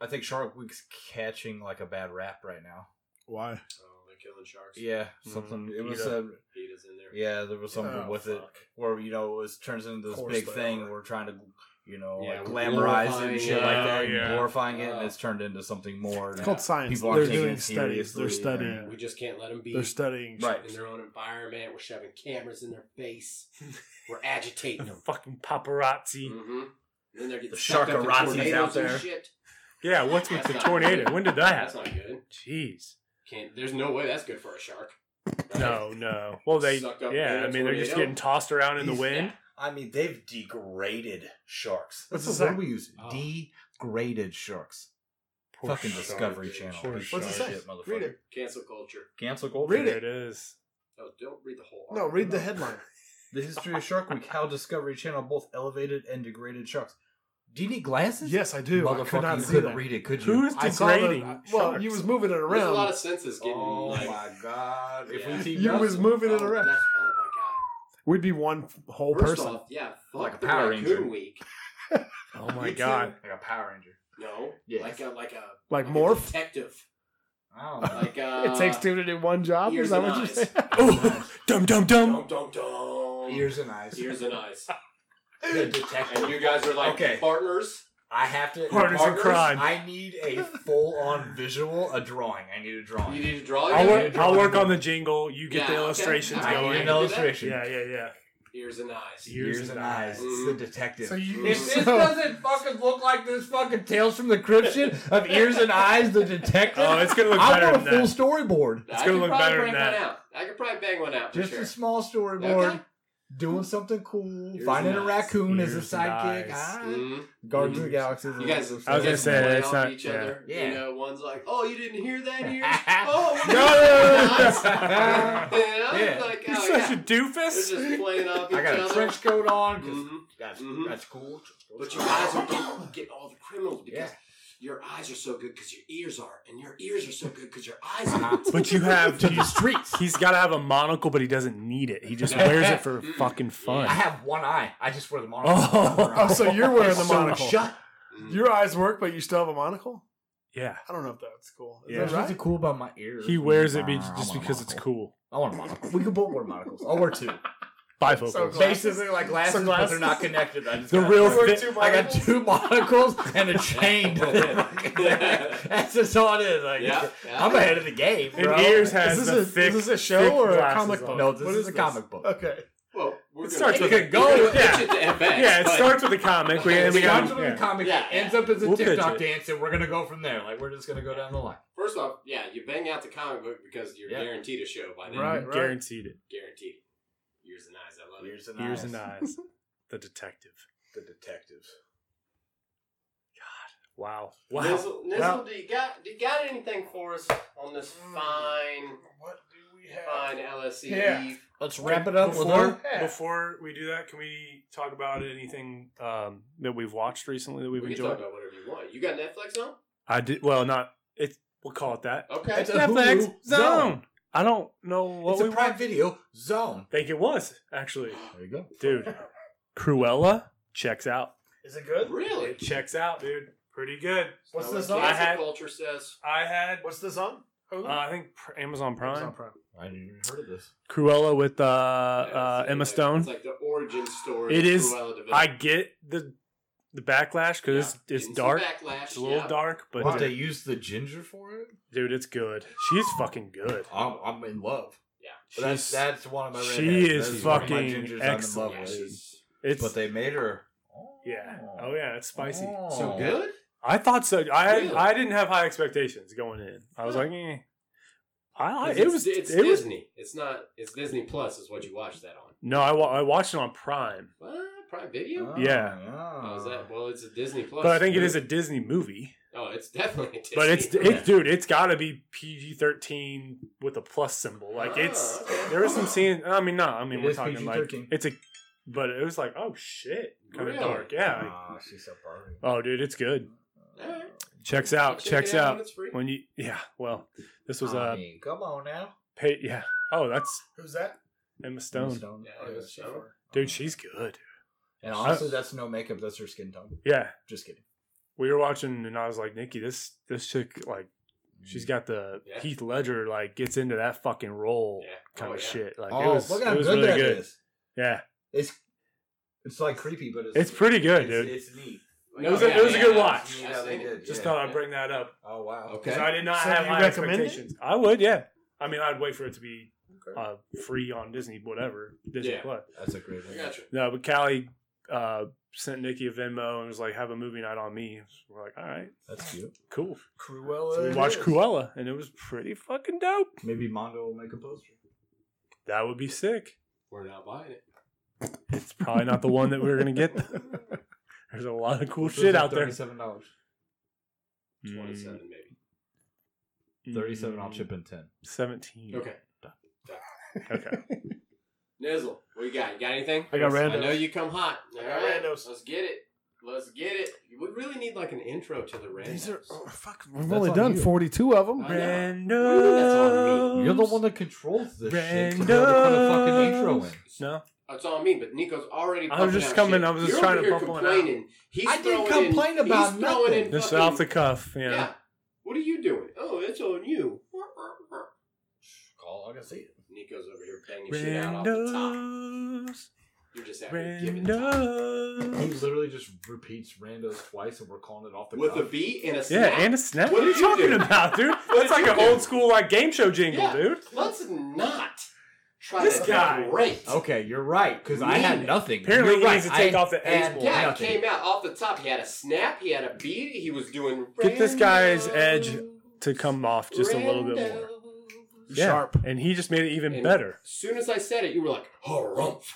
Speaker 5: I think Shark Week's catching like a bad rap right now.
Speaker 6: Why?
Speaker 2: Oh, they're killing sharks.
Speaker 5: Yeah,
Speaker 2: Mm-hmm.
Speaker 5: something. It was
Speaker 3: Yeah.
Speaker 5: a
Speaker 2: Peeta's in there.
Speaker 5: yeah. There was something
Speaker 6: Oh,
Speaker 5: with it
Speaker 6: fuck.
Speaker 5: where you know it was turns into
Speaker 6: Of
Speaker 5: this
Speaker 6: course
Speaker 5: big
Speaker 6: they
Speaker 5: thing.
Speaker 6: are.
Speaker 5: We're trying to you know
Speaker 2: Yeah,
Speaker 5: like glamorize it
Speaker 2: glorifying
Speaker 5: and shit
Speaker 2: it.
Speaker 5: like that, and
Speaker 3: Yeah, yeah.
Speaker 5: glorifying it,
Speaker 2: Uh,
Speaker 5: and it's turned into something more.
Speaker 6: It's
Speaker 5: now.
Speaker 6: called science.
Speaker 5: People aren't
Speaker 6: They're
Speaker 5: taking
Speaker 6: doing
Speaker 5: it
Speaker 6: studies. They're
Speaker 5: seriously, and-
Speaker 6: studying.
Speaker 2: We just can't let them be
Speaker 6: They're studying.
Speaker 5: Right.
Speaker 2: in their own environment. We're shoving cameras in their face. We're agitating them.
Speaker 3: Fucking paparazzi.
Speaker 2: mm-hmm. Then they're getting
Speaker 5: The
Speaker 2: sucked up in
Speaker 5: sharkarazzi's
Speaker 2: tornadoes
Speaker 5: out
Speaker 2: and
Speaker 5: there.
Speaker 2: Shit.
Speaker 3: Yeah, what's with
Speaker 2: That's
Speaker 3: the
Speaker 2: not
Speaker 3: tornado?
Speaker 2: good.
Speaker 3: When did that
Speaker 2: That's
Speaker 3: happen?
Speaker 2: not good.
Speaker 3: Jeez.
Speaker 2: Can't. There's no way that's good for a shark.
Speaker 3: No, no. Well, they,
Speaker 2: Sucked up in
Speaker 3: yeah,
Speaker 2: a
Speaker 3: I mean, they're just
Speaker 2: tornado.
Speaker 3: getting tossed around in the
Speaker 5: He's-
Speaker 3: wind.
Speaker 5: I mean, they've degraded sharks.
Speaker 6: What's
Speaker 5: That's
Speaker 6: the
Speaker 5: the word
Speaker 6: sec-
Speaker 5: we use.
Speaker 2: Oh.
Speaker 5: Degraded sharks.
Speaker 3: Poor
Speaker 5: Fucking
Speaker 3: shark.
Speaker 5: Discovery
Speaker 2: dude.
Speaker 5: Channel.
Speaker 2: Poor
Speaker 5: Piece
Speaker 6: What's it
Speaker 5: of
Speaker 6: say?
Speaker 5: shit, motherfucker.
Speaker 6: Read it.
Speaker 2: Cancel culture.
Speaker 5: Cancel culture.
Speaker 6: Read
Speaker 3: There
Speaker 6: it.
Speaker 3: it is.
Speaker 2: No, don't read the whole.
Speaker 6: No,
Speaker 2: article.
Speaker 6: read the headline.
Speaker 5: The history of Shark Week: How Discovery Channel both elevated and degraded sharks. Do you need glasses?
Speaker 6: Yes, I do. I
Speaker 5: Motherfucker,
Speaker 6: could not
Speaker 5: you
Speaker 6: see
Speaker 5: couldn't
Speaker 6: that.
Speaker 5: read it, could you?
Speaker 3: Who's
Speaker 6: I saw
Speaker 3: degrading?
Speaker 6: the, well, you was moving it
Speaker 2: There's a lot
Speaker 6: around.
Speaker 2: of senses getting.
Speaker 5: Oh
Speaker 2: like,
Speaker 5: my god! If
Speaker 2: Yeah.
Speaker 5: we team
Speaker 6: You
Speaker 5: up-
Speaker 6: was moving it
Speaker 2: oh,
Speaker 6: around.
Speaker 2: that's- Oh my god.
Speaker 6: We'd be one whole
Speaker 2: First
Speaker 6: person.
Speaker 2: off, yeah, fuck
Speaker 5: Like a
Speaker 2: the
Speaker 5: Power
Speaker 2: Raccoon
Speaker 5: Ranger.
Speaker 2: Week.
Speaker 3: Oh my
Speaker 2: You too.
Speaker 3: god!
Speaker 5: Like a Power Ranger.
Speaker 2: No,
Speaker 5: Yes.
Speaker 2: like a like a
Speaker 3: Like
Speaker 2: a
Speaker 3: morph.
Speaker 2: detective.
Speaker 5: Oh,
Speaker 2: Like uh,
Speaker 3: it takes two to do one job. Is
Speaker 2: ears
Speaker 3: that
Speaker 2: and
Speaker 3: what you're
Speaker 2: eyes.
Speaker 3: saying? Oh, dum dum dum.
Speaker 2: Dum dum dum.
Speaker 5: ears and eyes.
Speaker 2: ears and eyes.
Speaker 5: The detective.
Speaker 2: And you guys are like
Speaker 5: Okay.
Speaker 2: partners.
Speaker 5: I have to.
Speaker 3: Partners in crime.
Speaker 5: I need a full-on visual, a drawing. I need a drawing.
Speaker 2: You need to draw.
Speaker 3: I'll
Speaker 2: your-
Speaker 3: work. I'll work on the jingle. You get
Speaker 2: Yeah,
Speaker 3: the
Speaker 2: okay.
Speaker 3: illustrations
Speaker 2: I
Speaker 5: I
Speaker 2: can
Speaker 5: need
Speaker 3: going.
Speaker 5: an
Speaker 2: do that.
Speaker 5: illustration.
Speaker 3: Yeah, yeah, yeah.
Speaker 2: Ears and eyes.
Speaker 5: Ears, and eyes. It's the
Speaker 2: Mm.
Speaker 5: detective.
Speaker 6: So you
Speaker 5: if this
Speaker 6: so-
Speaker 5: doesn't fucking look like this fucking Tales from the Cryption of Ears and Eyes, the detective,
Speaker 3: Oh, it's gonna look
Speaker 5: I
Speaker 3: better
Speaker 5: want a
Speaker 3: than
Speaker 5: full
Speaker 3: that.
Speaker 5: storyboard.
Speaker 3: It's
Speaker 2: I
Speaker 3: gonna
Speaker 2: could
Speaker 3: look
Speaker 2: probably
Speaker 3: better than
Speaker 2: bang one
Speaker 3: that.
Speaker 2: out. I could probably bang one out for
Speaker 5: Just
Speaker 2: sure.
Speaker 5: a small storyboard.
Speaker 2: Okay.
Speaker 5: Doing something cool.
Speaker 2: Ears
Speaker 5: finding
Speaker 2: and
Speaker 5: a
Speaker 2: eyes.
Speaker 5: raccoon
Speaker 3: Ears
Speaker 5: as a
Speaker 3: and
Speaker 5: sidekick.
Speaker 3: eyes.
Speaker 5: Ah.
Speaker 2: Mhm.
Speaker 5: Guardians of the Galaxy.
Speaker 2: You guys,
Speaker 5: was
Speaker 3: I
Speaker 2: you
Speaker 3: was gonna
Speaker 2: guys
Speaker 3: say,
Speaker 2: play
Speaker 3: it's
Speaker 2: off
Speaker 3: not-
Speaker 2: each
Speaker 3: yeah.
Speaker 2: other.
Speaker 5: Yeah.
Speaker 2: You know, one's like, "Oh, you didn't hear that here." oh,
Speaker 5: I
Speaker 2: yeah.
Speaker 5: No.
Speaker 2: yeah.
Speaker 5: Yeah.
Speaker 2: Like,
Speaker 3: You're
Speaker 2: oh,
Speaker 3: such
Speaker 2: yeah.
Speaker 3: a
Speaker 2: They're just
Speaker 3: doofus.
Speaker 2: playing off each
Speaker 5: got a
Speaker 2: other.
Speaker 5: trench coat on. 'cause
Speaker 2: Mhm.
Speaker 5: That's,
Speaker 2: Mhm.
Speaker 5: that's cool.
Speaker 2: But you guys are getting, getting all the criminals because
Speaker 5: Yeah.
Speaker 2: your eyes are so good because your ears are, and your ears are so good because your eyes are.
Speaker 5: Uh-huh.
Speaker 3: But you have
Speaker 5: to the streets.
Speaker 3: He's got to have a monocle, but he doesn't need it. He just wears it for fucking
Speaker 5: I
Speaker 3: fun.
Speaker 5: have one eye. I just wear the monocle.
Speaker 3: Oh.
Speaker 6: oh, so you're wearing the
Speaker 5: So
Speaker 6: monocle.
Speaker 5: Shut.
Speaker 6: Your eyes work, but you still have a monocle.
Speaker 3: Yeah,
Speaker 6: I don't know if that's cool. Is
Speaker 3: Yeah.
Speaker 6: that
Speaker 5: There's
Speaker 6: right?
Speaker 5: nothing cool about my ears.
Speaker 3: he wears it
Speaker 5: Nah,
Speaker 3: be- just
Speaker 5: I want a
Speaker 3: because it's
Speaker 5: monocle.
Speaker 3: cool.
Speaker 5: I want a monocle. We can both wear monocles. I'll wear two.
Speaker 3: Bifocals.
Speaker 6: Glasses.
Speaker 5: Basically, like glasses, but
Speaker 6: Sunglasses.
Speaker 5: they're not connected. I just
Speaker 3: The
Speaker 5: got-
Speaker 3: real
Speaker 6: You wear
Speaker 3: thi-
Speaker 6: two
Speaker 5: I got
Speaker 6: monocles?
Speaker 5: two monocles and a chain. That's just all it is. Like,
Speaker 2: Yeah, yeah.
Speaker 5: I'm ahead of the game.
Speaker 3: And
Speaker 5: Bro.
Speaker 3: ears
Speaker 6: Is
Speaker 3: has
Speaker 6: this,
Speaker 3: the
Speaker 6: a,
Speaker 3: thick.
Speaker 6: is this a
Speaker 3: thick
Speaker 6: show or a
Speaker 3: glasses
Speaker 6: comic
Speaker 3: on.
Speaker 6: book?
Speaker 5: No, this
Speaker 6: What
Speaker 5: is a comic book.
Speaker 6: Okay.
Speaker 2: Well, we're
Speaker 3: It
Speaker 2: gonna-
Speaker 3: starts
Speaker 2: we
Speaker 3: with a-
Speaker 2: could go.
Speaker 5: Yeah.
Speaker 2: with pitch it to FX,
Speaker 3: Yeah, it
Speaker 2: but-
Speaker 3: starts with a comic. We, and
Speaker 5: It
Speaker 3: we got,
Speaker 5: starts with a
Speaker 3: yeah.
Speaker 5: comic,
Speaker 2: Yeah, yeah.
Speaker 5: ends up as a
Speaker 3: We'll pitch
Speaker 5: TikTok
Speaker 3: it.
Speaker 5: dance, and we're gonna go from there. Like we're just gonna go down the line.
Speaker 2: First off, yeah, you bang out the comic book because you're
Speaker 5: Yeah.
Speaker 2: guaranteed a show by then.
Speaker 6: Right, right.
Speaker 3: Guaranteed it.
Speaker 2: Guaranteed. Ears and eyes, I love it.
Speaker 5: Ears and
Speaker 3: Ears and eyes. The detective.
Speaker 5: The detectives.
Speaker 3: Wow.
Speaker 2: Nizzle, Nizzle
Speaker 3: Wow.
Speaker 2: do you got do you got anything for us on this
Speaker 6: Mm.
Speaker 2: fine,
Speaker 6: What do we
Speaker 2: fine LSC
Speaker 6: Yeah.
Speaker 2: eve?
Speaker 5: Let's wrap it up with
Speaker 3: before,
Speaker 5: her.
Speaker 3: before we do that, can we talk about anything um, that we've watched recently that we've
Speaker 2: We can talk
Speaker 3: enjoyed?
Speaker 2: about whatever you want. You got Netflix on?
Speaker 3: I did. Well, not. It. We'll call it that.
Speaker 2: Okay.
Speaker 5: It's a
Speaker 3: Netflix
Speaker 5: Hulu
Speaker 3: zone.
Speaker 5: zone.
Speaker 3: I don't know what
Speaker 5: It's
Speaker 3: we
Speaker 5: a prime video zone.
Speaker 3: wa- think it was actually,
Speaker 5: There you go.
Speaker 3: dude. Cruella checks out.
Speaker 6: Is it good?
Speaker 2: really?
Speaker 3: It checks out, dude. Pretty good.
Speaker 6: What's
Speaker 2: Now,
Speaker 6: this
Speaker 2: what
Speaker 6: on?
Speaker 3: I
Speaker 2: cancel
Speaker 3: had-
Speaker 2: culture says.
Speaker 3: I had.
Speaker 6: What's this on?
Speaker 3: Uh,
Speaker 6: Hulu?
Speaker 3: I think pr- Amazon Prime.
Speaker 6: Amazon Prime.
Speaker 5: I didn't even heard of this.
Speaker 3: Cruella with uh,
Speaker 2: Yeah,
Speaker 3: uh,
Speaker 2: it's
Speaker 3: Emma
Speaker 2: like-
Speaker 3: Stone.
Speaker 2: It's like the origin story.
Speaker 3: It
Speaker 2: of
Speaker 3: is-
Speaker 2: Cruella de Vil.
Speaker 3: I get the the backlash
Speaker 2: Yeah,
Speaker 3: because it's
Speaker 2: getting
Speaker 3: it's
Speaker 2: some
Speaker 3: dark.
Speaker 2: Backlash.
Speaker 3: It's a little
Speaker 2: yeah.
Speaker 3: dark, but
Speaker 5: But they
Speaker 3: dude,
Speaker 5: use the ginger for it.
Speaker 3: dude, it's good. She's fucking good.
Speaker 5: I'm, I'm in love.
Speaker 3: She's,
Speaker 5: that's that's one of my.
Speaker 3: she
Speaker 5: redheads.
Speaker 3: is
Speaker 5: That one of my
Speaker 3: fucking
Speaker 5: gingers
Speaker 3: excellent.
Speaker 5: I'm
Speaker 2: Yeah,
Speaker 5: in love with.
Speaker 2: she's
Speaker 3: it's
Speaker 5: But they made her.
Speaker 3: yeah. Oh yeah, it's spicy.
Speaker 5: Oh.
Speaker 2: so good.
Speaker 3: I thought so. I
Speaker 2: Really?
Speaker 3: I didn't have high expectations going in. I was
Speaker 2: Huh.
Speaker 3: like, eh. I
Speaker 2: 'Cause
Speaker 3: it was
Speaker 2: it's
Speaker 3: it was
Speaker 2: Disney. It's not. It's Disney Plus. Is what you watch that on.
Speaker 3: no. I wa- I watched it on Prime,
Speaker 2: Uh, Prime Video.
Speaker 3: Yeah.
Speaker 6: Ah.
Speaker 2: Oh, is that? Well, it's a Disney Plus.
Speaker 3: but I think it is a Disney movie.
Speaker 2: Oh, it's definitely. A Disney
Speaker 3: But it's
Speaker 2: movie.
Speaker 3: it's dude, it's got to be PG thirteen with a plus symbol. Like
Speaker 2: Ah,
Speaker 3: it's
Speaker 2: okay.
Speaker 3: there was some scene. I mean, not. I mean,
Speaker 5: It
Speaker 3: we're
Speaker 5: is
Speaker 3: talking
Speaker 5: PG-13.
Speaker 3: like it's a, but it was like oh shit, kind
Speaker 2: Really?
Speaker 3: of dark. Yeah.
Speaker 5: Ah, she's so perfect.
Speaker 3: oh dude, it's good.
Speaker 2: Alright.
Speaker 3: Checks out.
Speaker 2: Check it
Speaker 3: checks
Speaker 2: when
Speaker 3: out.
Speaker 2: it's free.
Speaker 3: When you yeah. Well, this was uh,
Speaker 5: I
Speaker 3: a
Speaker 5: mean, come on now.
Speaker 3: pay, yeah. Oh, that's
Speaker 6: Who's that?
Speaker 3: Emma Stone.
Speaker 2: Yeah,
Speaker 5: Oh,
Speaker 2: it's
Speaker 5: she-
Speaker 2: Stone.
Speaker 3: Dude, she's good.
Speaker 5: And honestly, that's no makeup. That's her skin tone.
Speaker 3: Yeah.
Speaker 5: Just kidding.
Speaker 3: We were watching and I was like, Nikki, this this chick like she's
Speaker 5: Mm.
Speaker 3: got the
Speaker 2: Yeah.
Speaker 3: Heath Ledger like gets into that fucking role
Speaker 2: Yeah.
Speaker 3: kind
Speaker 2: Oh,
Speaker 3: of
Speaker 2: yeah.
Speaker 3: shit. Like
Speaker 5: oh,
Speaker 3: it was,
Speaker 5: look
Speaker 3: it
Speaker 5: how
Speaker 3: was
Speaker 5: good
Speaker 3: really
Speaker 5: that is!
Speaker 3: good. Yeah.
Speaker 5: It's it's like creepy, but it's
Speaker 3: It's pretty good,
Speaker 5: it's-
Speaker 3: dude.
Speaker 5: It's neat.
Speaker 3: It was a- it was a good watch.
Speaker 5: Yeah, they did.
Speaker 3: Just
Speaker 5: Yeah.
Speaker 3: thought I'd bring that up
Speaker 5: Oh wow.
Speaker 2: Okay.
Speaker 3: because I did not
Speaker 6: So
Speaker 3: have
Speaker 6: you
Speaker 3: high
Speaker 6: recommend it?
Speaker 3: expectations. I would, yeah. I mean, I'd wait for it to be
Speaker 5: Okay.
Speaker 3: uh, free on Disney, whatever Disney
Speaker 2: Yeah.
Speaker 3: Plus.
Speaker 5: That's a great.
Speaker 2: I got you.
Speaker 3: No, but Callie uh, sent Nikki a Venmo and was like, "Have a movie night on me." We're like, "All right,
Speaker 5: That's cute.
Speaker 3: cool."
Speaker 5: Cruella.
Speaker 3: So we
Speaker 5: it
Speaker 3: watched
Speaker 5: is.
Speaker 3: Cruella, and it was pretty fucking dope.
Speaker 5: Maybe Mondo will make a poster.
Speaker 3: That would be sick.
Speaker 2: We're not buying it.
Speaker 3: It's probably not the one that we're gonna get. There's a lot of cool
Speaker 5: This
Speaker 3: Oh, shit
Speaker 5: is
Speaker 3: out there.
Speaker 5: Thirty-seven dollars.
Speaker 3: Hmm.
Speaker 2: Twenty-seven, maybe.
Speaker 5: Thirty-seven. I'll chip in ten.
Speaker 3: Seventeen.
Speaker 2: Okay.
Speaker 3: Okay.
Speaker 2: Nizzle, what you got? You got anything?
Speaker 3: I got
Speaker 2: I know
Speaker 3: random.
Speaker 2: you come hot.
Speaker 6: I
Speaker 2: All
Speaker 6: got
Speaker 2: right,
Speaker 6: randos.
Speaker 2: let's get it. Let's get it. We really need like an intro to the randos.
Speaker 6: These are oh, fuck. We've
Speaker 5: That's
Speaker 6: only
Speaker 5: on
Speaker 6: done
Speaker 5: you.
Speaker 6: forty-two of them.
Speaker 2: I know.
Speaker 3: Random.
Speaker 5: You're the one that controls this shit.
Speaker 3: Random.
Speaker 5: You're the one to put a fucking intro in.
Speaker 3: No.
Speaker 2: That's all I mean. But Nico's already.
Speaker 3: I was
Speaker 2: pumping
Speaker 3: just
Speaker 2: out
Speaker 3: coming-
Speaker 2: shit.
Speaker 3: I was just
Speaker 2: You're
Speaker 3: trying
Speaker 2: over
Speaker 3: to
Speaker 2: here
Speaker 3: pump one out.
Speaker 2: complaining. He's
Speaker 5: I
Speaker 2: throwing
Speaker 5: didn't
Speaker 2: in-
Speaker 5: complain about
Speaker 2: he's throwing
Speaker 5: nothing.
Speaker 2: in
Speaker 3: Just
Speaker 2: fucking-
Speaker 3: off the cuff, you know.
Speaker 2: Yeah. What are you doing? Oh, it's on you.
Speaker 5: Call. I can see it.
Speaker 2: Nico's over here banging shit out off the top.
Speaker 3: Randos,
Speaker 2: You're just out here giving top.
Speaker 5: He
Speaker 3: randos.
Speaker 5: literally just repeats randos twice, and we're calling it off the
Speaker 2: with a
Speaker 5: cuff.
Speaker 2: beat and a
Speaker 3: Yeah,
Speaker 2: snap.
Speaker 3: and a snap.
Speaker 2: What
Speaker 3: What, are you
Speaker 2: did you
Speaker 3: talking
Speaker 2: do?
Speaker 3: about, dude?
Speaker 2: did
Speaker 3: That's like
Speaker 2: you
Speaker 3: an
Speaker 2: do?
Speaker 3: old school like game show jingle,
Speaker 2: Yeah.
Speaker 3: dude.
Speaker 2: Let's not try
Speaker 3: This
Speaker 2: to
Speaker 3: guy.
Speaker 2: Great.
Speaker 5: Okay, you're right because I
Speaker 2: Mean
Speaker 5: had
Speaker 2: it.
Speaker 5: nothing.
Speaker 3: Apparently,
Speaker 5: You're
Speaker 3: he
Speaker 5: right.
Speaker 3: needs to take
Speaker 5: I
Speaker 3: off the
Speaker 5: had
Speaker 3: edge more.
Speaker 2: Yeah, it
Speaker 5: nothing.
Speaker 2: came out off the top. He had a snap. He had a beat. He was doing.
Speaker 3: Get this guy's edge
Speaker 2: Rando,
Speaker 3: To come off just a little bit more.
Speaker 2: Rando.
Speaker 3: Yeah.
Speaker 6: Sharp.
Speaker 3: And he just made it even
Speaker 2: And-
Speaker 3: better.
Speaker 2: As soon as I said it, you were like, "Harumph."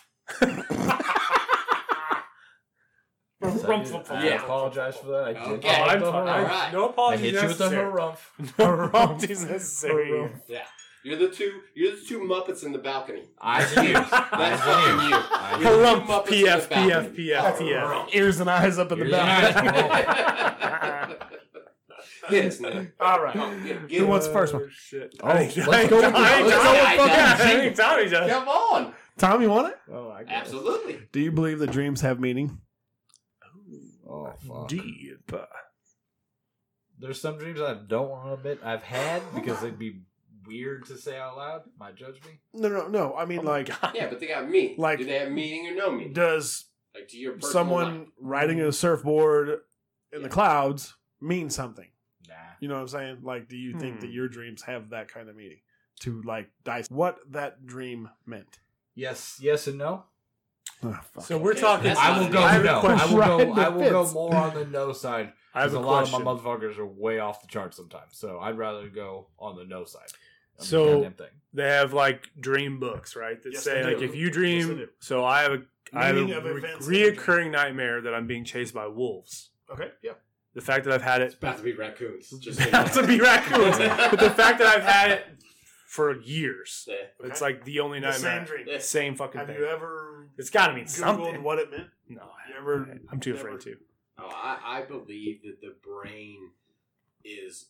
Speaker 5: Yes, I
Speaker 3: Rumpf,
Speaker 5: did.
Speaker 3: rumpf,
Speaker 5: I
Speaker 2: rumpf.
Speaker 5: apologize for that. I did.
Speaker 2: Okay.
Speaker 5: call it
Speaker 2: I'm
Speaker 5: the
Speaker 2: fine.
Speaker 5: harumph.
Speaker 2: All right.
Speaker 3: Oh, No
Speaker 5: I
Speaker 3: apologies
Speaker 5: hit you with Oh, the
Speaker 3: necessary.
Speaker 5: harumph.
Speaker 3: No apologies necessary.
Speaker 5: Harumph.
Speaker 2: You're the two. You're the two Muppets in the balcony.
Speaker 5: Eyes and ears. Eyes
Speaker 2: That's
Speaker 5: and
Speaker 2: fucking
Speaker 5: ears.
Speaker 2: you.
Speaker 5: Eyes
Speaker 2: You're the two
Speaker 3: Harumph,
Speaker 2: Muppets in
Speaker 3: PF,
Speaker 2: the balcony.
Speaker 3: PF, PF,
Speaker 2: Harumph.
Speaker 6: Ears and eyes up in the
Speaker 5: Ears
Speaker 6: back.
Speaker 5: and
Speaker 2: Hit us, Nick.
Speaker 6: All
Speaker 2: Oh,
Speaker 6: right.
Speaker 2: get- get
Speaker 6: Who
Speaker 2: it.
Speaker 6: wants first one?
Speaker 3: Shit.
Speaker 5: Oh,
Speaker 3: I think-
Speaker 5: let's
Speaker 3: I think
Speaker 5: go with
Speaker 3: Tommy-
Speaker 5: the-
Speaker 3: I think
Speaker 5: let's
Speaker 3: Tommy
Speaker 2: go with
Speaker 3: does.
Speaker 2: that.
Speaker 3: I think Tommy does.
Speaker 2: Come on.
Speaker 6: Tom, you want it?
Speaker 5: Oh, I guess.
Speaker 2: Absolutely.
Speaker 6: Do you believe that dreams have meaning?
Speaker 5: Oh, fuck.
Speaker 6: Deep.
Speaker 5: There's some dreams I don't want to admit I've had because they'd be weird to say out loud. Might judge me.
Speaker 6: No, no, no. I mean,
Speaker 3: Oh
Speaker 6: like,
Speaker 2: Yeah, but they got me.
Speaker 6: Like-
Speaker 2: do they have meaning or no meaning?
Speaker 6: does
Speaker 2: Like, to your personal
Speaker 6: someone
Speaker 2: life.
Speaker 6: riding a surfboard in
Speaker 2: Yeah.
Speaker 6: the clouds mean something?
Speaker 5: Nah.
Speaker 6: You know what I'm saying? Like, do you think
Speaker 3: Hmm.
Speaker 6: that your dreams have that kind of meaning? To like dice what that dream meant.
Speaker 5: Yes, yes, and no.
Speaker 6: Oh, fuck.
Speaker 3: So we're
Speaker 2: Okay,
Speaker 3: talking.
Speaker 2: that's
Speaker 5: I will
Speaker 2: not
Speaker 5: go
Speaker 3: I
Speaker 6: have a
Speaker 5: no. I
Speaker 6: question.
Speaker 5: will go.
Speaker 6: Ryan
Speaker 5: I will go
Speaker 6: Fitz.
Speaker 5: more on the no side.
Speaker 3: I
Speaker 5: Because
Speaker 3: have
Speaker 5: a,
Speaker 3: a,
Speaker 5: lot
Speaker 3: question.
Speaker 5: of my motherfuckers are way off the chart sometimes. So I'd rather go on the no side. on the
Speaker 3: So-
Speaker 5: goddamn thing.
Speaker 3: they have like dream books, right? That
Speaker 6: Yes,
Speaker 3: say
Speaker 6: they
Speaker 3: like
Speaker 6: do.
Speaker 3: if you
Speaker 6: Yes, they
Speaker 3: dream.
Speaker 6: do.
Speaker 3: so I have a I have a
Speaker 6: Meaning of
Speaker 3: re-
Speaker 6: events in the dream.
Speaker 3: reoccurring nightmare that I'm being chased by wolves.
Speaker 6: Okay, yeah.
Speaker 3: The fact that I've had
Speaker 2: It's
Speaker 3: it
Speaker 2: about to be raccoons. Just so you
Speaker 3: about to
Speaker 2: know.
Speaker 3: be raccoons, but the fact that I've had it for years,
Speaker 2: Yeah.
Speaker 3: it's like the only
Speaker 6: The
Speaker 3: nightmare.
Speaker 6: same dream.
Speaker 3: Yeah, Same fucking
Speaker 6: Have
Speaker 3: thing.
Speaker 6: you ever
Speaker 3: it's got to mean
Speaker 6: Googled
Speaker 3: something.
Speaker 6: what it meant?
Speaker 3: No,
Speaker 6: You ever
Speaker 3: I'm too
Speaker 6: never-
Speaker 3: afraid to.
Speaker 2: Oh, I, I believe that the brain is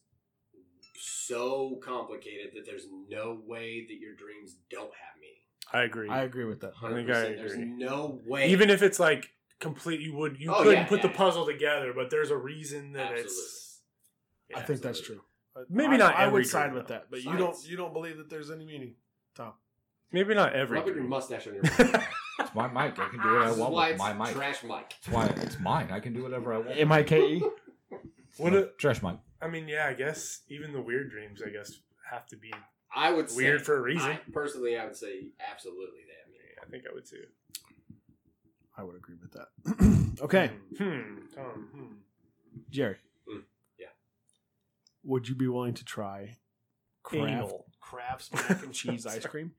Speaker 2: so complicated that there's no way that your dreams don't have meaning.
Speaker 3: I agree.
Speaker 5: I agree with that.
Speaker 3: I think
Speaker 2: 100%.
Speaker 3: I
Speaker 2: There's
Speaker 3: agree.
Speaker 2: no way.
Speaker 3: Even if it's like complete, you would you
Speaker 2: Oh,
Speaker 3: couldn't
Speaker 2: yeah,
Speaker 3: put
Speaker 2: yeah,
Speaker 3: the
Speaker 2: yeah.
Speaker 3: puzzle together, but there's a reason that
Speaker 2: Absolutely.
Speaker 3: it's.
Speaker 6: I
Speaker 3: Yeah.
Speaker 6: think that's true.
Speaker 3: Maybe
Speaker 6: I-
Speaker 3: not
Speaker 6: I
Speaker 3: every
Speaker 6: would
Speaker 3: dream,
Speaker 6: side
Speaker 3: though.
Speaker 6: with that, but you
Speaker 2: Science.
Speaker 6: don't. You don't believe that there's any meaning.
Speaker 3: Maybe not every.
Speaker 2: Rub your
Speaker 3: dream.
Speaker 2: mustache on your mic.
Speaker 5: It's my mic. I can do what I
Speaker 2: This is
Speaker 5: want
Speaker 2: why
Speaker 5: with
Speaker 2: it's
Speaker 5: my mic.
Speaker 2: trash mic.
Speaker 5: That's why it's mine. I can do whatever I want.
Speaker 6: M I K E.
Speaker 3: What? A,
Speaker 5: trash mic?
Speaker 3: I mean, yeah, I guess even the weird dreams, I guess, have to be
Speaker 2: I would say,
Speaker 3: weird for a reason.
Speaker 2: I, personally, I would say absolutely that. meaning.
Speaker 3: I think I would too.
Speaker 6: I would agree with that. okay,
Speaker 3: Hmm. Tom. Hmm.
Speaker 6: Jerry.
Speaker 2: Mm, yeah.
Speaker 6: Would you be willing to try Kraft,
Speaker 3: Anal.
Speaker 6: Kraft's mac and cheese ice cream?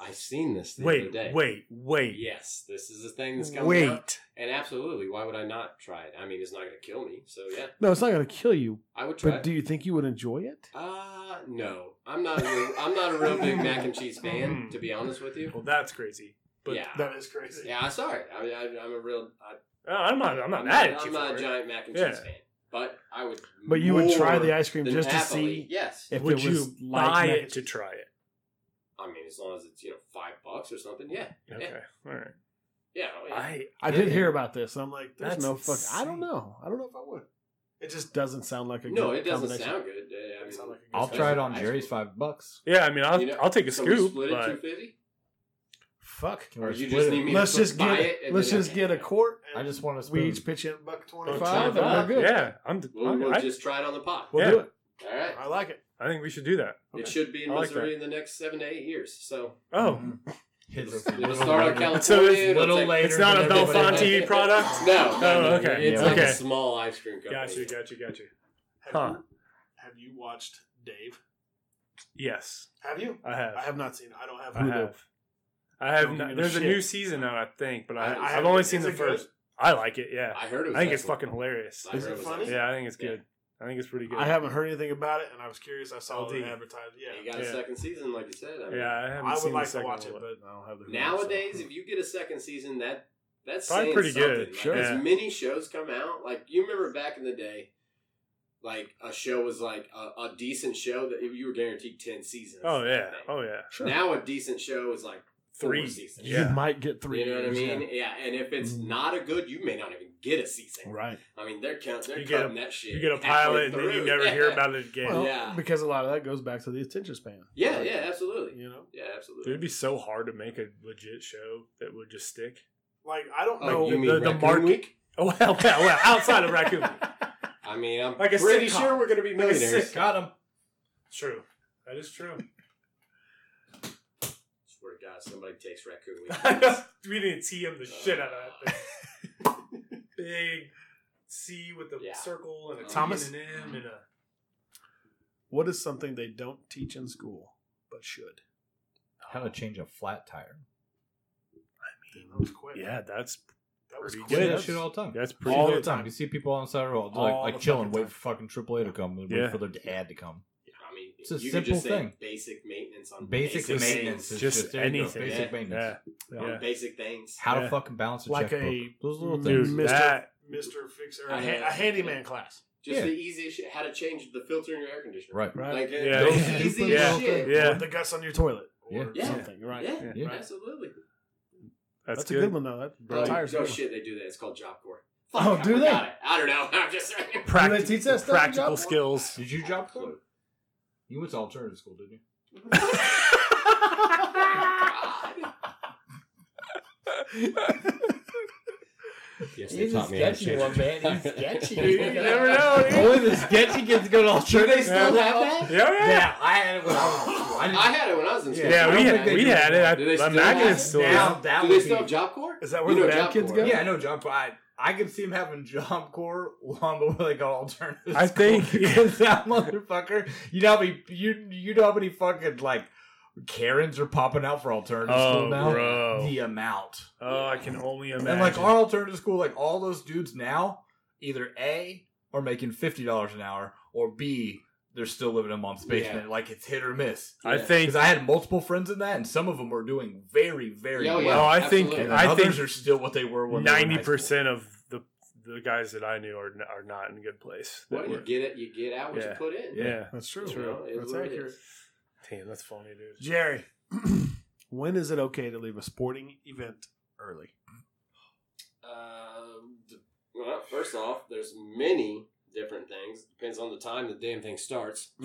Speaker 2: I've seen this the other
Speaker 3: Wait,
Speaker 2: day.
Speaker 3: wait, wait,
Speaker 2: Yes, this is a thing that's coming
Speaker 3: wait.
Speaker 2: up. And absolutely, why would I not try it? I mean, it's not going to kill me, so yeah,
Speaker 6: No, it's not going to kill you,
Speaker 2: I would try
Speaker 6: but
Speaker 2: it.
Speaker 6: do you think you would enjoy it?
Speaker 2: Uh no, I'm not. A real, I'm not a real big mac and cheese fan, to be honest with you.
Speaker 3: Well, that's crazy. But
Speaker 2: yeah,
Speaker 6: That is crazy.
Speaker 2: yeah, I'm sorry. I mean, I, I'm a real. I,
Speaker 3: Uh, I'm not. I'm not
Speaker 2: I'm
Speaker 3: mad
Speaker 2: not,
Speaker 3: at you.
Speaker 2: I'm not
Speaker 3: for
Speaker 2: a
Speaker 3: it.
Speaker 2: giant mac and
Speaker 3: Yeah.
Speaker 2: cheese fan, but I would.
Speaker 6: But you would try
Speaker 2: more
Speaker 6: the ice cream
Speaker 2: than
Speaker 6: just to
Speaker 2: happily-
Speaker 6: see
Speaker 2: Yes,
Speaker 6: If
Speaker 3: would
Speaker 6: it was
Speaker 3: you
Speaker 6: like
Speaker 3: buy
Speaker 6: mac
Speaker 3: it
Speaker 6: and
Speaker 3: to try it?
Speaker 2: I mean, as long as it's you know five bucks or something. Yeah,
Speaker 3: Okay. All right.
Speaker 2: yeah. oh, yeah.
Speaker 3: I
Speaker 6: I did hear about this, and I'm like, there's
Speaker 3: That's
Speaker 6: no fuck. I
Speaker 3: insane.
Speaker 6: don't know. I don't know if I would. It just doesn't sound like a
Speaker 2: no,
Speaker 6: good
Speaker 2: it doesn't
Speaker 6: combination.
Speaker 2: sound good. Uh, I mean,
Speaker 6: Doesn't sound like a good
Speaker 5: I'll
Speaker 6: combination.
Speaker 5: try it on
Speaker 2: Ice
Speaker 5: Jerry's
Speaker 2: cream.
Speaker 5: five bucks.
Speaker 3: yeah. I mean, I'll
Speaker 2: you know,
Speaker 3: I'll take a
Speaker 2: so we
Speaker 3: scoop.
Speaker 2: split it
Speaker 3: but
Speaker 2: two fifty.
Speaker 6: Fuck.
Speaker 5: Can
Speaker 2: Or
Speaker 5: we
Speaker 2: you
Speaker 5: split
Speaker 2: just
Speaker 5: it?
Speaker 2: need me to
Speaker 6: Let's
Speaker 2: put-
Speaker 6: just
Speaker 2: buy
Speaker 6: get
Speaker 2: it and
Speaker 6: let's
Speaker 2: then-
Speaker 6: just get a quart.
Speaker 5: I
Speaker 6: and
Speaker 5: just want to
Speaker 6: we
Speaker 5: spoon.
Speaker 6: each pitch in buck twenty
Speaker 3: Buck
Speaker 6: five,
Speaker 2: 25,
Speaker 6: and we're good.
Speaker 3: Yeah. I'm.
Speaker 2: We'll, we'll
Speaker 3: I,
Speaker 2: just try it on the pot.
Speaker 6: We'll
Speaker 3: Yeah.
Speaker 6: do it.
Speaker 2: All right.
Speaker 6: I like it.
Speaker 3: I think we should do that.
Speaker 2: It should be in
Speaker 3: I like
Speaker 2: Missouri in the next seven to eight years. So
Speaker 3: Oh,
Speaker 6: Mm-hmm.
Speaker 5: Hit the
Speaker 2: it'll
Speaker 5: little
Speaker 2: start in
Speaker 5: later.
Speaker 2: California.
Speaker 3: So it's
Speaker 2: it'll
Speaker 5: little
Speaker 2: take-
Speaker 5: later
Speaker 3: it's not
Speaker 5: than
Speaker 3: a
Speaker 5: everybody
Speaker 3: Belfont
Speaker 5: else.
Speaker 3: TV product.
Speaker 2: No.
Speaker 3: Oh,
Speaker 2: no, no,
Speaker 3: okay.
Speaker 2: It's
Speaker 5: Yeah.
Speaker 2: like
Speaker 3: okay.
Speaker 2: a small ice cream company.
Speaker 3: Got you. Got you. Got you.
Speaker 6: Have,
Speaker 3: Huh.
Speaker 6: you, have you watched Dave?
Speaker 3: Yes,
Speaker 6: Have you?
Speaker 3: I have.
Speaker 6: I have not seen. it. I don't have
Speaker 3: I
Speaker 6: Hulu.
Speaker 3: have. I have.
Speaker 6: Don't
Speaker 3: not-
Speaker 6: give me the
Speaker 3: there's a
Speaker 6: shit.
Speaker 3: new season out, I think, but I,
Speaker 2: I- I
Speaker 3: I, have
Speaker 2: haven't-
Speaker 3: only
Speaker 6: is
Speaker 3: seen the
Speaker 6: it good?
Speaker 3: first. I like it. Yeah,
Speaker 2: I heard it. Was
Speaker 3: I, think it's
Speaker 2: excellent.
Speaker 3: fucking hilarious.
Speaker 2: I
Speaker 6: Is
Speaker 2: heard
Speaker 6: it
Speaker 2: was
Speaker 6: funny?
Speaker 2: excellent.
Speaker 3: Yeah, I think it's
Speaker 2: Yeah.
Speaker 3: good. I think it's pretty good.
Speaker 6: I haven't heard anything about it, and I was curious. I saw
Speaker 3: LD.
Speaker 6: it advertised.
Speaker 2: Oh, You
Speaker 6: Yeah,
Speaker 2: got a
Speaker 3: Yeah.
Speaker 2: second season, like you said. I mean,
Speaker 3: yeah, I haven't
Speaker 6: I
Speaker 3: seen
Speaker 6: would
Speaker 3: the
Speaker 6: like to
Speaker 3: second
Speaker 6: watch it,
Speaker 3: one.
Speaker 6: but I don't have the Hulu,
Speaker 2: Nowadays,
Speaker 6: so.
Speaker 2: if you get a second season, that that's
Speaker 3: Probably
Speaker 2: saying
Speaker 3: pretty good.
Speaker 2: something. Like,
Speaker 3: Sure. Yeah.
Speaker 2: As many shows come out, like you remember back in the day, like a show was like a, a decent show that you were guaranteed ten seasons.
Speaker 3: Oh yeah,
Speaker 2: Like,
Speaker 3: oh yeah.
Speaker 6: sure.
Speaker 2: Now a decent show is like three
Speaker 3: Three.
Speaker 2: seasons.
Speaker 3: Yeah.
Speaker 6: You might get three.
Speaker 2: You know what I
Speaker 6: years,
Speaker 2: mean? Yeah. and if it's
Speaker 6: Mm.
Speaker 2: not a good, you may not even get a
Speaker 6: yeah.
Speaker 2: season.
Speaker 6: Right.
Speaker 2: I mean, they're count, they're
Speaker 3: You get a-
Speaker 2: cutting that shit.
Speaker 3: You get a
Speaker 2: halfway
Speaker 3: pilot and then you
Speaker 2: through.
Speaker 3: never hear about it again.
Speaker 6: Well,
Speaker 2: Yeah.
Speaker 6: because a lot of that goes back to the attention span.
Speaker 2: Yeah, yeah, absolutely.
Speaker 6: You know,
Speaker 2: Yeah, absolutely.
Speaker 3: Dude, it'd be so hard to make a legit show that would just stick.
Speaker 6: like I don't
Speaker 2: Like,
Speaker 6: know
Speaker 2: Oh, you mean
Speaker 6: the, the
Speaker 2: Raccoon
Speaker 6: market.
Speaker 2: Week?
Speaker 3: Oh well, well, well. Outside of Raccoon, League.
Speaker 2: I mean, I'm
Speaker 3: Like a
Speaker 2: pretty
Speaker 3: sitcom.
Speaker 2: sure we're going to be
Speaker 3: Like a
Speaker 2: millionaires.
Speaker 3: sitcom.
Speaker 5: Got him.
Speaker 3: true. That is true.
Speaker 2: Swear to God, somebody takes Raccoon
Speaker 3: I know.
Speaker 2: Week.
Speaker 3: we need to TM the shit out of that thing. Big C with a
Speaker 2: Yeah.
Speaker 3: circle and a
Speaker 2: Thomas?
Speaker 3: Thomas and an M and a.
Speaker 6: What is something they don't teach in school but should?
Speaker 5: How to change a flat tire.
Speaker 6: That was quick.
Speaker 3: Yeah, that's
Speaker 6: that was
Speaker 3: pretty Yeah,
Speaker 6: quick.
Speaker 3: good.
Speaker 5: Yeah, that
Speaker 3: that's-
Speaker 5: shit all the time.
Speaker 3: that's pretty.
Speaker 5: all
Speaker 3: good.
Speaker 5: the time. You see people on the side of the road, they're
Speaker 6: All
Speaker 5: like,
Speaker 6: the
Speaker 5: like chilling,
Speaker 6: fucking
Speaker 5: wait
Speaker 6: time.
Speaker 5: for fucking AAA to come, and
Speaker 3: Yeah.
Speaker 5: wait for their ad to come.
Speaker 2: I mean,
Speaker 5: It's a
Speaker 2: you could
Speaker 5: simple
Speaker 2: just say
Speaker 5: thing.
Speaker 2: basic maintenance on
Speaker 5: Basic,
Speaker 2: basic
Speaker 5: maintenance
Speaker 2: things.
Speaker 5: is
Speaker 3: Just
Speaker 5: just, there you go.
Speaker 3: anything.
Speaker 5: Basic
Speaker 2: Yeah.
Speaker 5: maintenance.
Speaker 3: Yeah,
Speaker 2: on
Speaker 3: yeah.
Speaker 2: basic things.
Speaker 5: How
Speaker 3: Yeah.
Speaker 5: to fucking balance a
Speaker 6: Like
Speaker 5: checkbook.
Speaker 6: a-
Speaker 5: Those little
Speaker 3: dude,
Speaker 5: things.
Speaker 6: Mr.
Speaker 3: that
Speaker 6: Mister Fixer,
Speaker 2: I
Speaker 6: a,
Speaker 2: had-
Speaker 6: ha- a handyman class.
Speaker 2: Just
Speaker 5: Yeah.
Speaker 2: the easiest shit. How to change the filter in your air conditioner.
Speaker 5: Right.
Speaker 2: Like, uh,
Speaker 3: Yeah.
Speaker 2: those
Speaker 3: Yeah.
Speaker 2: easy
Speaker 3: Yeah.
Speaker 2: shit.
Speaker 3: Yeah.
Speaker 6: With the guts on your toilet or
Speaker 2: Yeah.
Speaker 6: something. Right.
Speaker 2: Yeah,
Speaker 3: Yeah.
Speaker 5: Yeah.
Speaker 2: absolutely.
Speaker 3: That's,
Speaker 6: That's,
Speaker 3: good.
Speaker 6: a good one though. That
Speaker 2: Oh,
Speaker 3: Right.
Speaker 6: tires
Speaker 2: oh
Speaker 6: good.
Speaker 2: shit, they do that. It's called Job Corps. Fuck,
Speaker 5: Oh,
Speaker 2: I
Speaker 5: do
Speaker 2: forgot
Speaker 5: they?
Speaker 2: It. I don't know. I'm just saying.
Speaker 3: Practi-
Speaker 6: They teach that stuff in
Speaker 3: practical
Speaker 6: job
Speaker 3: skills.
Speaker 5: Did you drop clue? You went to alternative school, didn't you?
Speaker 2: God. Yes, they taught me how to change it.
Speaker 5: man.
Speaker 2: He's sketchy.
Speaker 3: Dude, you never know. dude.
Speaker 5: the sketchy kids go
Speaker 2: Do
Speaker 5: to alternative
Speaker 2: they still have that?
Speaker 3: Yeah, yeah.
Speaker 5: Yeah, I had it when I was in school. I didn't,
Speaker 2: I had it when I was in school.
Speaker 3: Yeah,
Speaker 5: I
Speaker 3: we
Speaker 5: don't
Speaker 3: had,
Speaker 5: think
Speaker 3: we
Speaker 5: they do
Speaker 3: had it.
Speaker 5: anymore.
Speaker 3: I,
Speaker 2: Do they still
Speaker 3: imagine
Speaker 2: have
Speaker 3: it's
Speaker 2: it?
Speaker 3: still
Speaker 5: now that
Speaker 2: Do
Speaker 5: would
Speaker 2: they
Speaker 5: be-
Speaker 2: still have Job Corps?
Speaker 6: Is that
Speaker 2: You
Speaker 6: where
Speaker 2: know
Speaker 6: the bad
Speaker 2: Job
Speaker 6: kids
Speaker 2: Corps,
Speaker 6: go?
Speaker 2: right?
Speaker 5: Yeah, I know Job Corps. I, I could see him having Job Corps long before they got alternative.
Speaker 3: I think-
Speaker 5: because that motherfucker. You know how many you you know how many fucking like Karens are popping out for alternative
Speaker 3: Oh,
Speaker 5: school now.
Speaker 3: bro.
Speaker 5: The amount
Speaker 3: Oh, I can only imagine.
Speaker 5: and like our alternative school, like all those dudes now, either a are making fifty dollars an hour or b they're still living in mom's basement. Like it's hit or miss.
Speaker 3: I
Speaker 2: Yeah.
Speaker 3: think.
Speaker 5: Because I had multiple friends in that, and some of them were doing very very
Speaker 2: Oh,
Speaker 5: well.
Speaker 2: yeah.
Speaker 3: well, I think.
Speaker 2: absolutely.
Speaker 5: And then
Speaker 3: I
Speaker 5: others
Speaker 3: think
Speaker 5: are still what they were when they were in high
Speaker 3: ninety
Speaker 5: school.
Speaker 3: percent of the the guys that I knew are n- are not in a good place. That
Speaker 2: Well, you
Speaker 3: were-
Speaker 2: get it, you get out what
Speaker 3: Yeah.
Speaker 2: you put in.
Speaker 3: yeah.
Speaker 6: That's true.
Speaker 2: You know, it's
Speaker 6: That's
Speaker 2: what it
Speaker 6: accurate.
Speaker 2: is.
Speaker 3: Damn, that's funny, dude.
Speaker 6: Jerry, when is it okay to leave a sporting event early?
Speaker 2: Um, d- well, first off, there's many different things. Depends on the time the damn thing starts.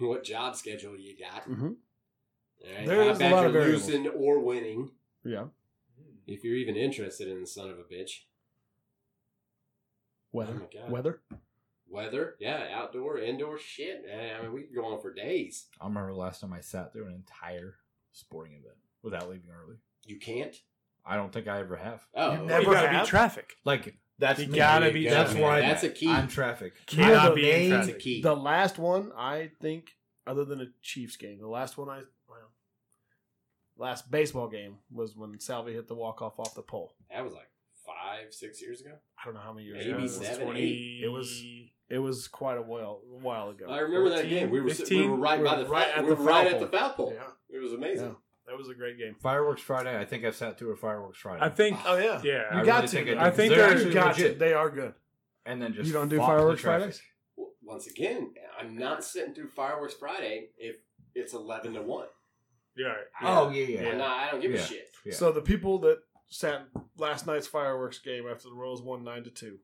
Speaker 2: What job schedule you got.
Speaker 6: Mhm.
Speaker 2: All right,
Speaker 6: There
Speaker 2: how
Speaker 6: is a
Speaker 2: bad
Speaker 6: lot of
Speaker 2: you're
Speaker 6: variables.
Speaker 2: losing or winning.
Speaker 6: Yeah.
Speaker 2: If you're even interested in the son of a bitch. Oh
Speaker 6: Weather.
Speaker 2: my God.
Speaker 6: Weather.
Speaker 2: Weather, yeah, outdoor, indoor, shit. man. I mean, we could go on for days.
Speaker 5: I remember the last time I sat through an entire sporting event without leaving early.
Speaker 2: You can't.
Speaker 5: I don't think I ever have.
Speaker 2: Oh,
Speaker 6: You
Speaker 3: Well,
Speaker 6: never
Speaker 3: you gotta
Speaker 6: have.
Speaker 3: beat traffic.
Speaker 5: Like that's
Speaker 3: You
Speaker 5: me.
Speaker 3: gotta be-
Speaker 5: That's
Speaker 3: yeah,
Speaker 5: where I'm.
Speaker 2: that's
Speaker 5: at.
Speaker 2: a key.
Speaker 5: I'm traffic.
Speaker 3: Cannot
Speaker 6: the
Speaker 3: be in
Speaker 6: main-
Speaker 2: That's a
Speaker 3: traffic.
Speaker 2: key.
Speaker 6: The last one, I think, other than a Chiefs game, the last one I, well, last baseball game was when Salvi hit the walk off off the pole.
Speaker 2: that was like five, six years ago.
Speaker 6: I don't know how many years
Speaker 2: Maybe
Speaker 3: Yeah,
Speaker 6: ago. It
Speaker 3: it
Speaker 6: was,
Speaker 3: was
Speaker 2: seven,
Speaker 3: 20
Speaker 6: eight. It was- it was quite a while, a while ago.
Speaker 2: I remember that
Speaker 3: 14,
Speaker 2: game. We were, sit- we
Speaker 3: 15,
Speaker 2: were right by the
Speaker 6: right
Speaker 2: foul-
Speaker 6: at
Speaker 2: we were
Speaker 6: the
Speaker 2: right
Speaker 6: foul
Speaker 2: at the
Speaker 6: pole.
Speaker 2: foul pole.
Speaker 6: Yeah,
Speaker 2: It was amazing.
Speaker 6: Yeah. that was a great game.
Speaker 5: Fireworks Friday. I think I've sat through a fireworks Friday.
Speaker 3: I think.
Speaker 6: Oh yeah,
Speaker 3: Yeah,
Speaker 6: You
Speaker 5: I
Speaker 6: got to.
Speaker 5: really think I
Speaker 6: I,
Speaker 3: think
Speaker 6: think
Speaker 5: did.
Speaker 3: they're
Speaker 6: they're
Speaker 5: actually
Speaker 6: got to.
Speaker 5: legit.
Speaker 6: They are good.
Speaker 5: and then just
Speaker 6: You don't do
Speaker 5: fought the
Speaker 6: fireworks
Speaker 5: traffic.
Speaker 6: Fridays?
Speaker 2: Well, Once again, I'm not sitting through fireworks Friday if it's eleven to one.
Speaker 3: Yeah,
Speaker 5: Oh yeah, yeah.
Speaker 2: I'm not, I don't give a
Speaker 5: Yeah.
Speaker 2: shit.
Speaker 5: Yeah.
Speaker 6: So the people that sat last night's fireworks game after the Royals won nine to two,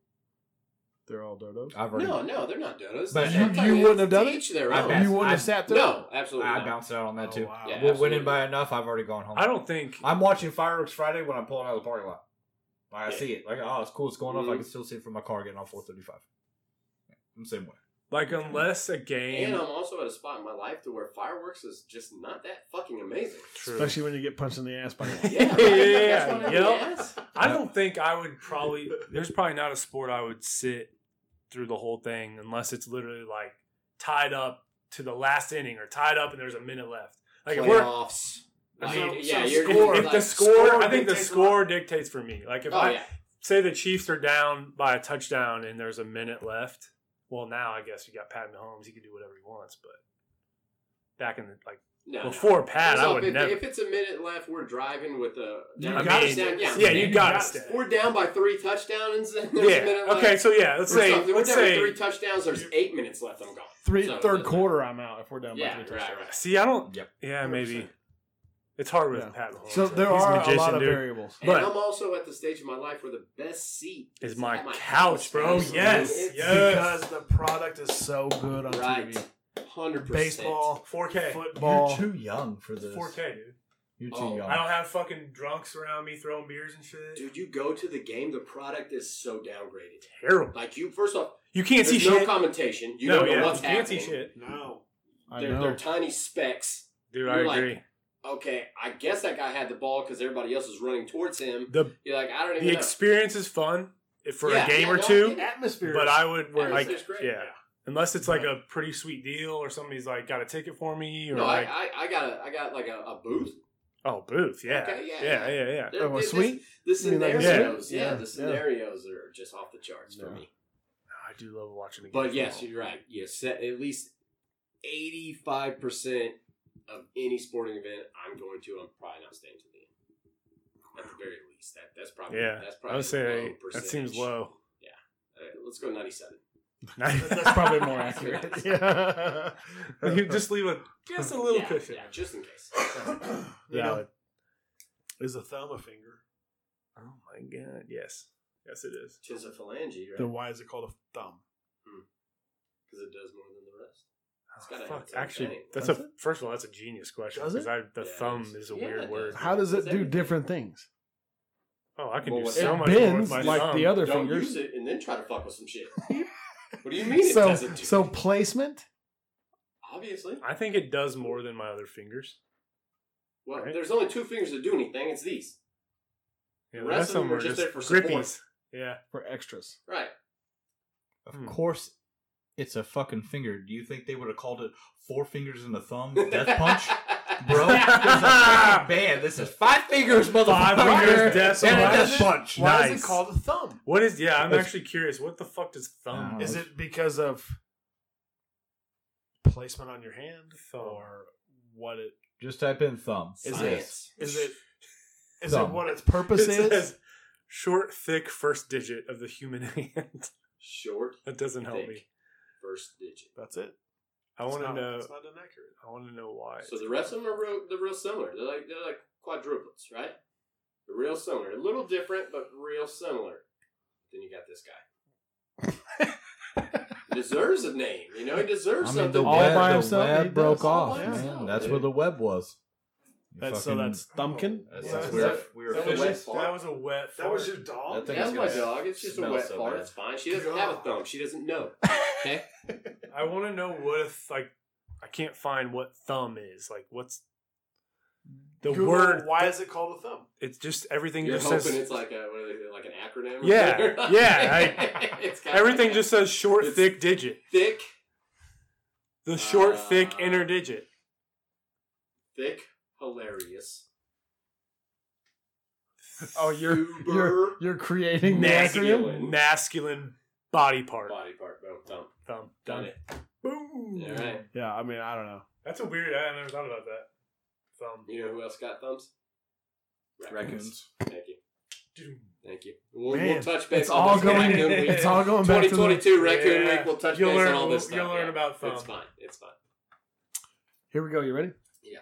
Speaker 6: they're all dodos.
Speaker 5: I've already.
Speaker 2: No, no, they're not dodos.
Speaker 5: But
Speaker 2: That's
Speaker 5: you-
Speaker 2: what I'm talking
Speaker 6: you
Speaker 2: about.
Speaker 6: wouldn't have done
Speaker 2: To
Speaker 6: it?
Speaker 2: Each their
Speaker 5: I
Speaker 2: own.
Speaker 5: bet.
Speaker 6: Oh, you wouldn't have
Speaker 5: I-
Speaker 6: sat through.
Speaker 2: No, absolutely.
Speaker 5: I
Speaker 2: not.
Speaker 5: bounced out on that too.
Speaker 6: Oh, wow.
Speaker 2: Yeah.
Speaker 5: We're
Speaker 2: absolutely.
Speaker 5: winning by enough. I've already gone home.
Speaker 3: I don't think.
Speaker 5: I'm watching fireworks Friday when I'm pulling out of the parking lot. Like I
Speaker 2: Yeah.
Speaker 5: see it. Like oh, it's cool. It's going off.
Speaker 2: Mhm.
Speaker 5: I can still see it from my car getting on 435. I'm the same way.
Speaker 3: Like unless a game,
Speaker 2: And I'm also at a spot in my life to where fireworks is just not that fucking amazing.
Speaker 3: True.
Speaker 6: Especially when you get punched in the ass by one.
Speaker 2: Yeah,
Speaker 3: Yeah,
Speaker 2: That's what I
Speaker 3: yep.
Speaker 2: mean, yes.
Speaker 3: I don't think I would probably. There's probably not a sport I would sit through the whole thing unless it's literally like tied up to the last inning or tied up and there's a minute left. Like if we're
Speaker 2: playoffs.
Speaker 3: I
Speaker 2: Like,
Speaker 3: mean,
Speaker 2: yeah,
Speaker 6: so
Speaker 2: you're
Speaker 6: score,
Speaker 2: you're
Speaker 3: if, if
Speaker 2: like-
Speaker 3: the score, I think the
Speaker 6: dictates a
Speaker 3: score dictates for me. Like if
Speaker 2: Oh
Speaker 3: I
Speaker 2: yeah,
Speaker 3: say the Chiefs are down by a touchdown and there's a minute left. Well, now I guess you got Pat Mahomes. He can do whatever he wants, but back in the like
Speaker 2: no, no.
Speaker 3: before Pat,
Speaker 2: First
Speaker 3: I
Speaker 2: off,
Speaker 3: would
Speaker 2: if,
Speaker 3: never.
Speaker 2: if it's a minute left, we're driving with a
Speaker 6: You
Speaker 2: down,
Speaker 3: gotta
Speaker 2: down, yeah,
Speaker 3: yeah, you
Speaker 6: you
Speaker 3: got to
Speaker 6: got-
Speaker 3: stay.
Speaker 2: We're down by three touchdowns. And there's a minute
Speaker 3: Yeah.
Speaker 2: left.
Speaker 3: Okay. So yeah, let's
Speaker 2: Or
Speaker 3: say
Speaker 2: something. we're
Speaker 3: let's
Speaker 2: down by
Speaker 3: say.
Speaker 2: three touchdowns. There's eight minutes left. I'm gone.
Speaker 6: Three
Speaker 2: So,
Speaker 6: third
Speaker 2: uh,
Speaker 6: quarter, I'm out if we're down
Speaker 2: Yeah,
Speaker 6: by
Speaker 2: right,
Speaker 6: three touchdowns.
Speaker 2: right.
Speaker 3: See, I don't.
Speaker 5: Yep.
Speaker 3: Yeah, maybe. It's hard with
Speaker 6: Yeah.
Speaker 3: Pat Mahomes.
Speaker 6: So there
Speaker 3: He's a
Speaker 6: are a
Speaker 3: magician,
Speaker 6: lot of
Speaker 3: dude.
Speaker 6: variables.
Speaker 2: And
Speaker 3: But-
Speaker 2: I'm also at the stage of my life where the best seat
Speaker 3: Is my
Speaker 2: at
Speaker 3: couch, bro.
Speaker 2: Absolutely.
Speaker 3: Yes.
Speaker 2: It's
Speaker 3: Yes.
Speaker 6: Because the product is so good on
Speaker 2: Right.
Speaker 6: TV.
Speaker 2: 100%.
Speaker 6: Baseball,
Speaker 3: 4K.
Speaker 6: football.
Speaker 5: You're too young for this.
Speaker 3: 4K, dude.
Speaker 5: You're too
Speaker 2: Oh,
Speaker 5: young.
Speaker 3: I don't have fucking drunks around me throwing beers and shit.
Speaker 2: Dude, you go to the game, the product is so downgraded.
Speaker 3: terrible.
Speaker 2: Like, you, first off,
Speaker 3: You can't see
Speaker 2: there's no
Speaker 3: shit.
Speaker 2: commentation. You
Speaker 3: no,
Speaker 2: don't know
Speaker 3: yeah,
Speaker 2: what's
Speaker 3: you can't see
Speaker 2: happening.
Speaker 3: shit.
Speaker 6: No. I
Speaker 2: They're,
Speaker 6: know.
Speaker 2: they're tiny specks.
Speaker 3: Dude,
Speaker 2: You're
Speaker 3: I
Speaker 2: like-
Speaker 3: agree.
Speaker 2: Okay, I guess that guy had the ball because everybody else was running towards him.
Speaker 3: the
Speaker 2: You're like, I don't even
Speaker 3: the
Speaker 2: know.
Speaker 3: experience is fun if for
Speaker 2: Yeah,
Speaker 3: a game
Speaker 2: yeah,
Speaker 3: or
Speaker 2: no,
Speaker 3: two,
Speaker 6: Atmosphere.
Speaker 3: but I would
Speaker 2: Yeah,
Speaker 3: like
Speaker 2: it's great.
Speaker 3: yeah. Unless it's like a pretty sweet deal or somebody's like got a ticket for me or
Speaker 2: no, I,
Speaker 3: like
Speaker 2: I, I got a, I got like a, a booth.
Speaker 3: oh booth yeah.
Speaker 2: Okay, yeah,
Speaker 3: yeah yeah yeah
Speaker 2: They're-
Speaker 6: oh,
Speaker 2: they-
Speaker 6: was sweet.
Speaker 2: The
Speaker 6: You mean like-
Speaker 2: scenarios,
Speaker 6: Yeah,
Speaker 2: yeah,
Speaker 6: yeah, yeah.
Speaker 2: the scenarios are just off the charts for
Speaker 5: Yeah.
Speaker 2: me.
Speaker 3: I do love watching. A game
Speaker 2: But
Speaker 3: of
Speaker 2: yes,
Speaker 3: football.
Speaker 2: you're right. Yes, at at least eighty-five percent of any sporting event I'm going to, I'm probably not staying to the end. At the very least, that that's probably
Speaker 3: Yeah,
Speaker 2: That's probably
Speaker 3: I would
Speaker 2: a
Speaker 3: say
Speaker 2: low
Speaker 3: that seems
Speaker 2: percentage.
Speaker 3: low.
Speaker 2: Uh, let's go ninety-seven.
Speaker 6: That's probably more accurate. yeah.
Speaker 3: you just leave a just a little
Speaker 2: yeah,
Speaker 3: cushion.
Speaker 2: yeah, just in case.
Speaker 6: You
Speaker 3: Yeah.
Speaker 6: know, is a thumb a finger?
Speaker 3: Oh my god! Yes, yes, it is.
Speaker 2: Just a phalange, right?
Speaker 6: Then why is it called a thumb?
Speaker 2: Because it does more than the rest. It's
Speaker 3: Oh,
Speaker 2: gotta have
Speaker 3: fuck,
Speaker 2: its own
Speaker 3: actually,
Speaker 2: thing.
Speaker 3: that's
Speaker 6: Does
Speaker 3: a
Speaker 6: it?
Speaker 3: first of all, that's a genius question
Speaker 6: Does it?
Speaker 3: because I the
Speaker 2: Yeah, it
Speaker 3: thumb
Speaker 2: is.
Speaker 3: is a
Speaker 2: Yeah,
Speaker 3: weird
Speaker 2: it
Speaker 3: word.
Speaker 2: does.
Speaker 6: How does it
Speaker 2: It's
Speaker 6: do
Speaker 2: everything.
Speaker 6: different things?
Speaker 3: Oh, I can
Speaker 2: Well,
Speaker 3: do
Speaker 2: what-
Speaker 3: so
Speaker 2: It
Speaker 3: much more with
Speaker 6: Bends
Speaker 3: my
Speaker 6: like
Speaker 3: thumb.
Speaker 6: the other
Speaker 2: Don't
Speaker 6: fingers.
Speaker 2: use it and then try to fuck with some shit. what do you mean? it
Speaker 6: So,
Speaker 2: doesn't do
Speaker 6: so
Speaker 2: it?
Speaker 6: placement.
Speaker 2: obviously,
Speaker 3: I think it does more than my other fingers.
Speaker 2: well,
Speaker 3: Right.
Speaker 2: there's only two fingers that do anything. It's these,
Speaker 3: Yeah,
Speaker 2: The rest of them are just there for support.
Speaker 3: grippies. Yeah,
Speaker 6: For extras.
Speaker 2: right?
Speaker 5: Of
Speaker 3: Hmm.
Speaker 5: course, it's a fucking finger. Do you think they would have called it four fingers and a thumb? Death punch, bro. There's a fucking band. This is five fingers, motherfucker.
Speaker 3: fingers, death
Speaker 5: and a
Speaker 3: punch.
Speaker 5: death punch.
Speaker 6: Why is
Speaker 3: Nice.
Speaker 6: it called a thumb?
Speaker 3: What is? Yeah, I'm
Speaker 5: That's-
Speaker 3: actually curious. What the fuck does thumb?
Speaker 5: Uh,
Speaker 6: Is it because of placement on your hand,
Speaker 3: Thumb.
Speaker 6: or what it
Speaker 5: Just type in thumb.
Speaker 6: Is
Speaker 2: Science.
Speaker 6: is it? Is
Speaker 5: Thumb.
Speaker 6: it what its purpose
Speaker 3: It
Speaker 6: is?
Speaker 3: says short, thick first digit of the human hand.
Speaker 2: Short,
Speaker 3: that doesn't help
Speaker 2: thick,
Speaker 3: me.
Speaker 2: first digit.
Speaker 6: That's it.
Speaker 3: I want to know.
Speaker 6: It's not inaccurate.
Speaker 3: I want to know why.
Speaker 2: So the rest of them are real, they're real similar. They're like they're like quadruplets, right? They're real similar. A little different, but real similar. Then you got this guy. deserves a name, you know. He deserves
Speaker 5: I mean, the
Speaker 2: something.
Speaker 6: All
Speaker 5: web,
Speaker 6: by
Speaker 5: the
Speaker 6: himself, he
Speaker 5: web
Speaker 6: does.
Speaker 5: broke
Speaker 2: All
Speaker 5: off,
Speaker 2: by
Speaker 5: man.
Speaker 2: himself,
Speaker 5: That's
Speaker 2: dude.
Speaker 5: where the web was. You
Speaker 6: That's, so
Speaker 5: fucking-
Speaker 6: Oh, that's thumbkin.
Speaker 5: That's,
Speaker 3: Yeah,
Speaker 5: that's
Speaker 3: that's-
Speaker 5: where
Speaker 3: that-
Speaker 5: we were.
Speaker 3: that was,
Speaker 2: wet
Speaker 3: just-
Speaker 2: fart.
Speaker 3: that was a wet. Fart.
Speaker 6: dog.
Speaker 5: That thing
Speaker 2: That's
Speaker 5: is
Speaker 2: my
Speaker 5: gonna
Speaker 2: dog. It's just a
Speaker 5: smell
Speaker 2: wet
Speaker 5: so
Speaker 2: fart.
Speaker 5: bad.
Speaker 2: It's fine. She doesn't have a
Speaker 6: God.
Speaker 2: thumb. She doesn't know. Okay.
Speaker 3: I want to know what if like I can't find what thumb is. Like what's the word?
Speaker 6: Why is it called a thumb?
Speaker 3: It's just everything
Speaker 2: You're
Speaker 3: just
Speaker 2: hoping
Speaker 3: says
Speaker 2: it's like a what is it, like an acronym. or
Speaker 3: Yeah,
Speaker 2: whatever.
Speaker 3: yeah,
Speaker 2: it's got
Speaker 3: everything
Speaker 2: like a
Speaker 3: just says short,
Speaker 2: It's-
Speaker 3: thick digit.
Speaker 2: thick,
Speaker 3: The short, thick
Speaker 2: Uh,
Speaker 3: inner digit.
Speaker 2: thick, hilarious.
Speaker 6: Oh, you're
Speaker 2: Uber
Speaker 6: you're you're creating the acronym.
Speaker 2: masculine.
Speaker 3: Masculine body part.
Speaker 2: body part. Boom, thumb.
Speaker 3: Thumb.
Speaker 2: Done it.
Speaker 3: Boom.
Speaker 2: All right.
Speaker 6: Yeah, I mean, I don't know.
Speaker 3: That's a weird. I never thought about that. Thumb.
Speaker 2: You know who else got thumbs?
Speaker 5: Raccoons.
Speaker 2: Thank you. Thank you. We'll,
Speaker 6: Man,
Speaker 2: we'll touch base
Speaker 6: it's
Speaker 2: on
Speaker 6: all
Speaker 2: this
Speaker 6: going-
Speaker 2: raccoon week.
Speaker 6: It's all going back to the,
Speaker 2: 2022 raccoon
Speaker 3: Yeah.
Speaker 2: week. We'll touch
Speaker 3: You'll
Speaker 2: base
Speaker 3: learn-
Speaker 2: on all this stuff.
Speaker 3: you'll learn
Speaker 2: yeah.
Speaker 3: about
Speaker 2: It's
Speaker 3: thumb.
Speaker 2: fine. It's fine.
Speaker 6: Here we go. You ready?
Speaker 2: Yeah.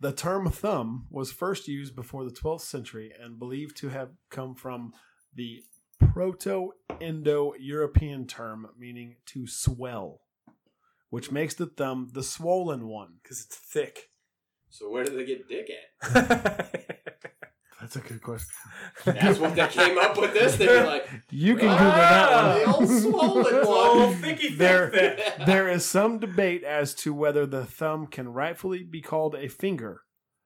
Speaker 6: The term thumb was first used before the 12th century and believed to have come from the Proto Indo European term meaning to swell, which makes the thumb the swollen one.
Speaker 3: Because it's thick.
Speaker 2: So where did they get dick at?
Speaker 6: That's a good question.
Speaker 2: That's what they came up with this. They were like,
Speaker 6: You can
Speaker 2: ah,
Speaker 6: Google
Speaker 2: the
Speaker 6: that
Speaker 2: old
Speaker 6: one.
Speaker 2: swollen
Speaker 3: oh,
Speaker 2: one.
Speaker 3: thicky thick.
Speaker 6: There-
Speaker 3: thick.
Speaker 6: there is some debate as to whether the thumb can rightfully be called a finger,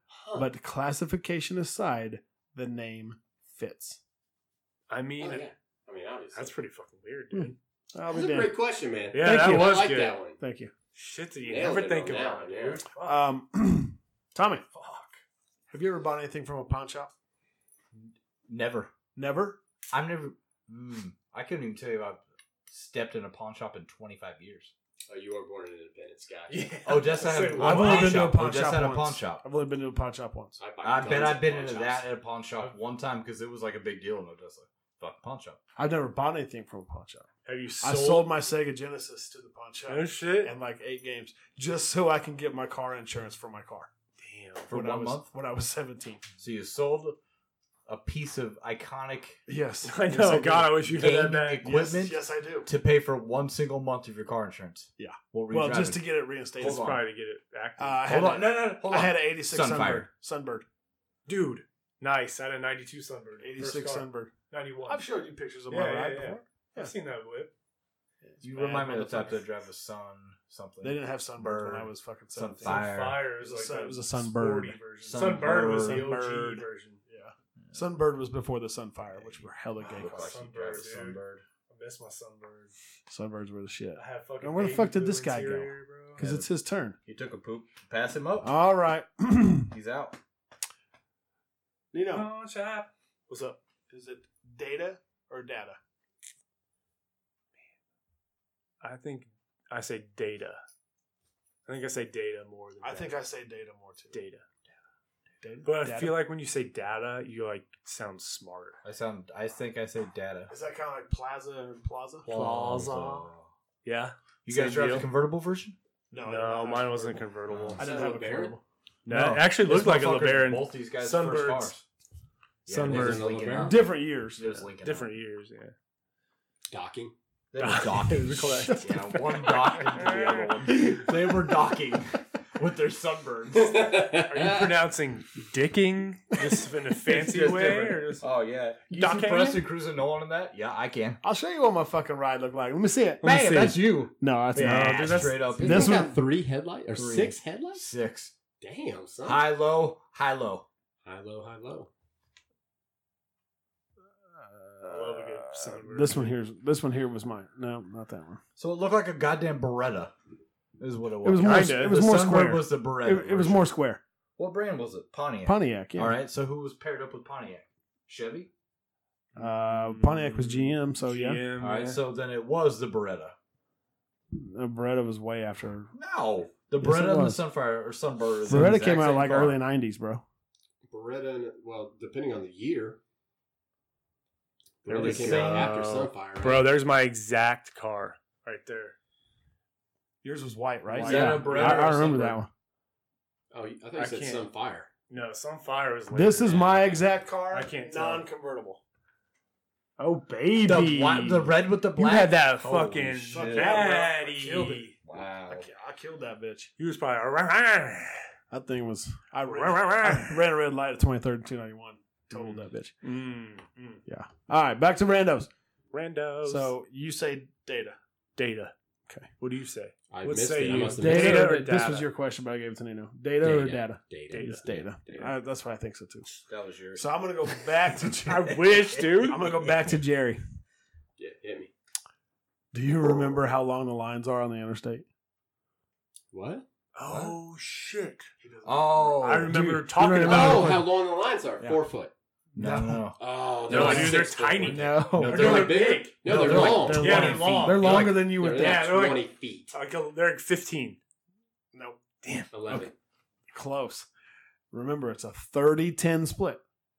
Speaker 2: Huh.
Speaker 6: but classification aside, the name fits.
Speaker 3: I
Speaker 2: Oh,
Speaker 3: mean,
Speaker 2: yeah. I mean, obviously.
Speaker 3: that's pretty fucking weird, dude.
Speaker 6: I'll
Speaker 2: That's
Speaker 6: be
Speaker 2: a
Speaker 6: damned.
Speaker 2: great question, man.
Speaker 3: Yeah,
Speaker 6: Mm-hmm. Thank
Speaker 3: that
Speaker 6: you.
Speaker 2: I
Speaker 3: was
Speaker 2: like
Speaker 3: good.
Speaker 2: that one.
Speaker 6: Thank you.
Speaker 3: Shit that you
Speaker 2: Nailed
Speaker 3: never
Speaker 2: it
Speaker 3: think
Speaker 2: on that
Speaker 3: about,
Speaker 2: one,
Speaker 3: dude.
Speaker 6: Um, Tommy, have you ever bought anything from a pawn shop?
Speaker 5: Never.
Speaker 6: Never.
Speaker 5: I've never. Mm, I couldn't even tell you I've stepped in a pawn shop in 25 years.
Speaker 2: Oh, you are born an independent guy.
Speaker 5: Oh, just I
Speaker 3: Say
Speaker 5: have
Speaker 3: what?
Speaker 5: I've
Speaker 6: I've
Speaker 5: only
Speaker 6: only
Speaker 5: pawn
Speaker 6: been to a
Speaker 5: shop.
Speaker 6: pawn
Speaker 5: We just
Speaker 6: shop
Speaker 5: had a
Speaker 6: once.
Speaker 5: pawn shop.
Speaker 6: I've only been to a pawn shop once.
Speaker 2: I, buy
Speaker 5: I bet
Speaker 2: guns
Speaker 5: I've
Speaker 2: at
Speaker 5: been
Speaker 2: pawn
Speaker 5: into
Speaker 2: shops.
Speaker 5: that at a pawn shop one time because it was like a big deal, and I was just like, "Fuck pawn shop."
Speaker 6: I've never bought anything from a pawn shop.
Speaker 3: Have you sold?
Speaker 6: I sold Oh, my Sega Genesis to the pawn shop
Speaker 3: no shit.
Speaker 6: and like eight games just so I can get my car insurance for my car.
Speaker 3: Damn.
Speaker 6: him
Speaker 5: For
Speaker 6: when I
Speaker 5: one
Speaker 6: was
Speaker 5: month?
Speaker 6: when I was seventeen.
Speaker 5: So you sold a piece of iconic
Speaker 6: Yes,
Speaker 3: I
Speaker 6: Yes,
Speaker 3: know.
Speaker 6: did.
Speaker 3: God, I wish you had
Speaker 5: game
Speaker 3: that back.
Speaker 5: equipment
Speaker 6: Yes, yes, I do.
Speaker 5: to pay for one single month of your car insurance.
Speaker 6: Yeah.
Speaker 5: What were you
Speaker 6: Well,
Speaker 5: driving?
Speaker 6: just to get it reinstated.
Speaker 5: Hold
Speaker 3: It's
Speaker 5: on.
Speaker 3: probably to get it active.
Speaker 6: Uh, I had
Speaker 5: hold on.
Speaker 6: a-
Speaker 5: No, no, no, hold
Speaker 6: I
Speaker 5: on.
Speaker 6: had an '86 Sunbird.
Speaker 5: Sunfire.
Speaker 6: Sunbird.
Speaker 3: Dude, nice. I had a 92 Sunbird. First
Speaker 6: '86
Speaker 3: car.
Speaker 6: Sunbird.
Speaker 3: 91.
Speaker 6: I've showed you pictures of
Speaker 3: Yeah,
Speaker 6: my
Speaker 3: yeah,
Speaker 6: ride
Speaker 3: yeah.
Speaker 6: before.
Speaker 3: I've seen that whip.
Speaker 6: It's
Speaker 5: you
Speaker 6: bad,
Speaker 5: remind me of the type
Speaker 6: motherfucker.
Speaker 5: that drive a sun something.
Speaker 6: They didn't have Sunbird
Speaker 5: Bird.
Speaker 6: when I was fucking
Speaker 5: Sunfire.
Speaker 6: seventeen.
Speaker 5: Fire.
Speaker 3: Sunfire
Speaker 6: It was
Speaker 3: is
Speaker 6: a-
Speaker 3: like
Speaker 6: it was a
Speaker 3: sporty
Speaker 6: Sunbird.
Speaker 3: version.
Speaker 5: Sunbird.
Speaker 3: Sunbird, was the OG
Speaker 6: Sunbird.
Speaker 3: version.
Speaker 6: Yeah. Sunbird was before the Sunfire, which were hella
Speaker 5: I
Speaker 6: gay
Speaker 5: look like
Speaker 6: cars.
Speaker 5: you
Speaker 3: Sunbird,
Speaker 5: drive a
Speaker 3: dude.
Speaker 5: Sunbird.
Speaker 3: I miss my Sunbird.
Speaker 6: Sunbirds were the shit.
Speaker 3: I have fucking.
Speaker 6: And where the
Speaker 3: baby
Speaker 6: fuck did
Speaker 3: blue
Speaker 6: this guy go?
Speaker 3: interior, bro.
Speaker 6: Because it's his turn.
Speaker 5: He took a poop. Pass him up.
Speaker 6: All right.
Speaker 5: He's out.
Speaker 6: Nino.
Speaker 3: Punch Oh, up.
Speaker 6: Oh, What's up? Is it data or data?
Speaker 3: I think I say data. I think I say data more than.
Speaker 6: I
Speaker 3: data.
Speaker 6: think I say data more too.
Speaker 3: data.
Speaker 6: Data.
Speaker 3: But I feel like when you say data, you like sound smarter.
Speaker 5: I sound. I think I say data.
Speaker 6: Is that kind of like Plaza or Plaza?
Speaker 3: Plaza. Yeah.
Speaker 5: You
Speaker 3: Same
Speaker 5: guys drive the
Speaker 3: deal.
Speaker 5: convertible version?
Speaker 6: No,
Speaker 3: no,
Speaker 6: I-
Speaker 3: mine wasn't convertible.
Speaker 6: I didn't
Speaker 2: Is that
Speaker 6: have a
Speaker 2: LeBaron?
Speaker 6: convertible.
Speaker 3: No, it actually looked
Speaker 5: This
Speaker 3: like a
Speaker 5: motherfucker's
Speaker 3: LeBaron.
Speaker 5: Both these guys'
Speaker 3: Sunbirds.
Speaker 5: first cars.
Speaker 3: Sunbirds.
Speaker 5: they're just linking up.
Speaker 6: Different years.
Speaker 5: They're just linking up.
Speaker 3: Different years, yeah.
Speaker 2: Docking.
Speaker 5: They were docking.
Speaker 3: Correct.
Speaker 5: yeah, one docking to the other one. They were docking with their sunburns.
Speaker 3: Are you pronouncing dicking just in a fancy
Speaker 5: It's just
Speaker 3: way?
Speaker 5: different.
Speaker 3: Or just,
Speaker 5: Oh yeah, you
Speaker 3: Docking?
Speaker 5: see Preston Cruz and Nolan in that? Yeah, I can.
Speaker 6: I'll show you what my fucking ride looked like. Let me see it.
Speaker 3: Let me
Speaker 5: Man,
Speaker 3: see.
Speaker 5: that's you.
Speaker 6: No, that's
Speaker 3: Yeah.
Speaker 6: not.
Speaker 3: dude, that's-
Speaker 5: straight up.
Speaker 6: This
Speaker 2: This
Speaker 6: one-
Speaker 2: got three headlights or
Speaker 5: Three.
Speaker 2: six headlights.
Speaker 5: Six.
Speaker 2: Damn, son.
Speaker 5: High low, high low.
Speaker 2: high, low, high, low.
Speaker 3: I love a good sunburn.
Speaker 6: Uh, This one here. This one here was mine. No, not that one.
Speaker 5: So it looked like a goddamn Beretta. Is what it was.
Speaker 6: It was more.
Speaker 3: Kinda.
Speaker 6: It was
Speaker 5: the
Speaker 6: more
Speaker 5: Sunbird
Speaker 6: square.
Speaker 5: Was the Beretta?
Speaker 6: It, it was
Speaker 5: version.
Speaker 6: more square.
Speaker 5: What brand was it? Pontiac.
Speaker 6: Pontiac. Yeah.
Speaker 5: All right. So who was paired up with Pontiac? Chevy.
Speaker 6: Uh, Pontiac was GM, so yeah.
Speaker 3: GM,
Speaker 5: All right.
Speaker 3: yeah.
Speaker 5: So then it was the Beretta.
Speaker 6: Uh, Beretta was way after.
Speaker 5: No, the
Speaker 6: Yes,
Speaker 5: Beretta
Speaker 6: it
Speaker 5: and the
Speaker 6: was.
Speaker 5: Sunfire or Sunbird. is the
Speaker 6: Beretta
Speaker 5: exact
Speaker 6: came out
Speaker 5: same
Speaker 6: like
Speaker 5: car.
Speaker 6: early '90s, bro.
Speaker 2: Beretta, and, well, depending on the year.
Speaker 3: There
Speaker 2: Beretta
Speaker 5: we
Speaker 2: came
Speaker 5: go.
Speaker 2: out after Sunfire. right?
Speaker 3: Bro, there's my exact car right there.
Speaker 6: Yours was white,
Speaker 5: right?
Speaker 6: Yeah,
Speaker 5: Is that a Beretta
Speaker 6: I, I
Speaker 5: or
Speaker 6: remember
Speaker 5: Sunbird?
Speaker 6: that one.
Speaker 2: Oh, I thought you
Speaker 3: I
Speaker 2: said
Speaker 3: can't.
Speaker 2: Sunfire.
Speaker 3: No, Sunfire was later.
Speaker 6: This is my exact car.
Speaker 3: I can't tell.
Speaker 6: non-convertible. Oh baby,
Speaker 5: The, whi- the red with the
Speaker 3: You
Speaker 5: black.
Speaker 3: had that
Speaker 5: Holy
Speaker 3: fucking
Speaker 5: shit.
Speaker 3: daddy.
Speaker 6: Yeah, bro. I killed it.
Speaker 5: Wow.
Speaker 6: I, ki- I killed that bitch.
Speaker 3: He was probably.
Speaker 6: That thing was. I
Speaker 3: Rah, rah, rah.
Speaker 6: ran, I ran a red light at twenty third and two ninety one. Totaled that bitch.
Speaker 3: Mm, mm.
Speaker 6: All right, back to randos.
Speaker 3: Randos.
Speaker 6: So you say data.
Speaker 3: data.
Speaker 6: Okay.
Speaker 3: What do you say?
Speaker 2: I
Speaker 3: What
Speaker 2: missed
Speaker 3: say
Speaker 2: it. I
Speaker 3: you?
Speaker 2: must have
Speaker 3: Data
Speaker 2: missed it.
Speaker 3: or
Speaker 6: This
Speaker 3: data?
Speaker 6: was your question, but I gave it to Nino. Data, or data?
Speaker 2: Data.
Speaker 3: Data.
Speaker 6: It's data.
Speaker 2: Data.
Speaker 6: I, that's what I think so too.
Speaker 5: That was yours.
Speaker 6: So I'm gonna go back to
Speaker 3: I
Speaker 6: Jerry.
Speaker 3: wish, dude.
Speaker 6: I'm gonna go back to Jerry.
Speaker 2: Yeah, hit me.
Speaker 6: Do you remember how long the lines are on the interstate?
Speaker 2: What?
Speaker 3: Oh shit!
Speaker 5: Oh,
Speaker 3: I remember
Speaker 6: dude,
Speaker 3: talking
Speaker 6: you remember-
Speaker 3: about.
Speaker 2: Oh,
Speaker 6: one.
Speaker 2: how long the lines are?
Speaker 6: Yeah.
Speaker 2: Four foot.
Speaker 5: no, no,
Speaker 2: Oh,
Speaker 3: No,
Speaker 2: like
Speaker 3: dude, they're
Speaker 2: six foot
Speaker 3: tiny.
Speaker 2: ones.
Speaker 6: No,
Speaker 5: No,
Speaker 6: they're,
Speaker 2: They're,
Speaker 3: They're
Speaker 2: like big. No,
Speaker 5: No,
Speaker 2: they're,
Speaker 5: they're like-
Speaker 2: long.
Speaker 6: they're
Speaker 2: They're,
Speaker 3: Yeah,
Speaker 6: long.
Speaker 3: they're long.
Speaker 6: they're
Speaker 5: They're like-
Speaker 6: longer than you would
Speaker 2: like
Speaker 6: think.
Speaker 3: Yeah, they're like-
Speaker 2: twenty feet.
Speaker 3: Like, uh, they're like fifteen.
Speaker 6: No,
Speaker 2: Eleven.
Speaker 6: close. Remember, it's a 30-10 split.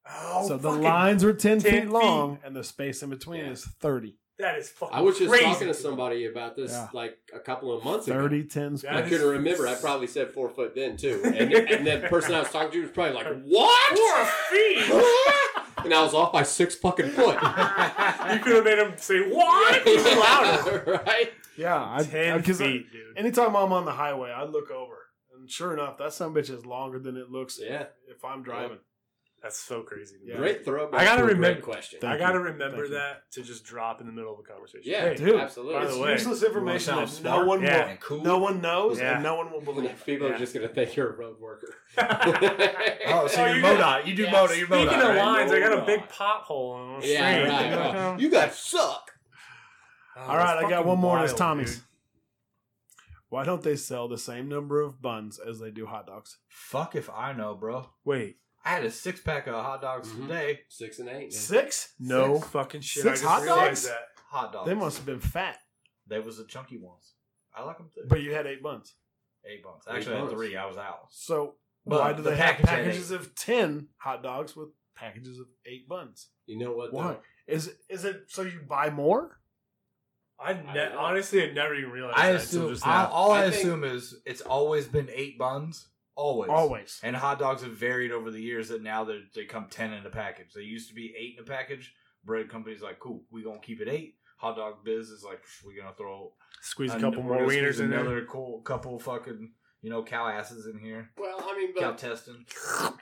Speaker 3: Oh,
Speaker 6: so the
Speaker 3: fucking-
Speaker 6: lines are 10,
Speaker 3: 10
Speaker 6: feet long,
Speaker 3: feet.
Speaker 6: and the space in between
Speaker 2: Yeah.
Speaker 6: is 30.
Speaker 3: That is fucking.
Speaker 2: I was just
Speaker 3: crazy.
Speaker 2: talking to somebody about this
Speaker 6: Yeah.
Speaker 2: like a couple of months ago.
Speaker 6: 30, 10 split.
Speaker 2: I
Speaker 3: That
Speaker 2: couldn't
Speaker 3: is-
Speaker 2: remember. I probably said four foot then too, and, and the person I was talking to was probably like, "What?"
Speaker 3: Four feet.
Speaker 2: and I was off by six fucking foot.
Speaker 3: you could have made him say what? Even louder.
Speaker 2: right?
Speaker 6: Yeah, I,
Speaker 3: Ten
Speaker 6: I, 'cause I-
Speaker 3: feet, dude.
Speaker 6: anytime I'm on the highway, I look over, and sure enough, that some bitch is longer than it looks
Speaker 2: Yeah.
Speaker 6: if I'm driving.
Speaker 3: That's so crazy. to me.
Speaker 6: Yeah.
Speaker 2: Great throwback.
Speaker 3: I gotta
Speaker 2: to a
Speaker 3: remember-
Speaker 2: Great question.
Speaker 6: Thank
Speaker 3: I gotta
Speaker 6: you.
Speaker 3: remember
Speaker 6: Thank you.
Speaker 3: that to just drop in the middle of a conversation.
Speaker 2: Yeah,
Speaker 3: Hey,
Speaker 6: dude,
Speaker 2: absolutely.
Speaker 3: by the
Speaker 6: It's
Speaker 3: way-
Speaker 6: useless
Speaker 5: You wanna
Speaker 6: information
Speaker 5: sound
Speaker 6: that no
Speaker 5: smart
Speaker 6: one
Speaker 3: Yeah.
Speaker 6: will,
Speaker 5: and cool.
Speaker 6: no one knows,
Speaker 3: Yeah.
Speaker 6: and no one will believe.
Speaker 2: People
Speaker 3: Yeah.
Speaker 2: are just gonna think you're a road worker.
Speaker 5: Oh, so
Speaker 3: Oh,
Speaker 5: you're
Speaker 3: you
Speaker 5: Modot.
Speaker 3: got-
Speaker 5: you do
Speaker 3: Yeah,
Speaker 5: Modot. You're Modot.
Speaker 3: Speaking of
Speaker 5: right?
Speaker 3: lines, I got a
Speaker 5: Modot.
Speaker 3: big pothole on the street.
Speaker 2: yeah, right. Oh, you guys suck.
Speaker 6: All right, I got one more. and
Speaker 3: as
Speaker 6: It's Tommy's. Why don't they sell the same number of buns as they do hot dogs?
Speaker 5: Fuck if I know, bro.
Speaker 3: Wait,
Speaker 5: I had a six pack of hot dogs
Speaker 2: Mhm.
Speaker 5: today.
Speaker 2: Six and eight. man.
Speaker 6: Six?
Speaker 3: no
Speaker 5: Six.
Speaker 3: fucking shit. I just
Speaker 6: Six hot
Speaker 3: realized
Speaker 6: dogs?
Speaker 3: that.
Speaker 5: Hot dogs.
Speaker 6: They must have been fat,
Speaker 5: They was the chunky ones. I like them too.
Speaker 6: but you had eight buns.
Speaker 5: Eight buns.
Speaker 2: Eight
Speaker 5: Actually, I had
Speaker 2: buns.
Speaker 5: three. I was out.
Speaker 6: So
Speaker 5: Well,
Speaker 6: why do
Speaker 5: the
Speaker 6: they have
Speaker 5: package had
Speaker 6: packages of ten hot dogs with packages of eight buns?
Speaker 2: You know what?
Speaker 6: Why
Speaker 2: though?
Speaker 6: is is it so you buy more?
Speaker 3: I,
Speaker 2: I
Speaker 3: ne-
Speaker 2: don't know.
Speaker 3: honestly had never even realized
Speaker 5: I
Speaker 3: that until
Speaker 5: assume.
Speaker 3: just
Speaker 5: I,
Speaker 3: now.
Speaker 5: all I,
Speaker 2: I think-
Speaker 5: assume is it's always been eight buns. Always.
Speaker 6: Always.
Speaker 5: And hot dogs have varied over the years that now they they come 10 in a package. They used to be 8 in a package. Bread company's like, cool, we going to keep it 8. Hot dog biz is like, we're going to throw
Speaker 3: Squeeze a
Speaker 5: an-
Speaker 3: couple
Speaker 5: we're
Speaker 3: more
Speaker 5: gonna squeeze
Speaker 3: wieners in
Speaker 5: another
Speaker 3: there.
Speaker 5: cool couple fucking, you know, cow asses in here.
Speaker 2: Well, I mean,
Speaker 5: Cow
Speaker 2: but
Speaker 5: testing.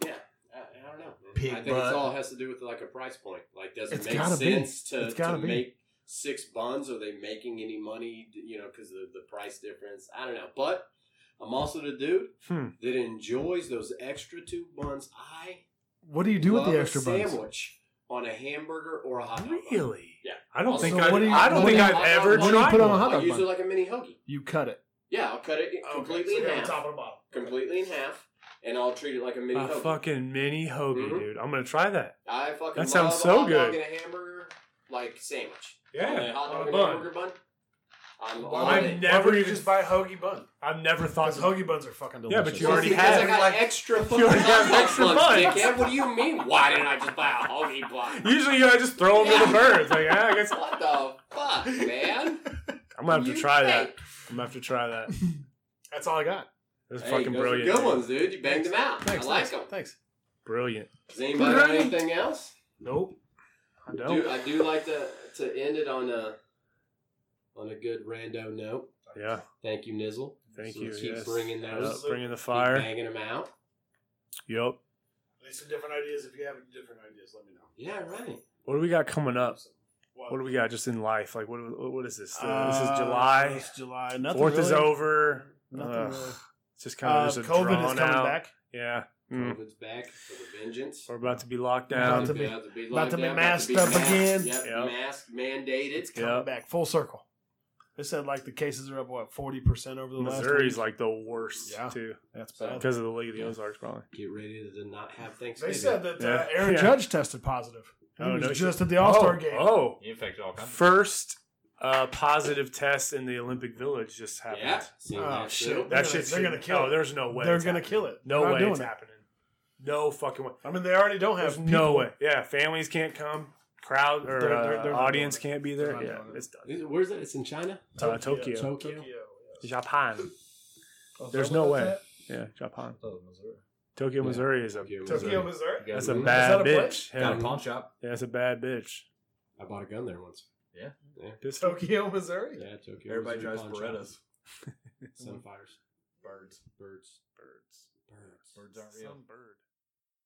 Speaker 2: yeah, I, I don't know. man.
Speaker 5: Pig
Speaker 2: I think
Speaker 5: butt.
Speaker 2: it's all has to do with like a price point. Like, does it
Speaker 6: It's
Speaker 2: make
Speaker 6: gotta be.
Speaker 2: sense to,
Speaker 6: It's
Speaker 2: to
Speaker 6: gotta be.
Speaker 2: make six buns? Are they making any money? You know, because of the price difference. I don't know, but I'm also the dude
Speaker 3: Hmm.
Speaker 2: that enjoys those extra two buns. I
Speaker 6: What do you do with
Speaker 2: love
Speaker 6: the extra
Speaker 2: a
Speaker 6: buns?
Speaker 2: sandwich on a hamburger or a hot dog. bun.
Speaker 3: Really?
Speaker 2: Yeah.
Speaker 3: I don't
Speaker 2: Also,
Speaker 3: think
Speaker 6: what
Speaker 3: I.
Speaker 6: do you-
Speaker 3: I don't
Speaker 6: what
Speaker 3: think
Speaker 6: do
Speaker 3: I've
Speaker 6: you-
Speaker 3: ever
Speaker 6: what do you
Speaker 3: tried.
Speaker 6: put on a
Speaker 3: one.
Speaker 6: hot
Speaker 2: I
Speaker 6: dog
Speaker 2: use
Speaker 6: bun?
Speaker 2: it like a mini hoagie.
Speaker 6: You cut it.
Speaker 2: Yeah, I'll cut it completely in half, completely in half, and I'll treat it like a mini
Speaker 6: Ah,
Speaker 3: A
Speaker 2: hoagie.
Speaker 3: fucking mini hoagie,
Speaker 2: Mhm.
Speaker 3: dude. I'm gonna try that.
Speaker 2: I fucking
Speaker 3: That
Speaker 2: love
Speaker 3: sounds
Speaker 2: a
Speaker 3: so
Speaker 2: hot dog
Speaker 3: good.
Speaker 2: and a hamburger like sandwich.
Speaker 3: Yeah,
Speaker 2: a hot
Speaker 3: on a
Speaker 2: dog and
Speaker 3: bun.
Speaker 2: hamburger bun. I'm
Speaker 6: Why
Speaker 2: all
Speaker 3: I've
Speaker 2: in.
Speaker 3: never
Speaker 6: wouldn't
Speaker 3: even-
Speaker 6: buy a hoagie bun.
Speaker 3: I've never thought.
Speaker 6: Because
Speaker 3: to-
Speaker 6: hoagie buns are fucking
Speaker 3: Yeah,
Speaker 6: delicious.
Speaker 3: but you
Speaker 2: Well,
Speaker 3: already
Speaker 2: see, 'cause
Speaker 3: have-
Speaker 2: I got extra fucking
Speaker 3: already have
Speaker 2: hot dog
Speaker 3: extra
Speaker 2: buns,
Speaker 3: buns.
Speaker 2: dickhead. What do you mean? Why didn't I just buy a hoagie bun?
Speaker 3: Usually, you know, I just throw them to the birds. Like, yeah, I guess I'm
Speaker 2: What the fuck, man?
Speaker 3: gonna have to
Speaker 2: You
Speaker 3: try that.
Speaker 2: think?
Speaker 3: I'm gonna have to try that.
Speaker 6: That's all I got.
Speaker 3: That's
Speaker 2: Hey,
Speaker 3: fucking
Speaker 2: those are
Speaker 3: brilliant.
Speaker 2: Good
Speaker 3: dude.
Speaker 2: ones, dude. You banged them out.
Speaker 6: Thanks.
Speaker 2: I like
Speaker 6: thanks,
Speaker 2: them.
Speaker 6: Thanks.
Speaker 3: Brilliant.
Speaker 2: Does anybody have anything else?
Speaker 3: Nope. I don't.
Speaker 2: Dude, I do like to to end it on a on a good rando note.
Speaker 3: yeah.
Speaker 2: Thank you, Nizzle.
Speaker 3: Thank
Speaker 2: So
Speaker 3: you.
Speaker 2: Keep
Speaker 3: yes.
Speaker 2: bringing those.
Speaker 3: Yep, bringing the
Speaker 2: Keep
Speaker 3: fire.
Speaker 2: banging them out.
Speaker 3: Yep.
Speaker 6: There's some different ideas. If you have any different ideas, let me know.
Speaker 2: Yeah, right.
Speaker 3: What do we got coming up?
Speaker 6: What,
Speaker 3: What do we got just in life? Like, what? What what is this? Uh, this is July.
Speaker 6: It's July. Nothing
Speaker 3: Fourth
Speaker 6: really.
Speaker 3: is over.
Speaker 6: Nothing
Speaker 3: Ugh,
Speaker 6: really.
Speaker 3: It's just kind of
Speaker 6: Uh,
Speaker 3: just a
Speaker 6: COVID is
Speaker 3: drawn
Speaker 6: coming
Speaker 3: out.
Speaker 6: back.
Speaker 3: Yeah. Mm.
Speaker 2: COVID's back with a vengeance.
Speaker 3: We're about to be locked
Speaker 6: About
Speaker 3: down.
Speaker 6: to be-
Speaker 2: about to be,
Speaker 6: about
Speaker 2: locked
Speaker 6: to be
Speaker 2: down,
Speaker 6: masked
Speaker 2: about
Speaker 6: up again.
Speaker 2: Yep,
Speaker 3: Yep.
Speaker 2: mask mandated.
Speaker 6: It's coming
Speaker 3: Yep.
Speaker 6: back full circle. They said like the cases are up what forty percent over the last.
Speaker 3: Missouri's
Speaker 6: week?
Speaker 3: like the worst
Speaker 6: Yeah.
Speaker 3: too
Speaker 6: that's
Speaker 2: So-
Speaker 6: bad.
Speaker 3: because of the League of the
Speaker 2: Yeah.
Speaker 3: Ozarks, probably.
Speaker 2: Get ready to not have
Speaker 6: They
Speaker 2: Thanksgiving.
Speaker 6: said that uh,
Speaker 3: Yeah.
Speaker 6: Aaron
Speaker 3: Yeah.
Speaker 6: Judge tested positive. He
Speaker 3: Oh,
Speaker 6: was
Speaker 3: no shit.
Speaker 6: just at the All Star
Speaker 3: oh,
Speaker 6: game.
Speaker 3: Oh,
Speaker 5: You infected all kinds of
Speaker 3: first uh, positive test in the Olympic Village just happened.
Speaker 2: yeah. seen
Speaker 6: Oh,
Speaker 2: that
Speaker 6: shit.
Speaker 2: too.
Speaker 3: That
Speaker 6: They're
Speaker 3: shit's
Speaker 6: gonna- they're gonna kill
Speaker 3: Oh,
Speaker 6: it.
Speaker 3: there's no way.
Speaker 6: They're
Speaker 3: it's
Speaker 6: gonna
Speaker 3: happening.
Speaker 6: kill it.
Speaker 3: No
Speaker 6: They're not
Speaker 3: way
Speaker 6: doing
Speaker 3: it's
Speaker 6: it.
Speaker 3: happening. No fucking way.
Speaker 6: I mean, they already don't have
Speaker 3: There's
Speaker 6: people.
Speaker 3: no way. Yeah, families can't come. Crowd or
Speaker 6: They're- they're- they're
Speaker 3: uh,
Speaker 6: not
Speaker 3: audience
Speaker 6: doing
Speaker 3: can't be
Speaker 6: They're
Speaker 3: there.
Speaker 6: not
Speaker 3: Yeah,
Speaker 6: doing it.
Speaker 3: it's done.
Speaker 2: Is it- Where's that? It's in China.
Speaker 3: Uh, Tokyo.
Speaker 2: Tokyo.
Speaker 6: yes.
Speaker 3: Japan.
Speaker 5: things.
Speaker 3: There's no way. Yeah, Japan.
Speaker 5: Oh, Missouri.
Speaker 3: Tokyo,
Speaker 2: Yeah.
Speaker 3: Missouri is a
Speaker 2: Tokyo,
Speaker 6: Tokyo,
Speaker 2: Missouri.
Speaker 6: Missouri.
Speaker 5: You
Speaker 3: that's
Speaker 5: guys
Speaker 3: a
Speaker 5: really-
Speaker 3: bad
Speaker 6: that a place?
Speaker 3: bitch. Yeah.
Speaker 5: Got a pawn shop.
Speaker 3: Yeah, that's a bad bitch.
Speaker 2: I bought a gun there once.
Speaker 3: This
Speaker 6: Tokyo, Missouri.
Speaker 2: Yeah, Tokyo.
Speaker 5: Everybody
Speaker 2: Missouri
Speaker 5: drives
Speaker 2: pawn shop.
Speaker 5: Berettas.
Speaker 2: Sunfires.
Speaker 5: Birds.
Speaker 2: Birds. Birds. Birds.
Speaker 5: Birds aren't real.
Speaker 3: bird.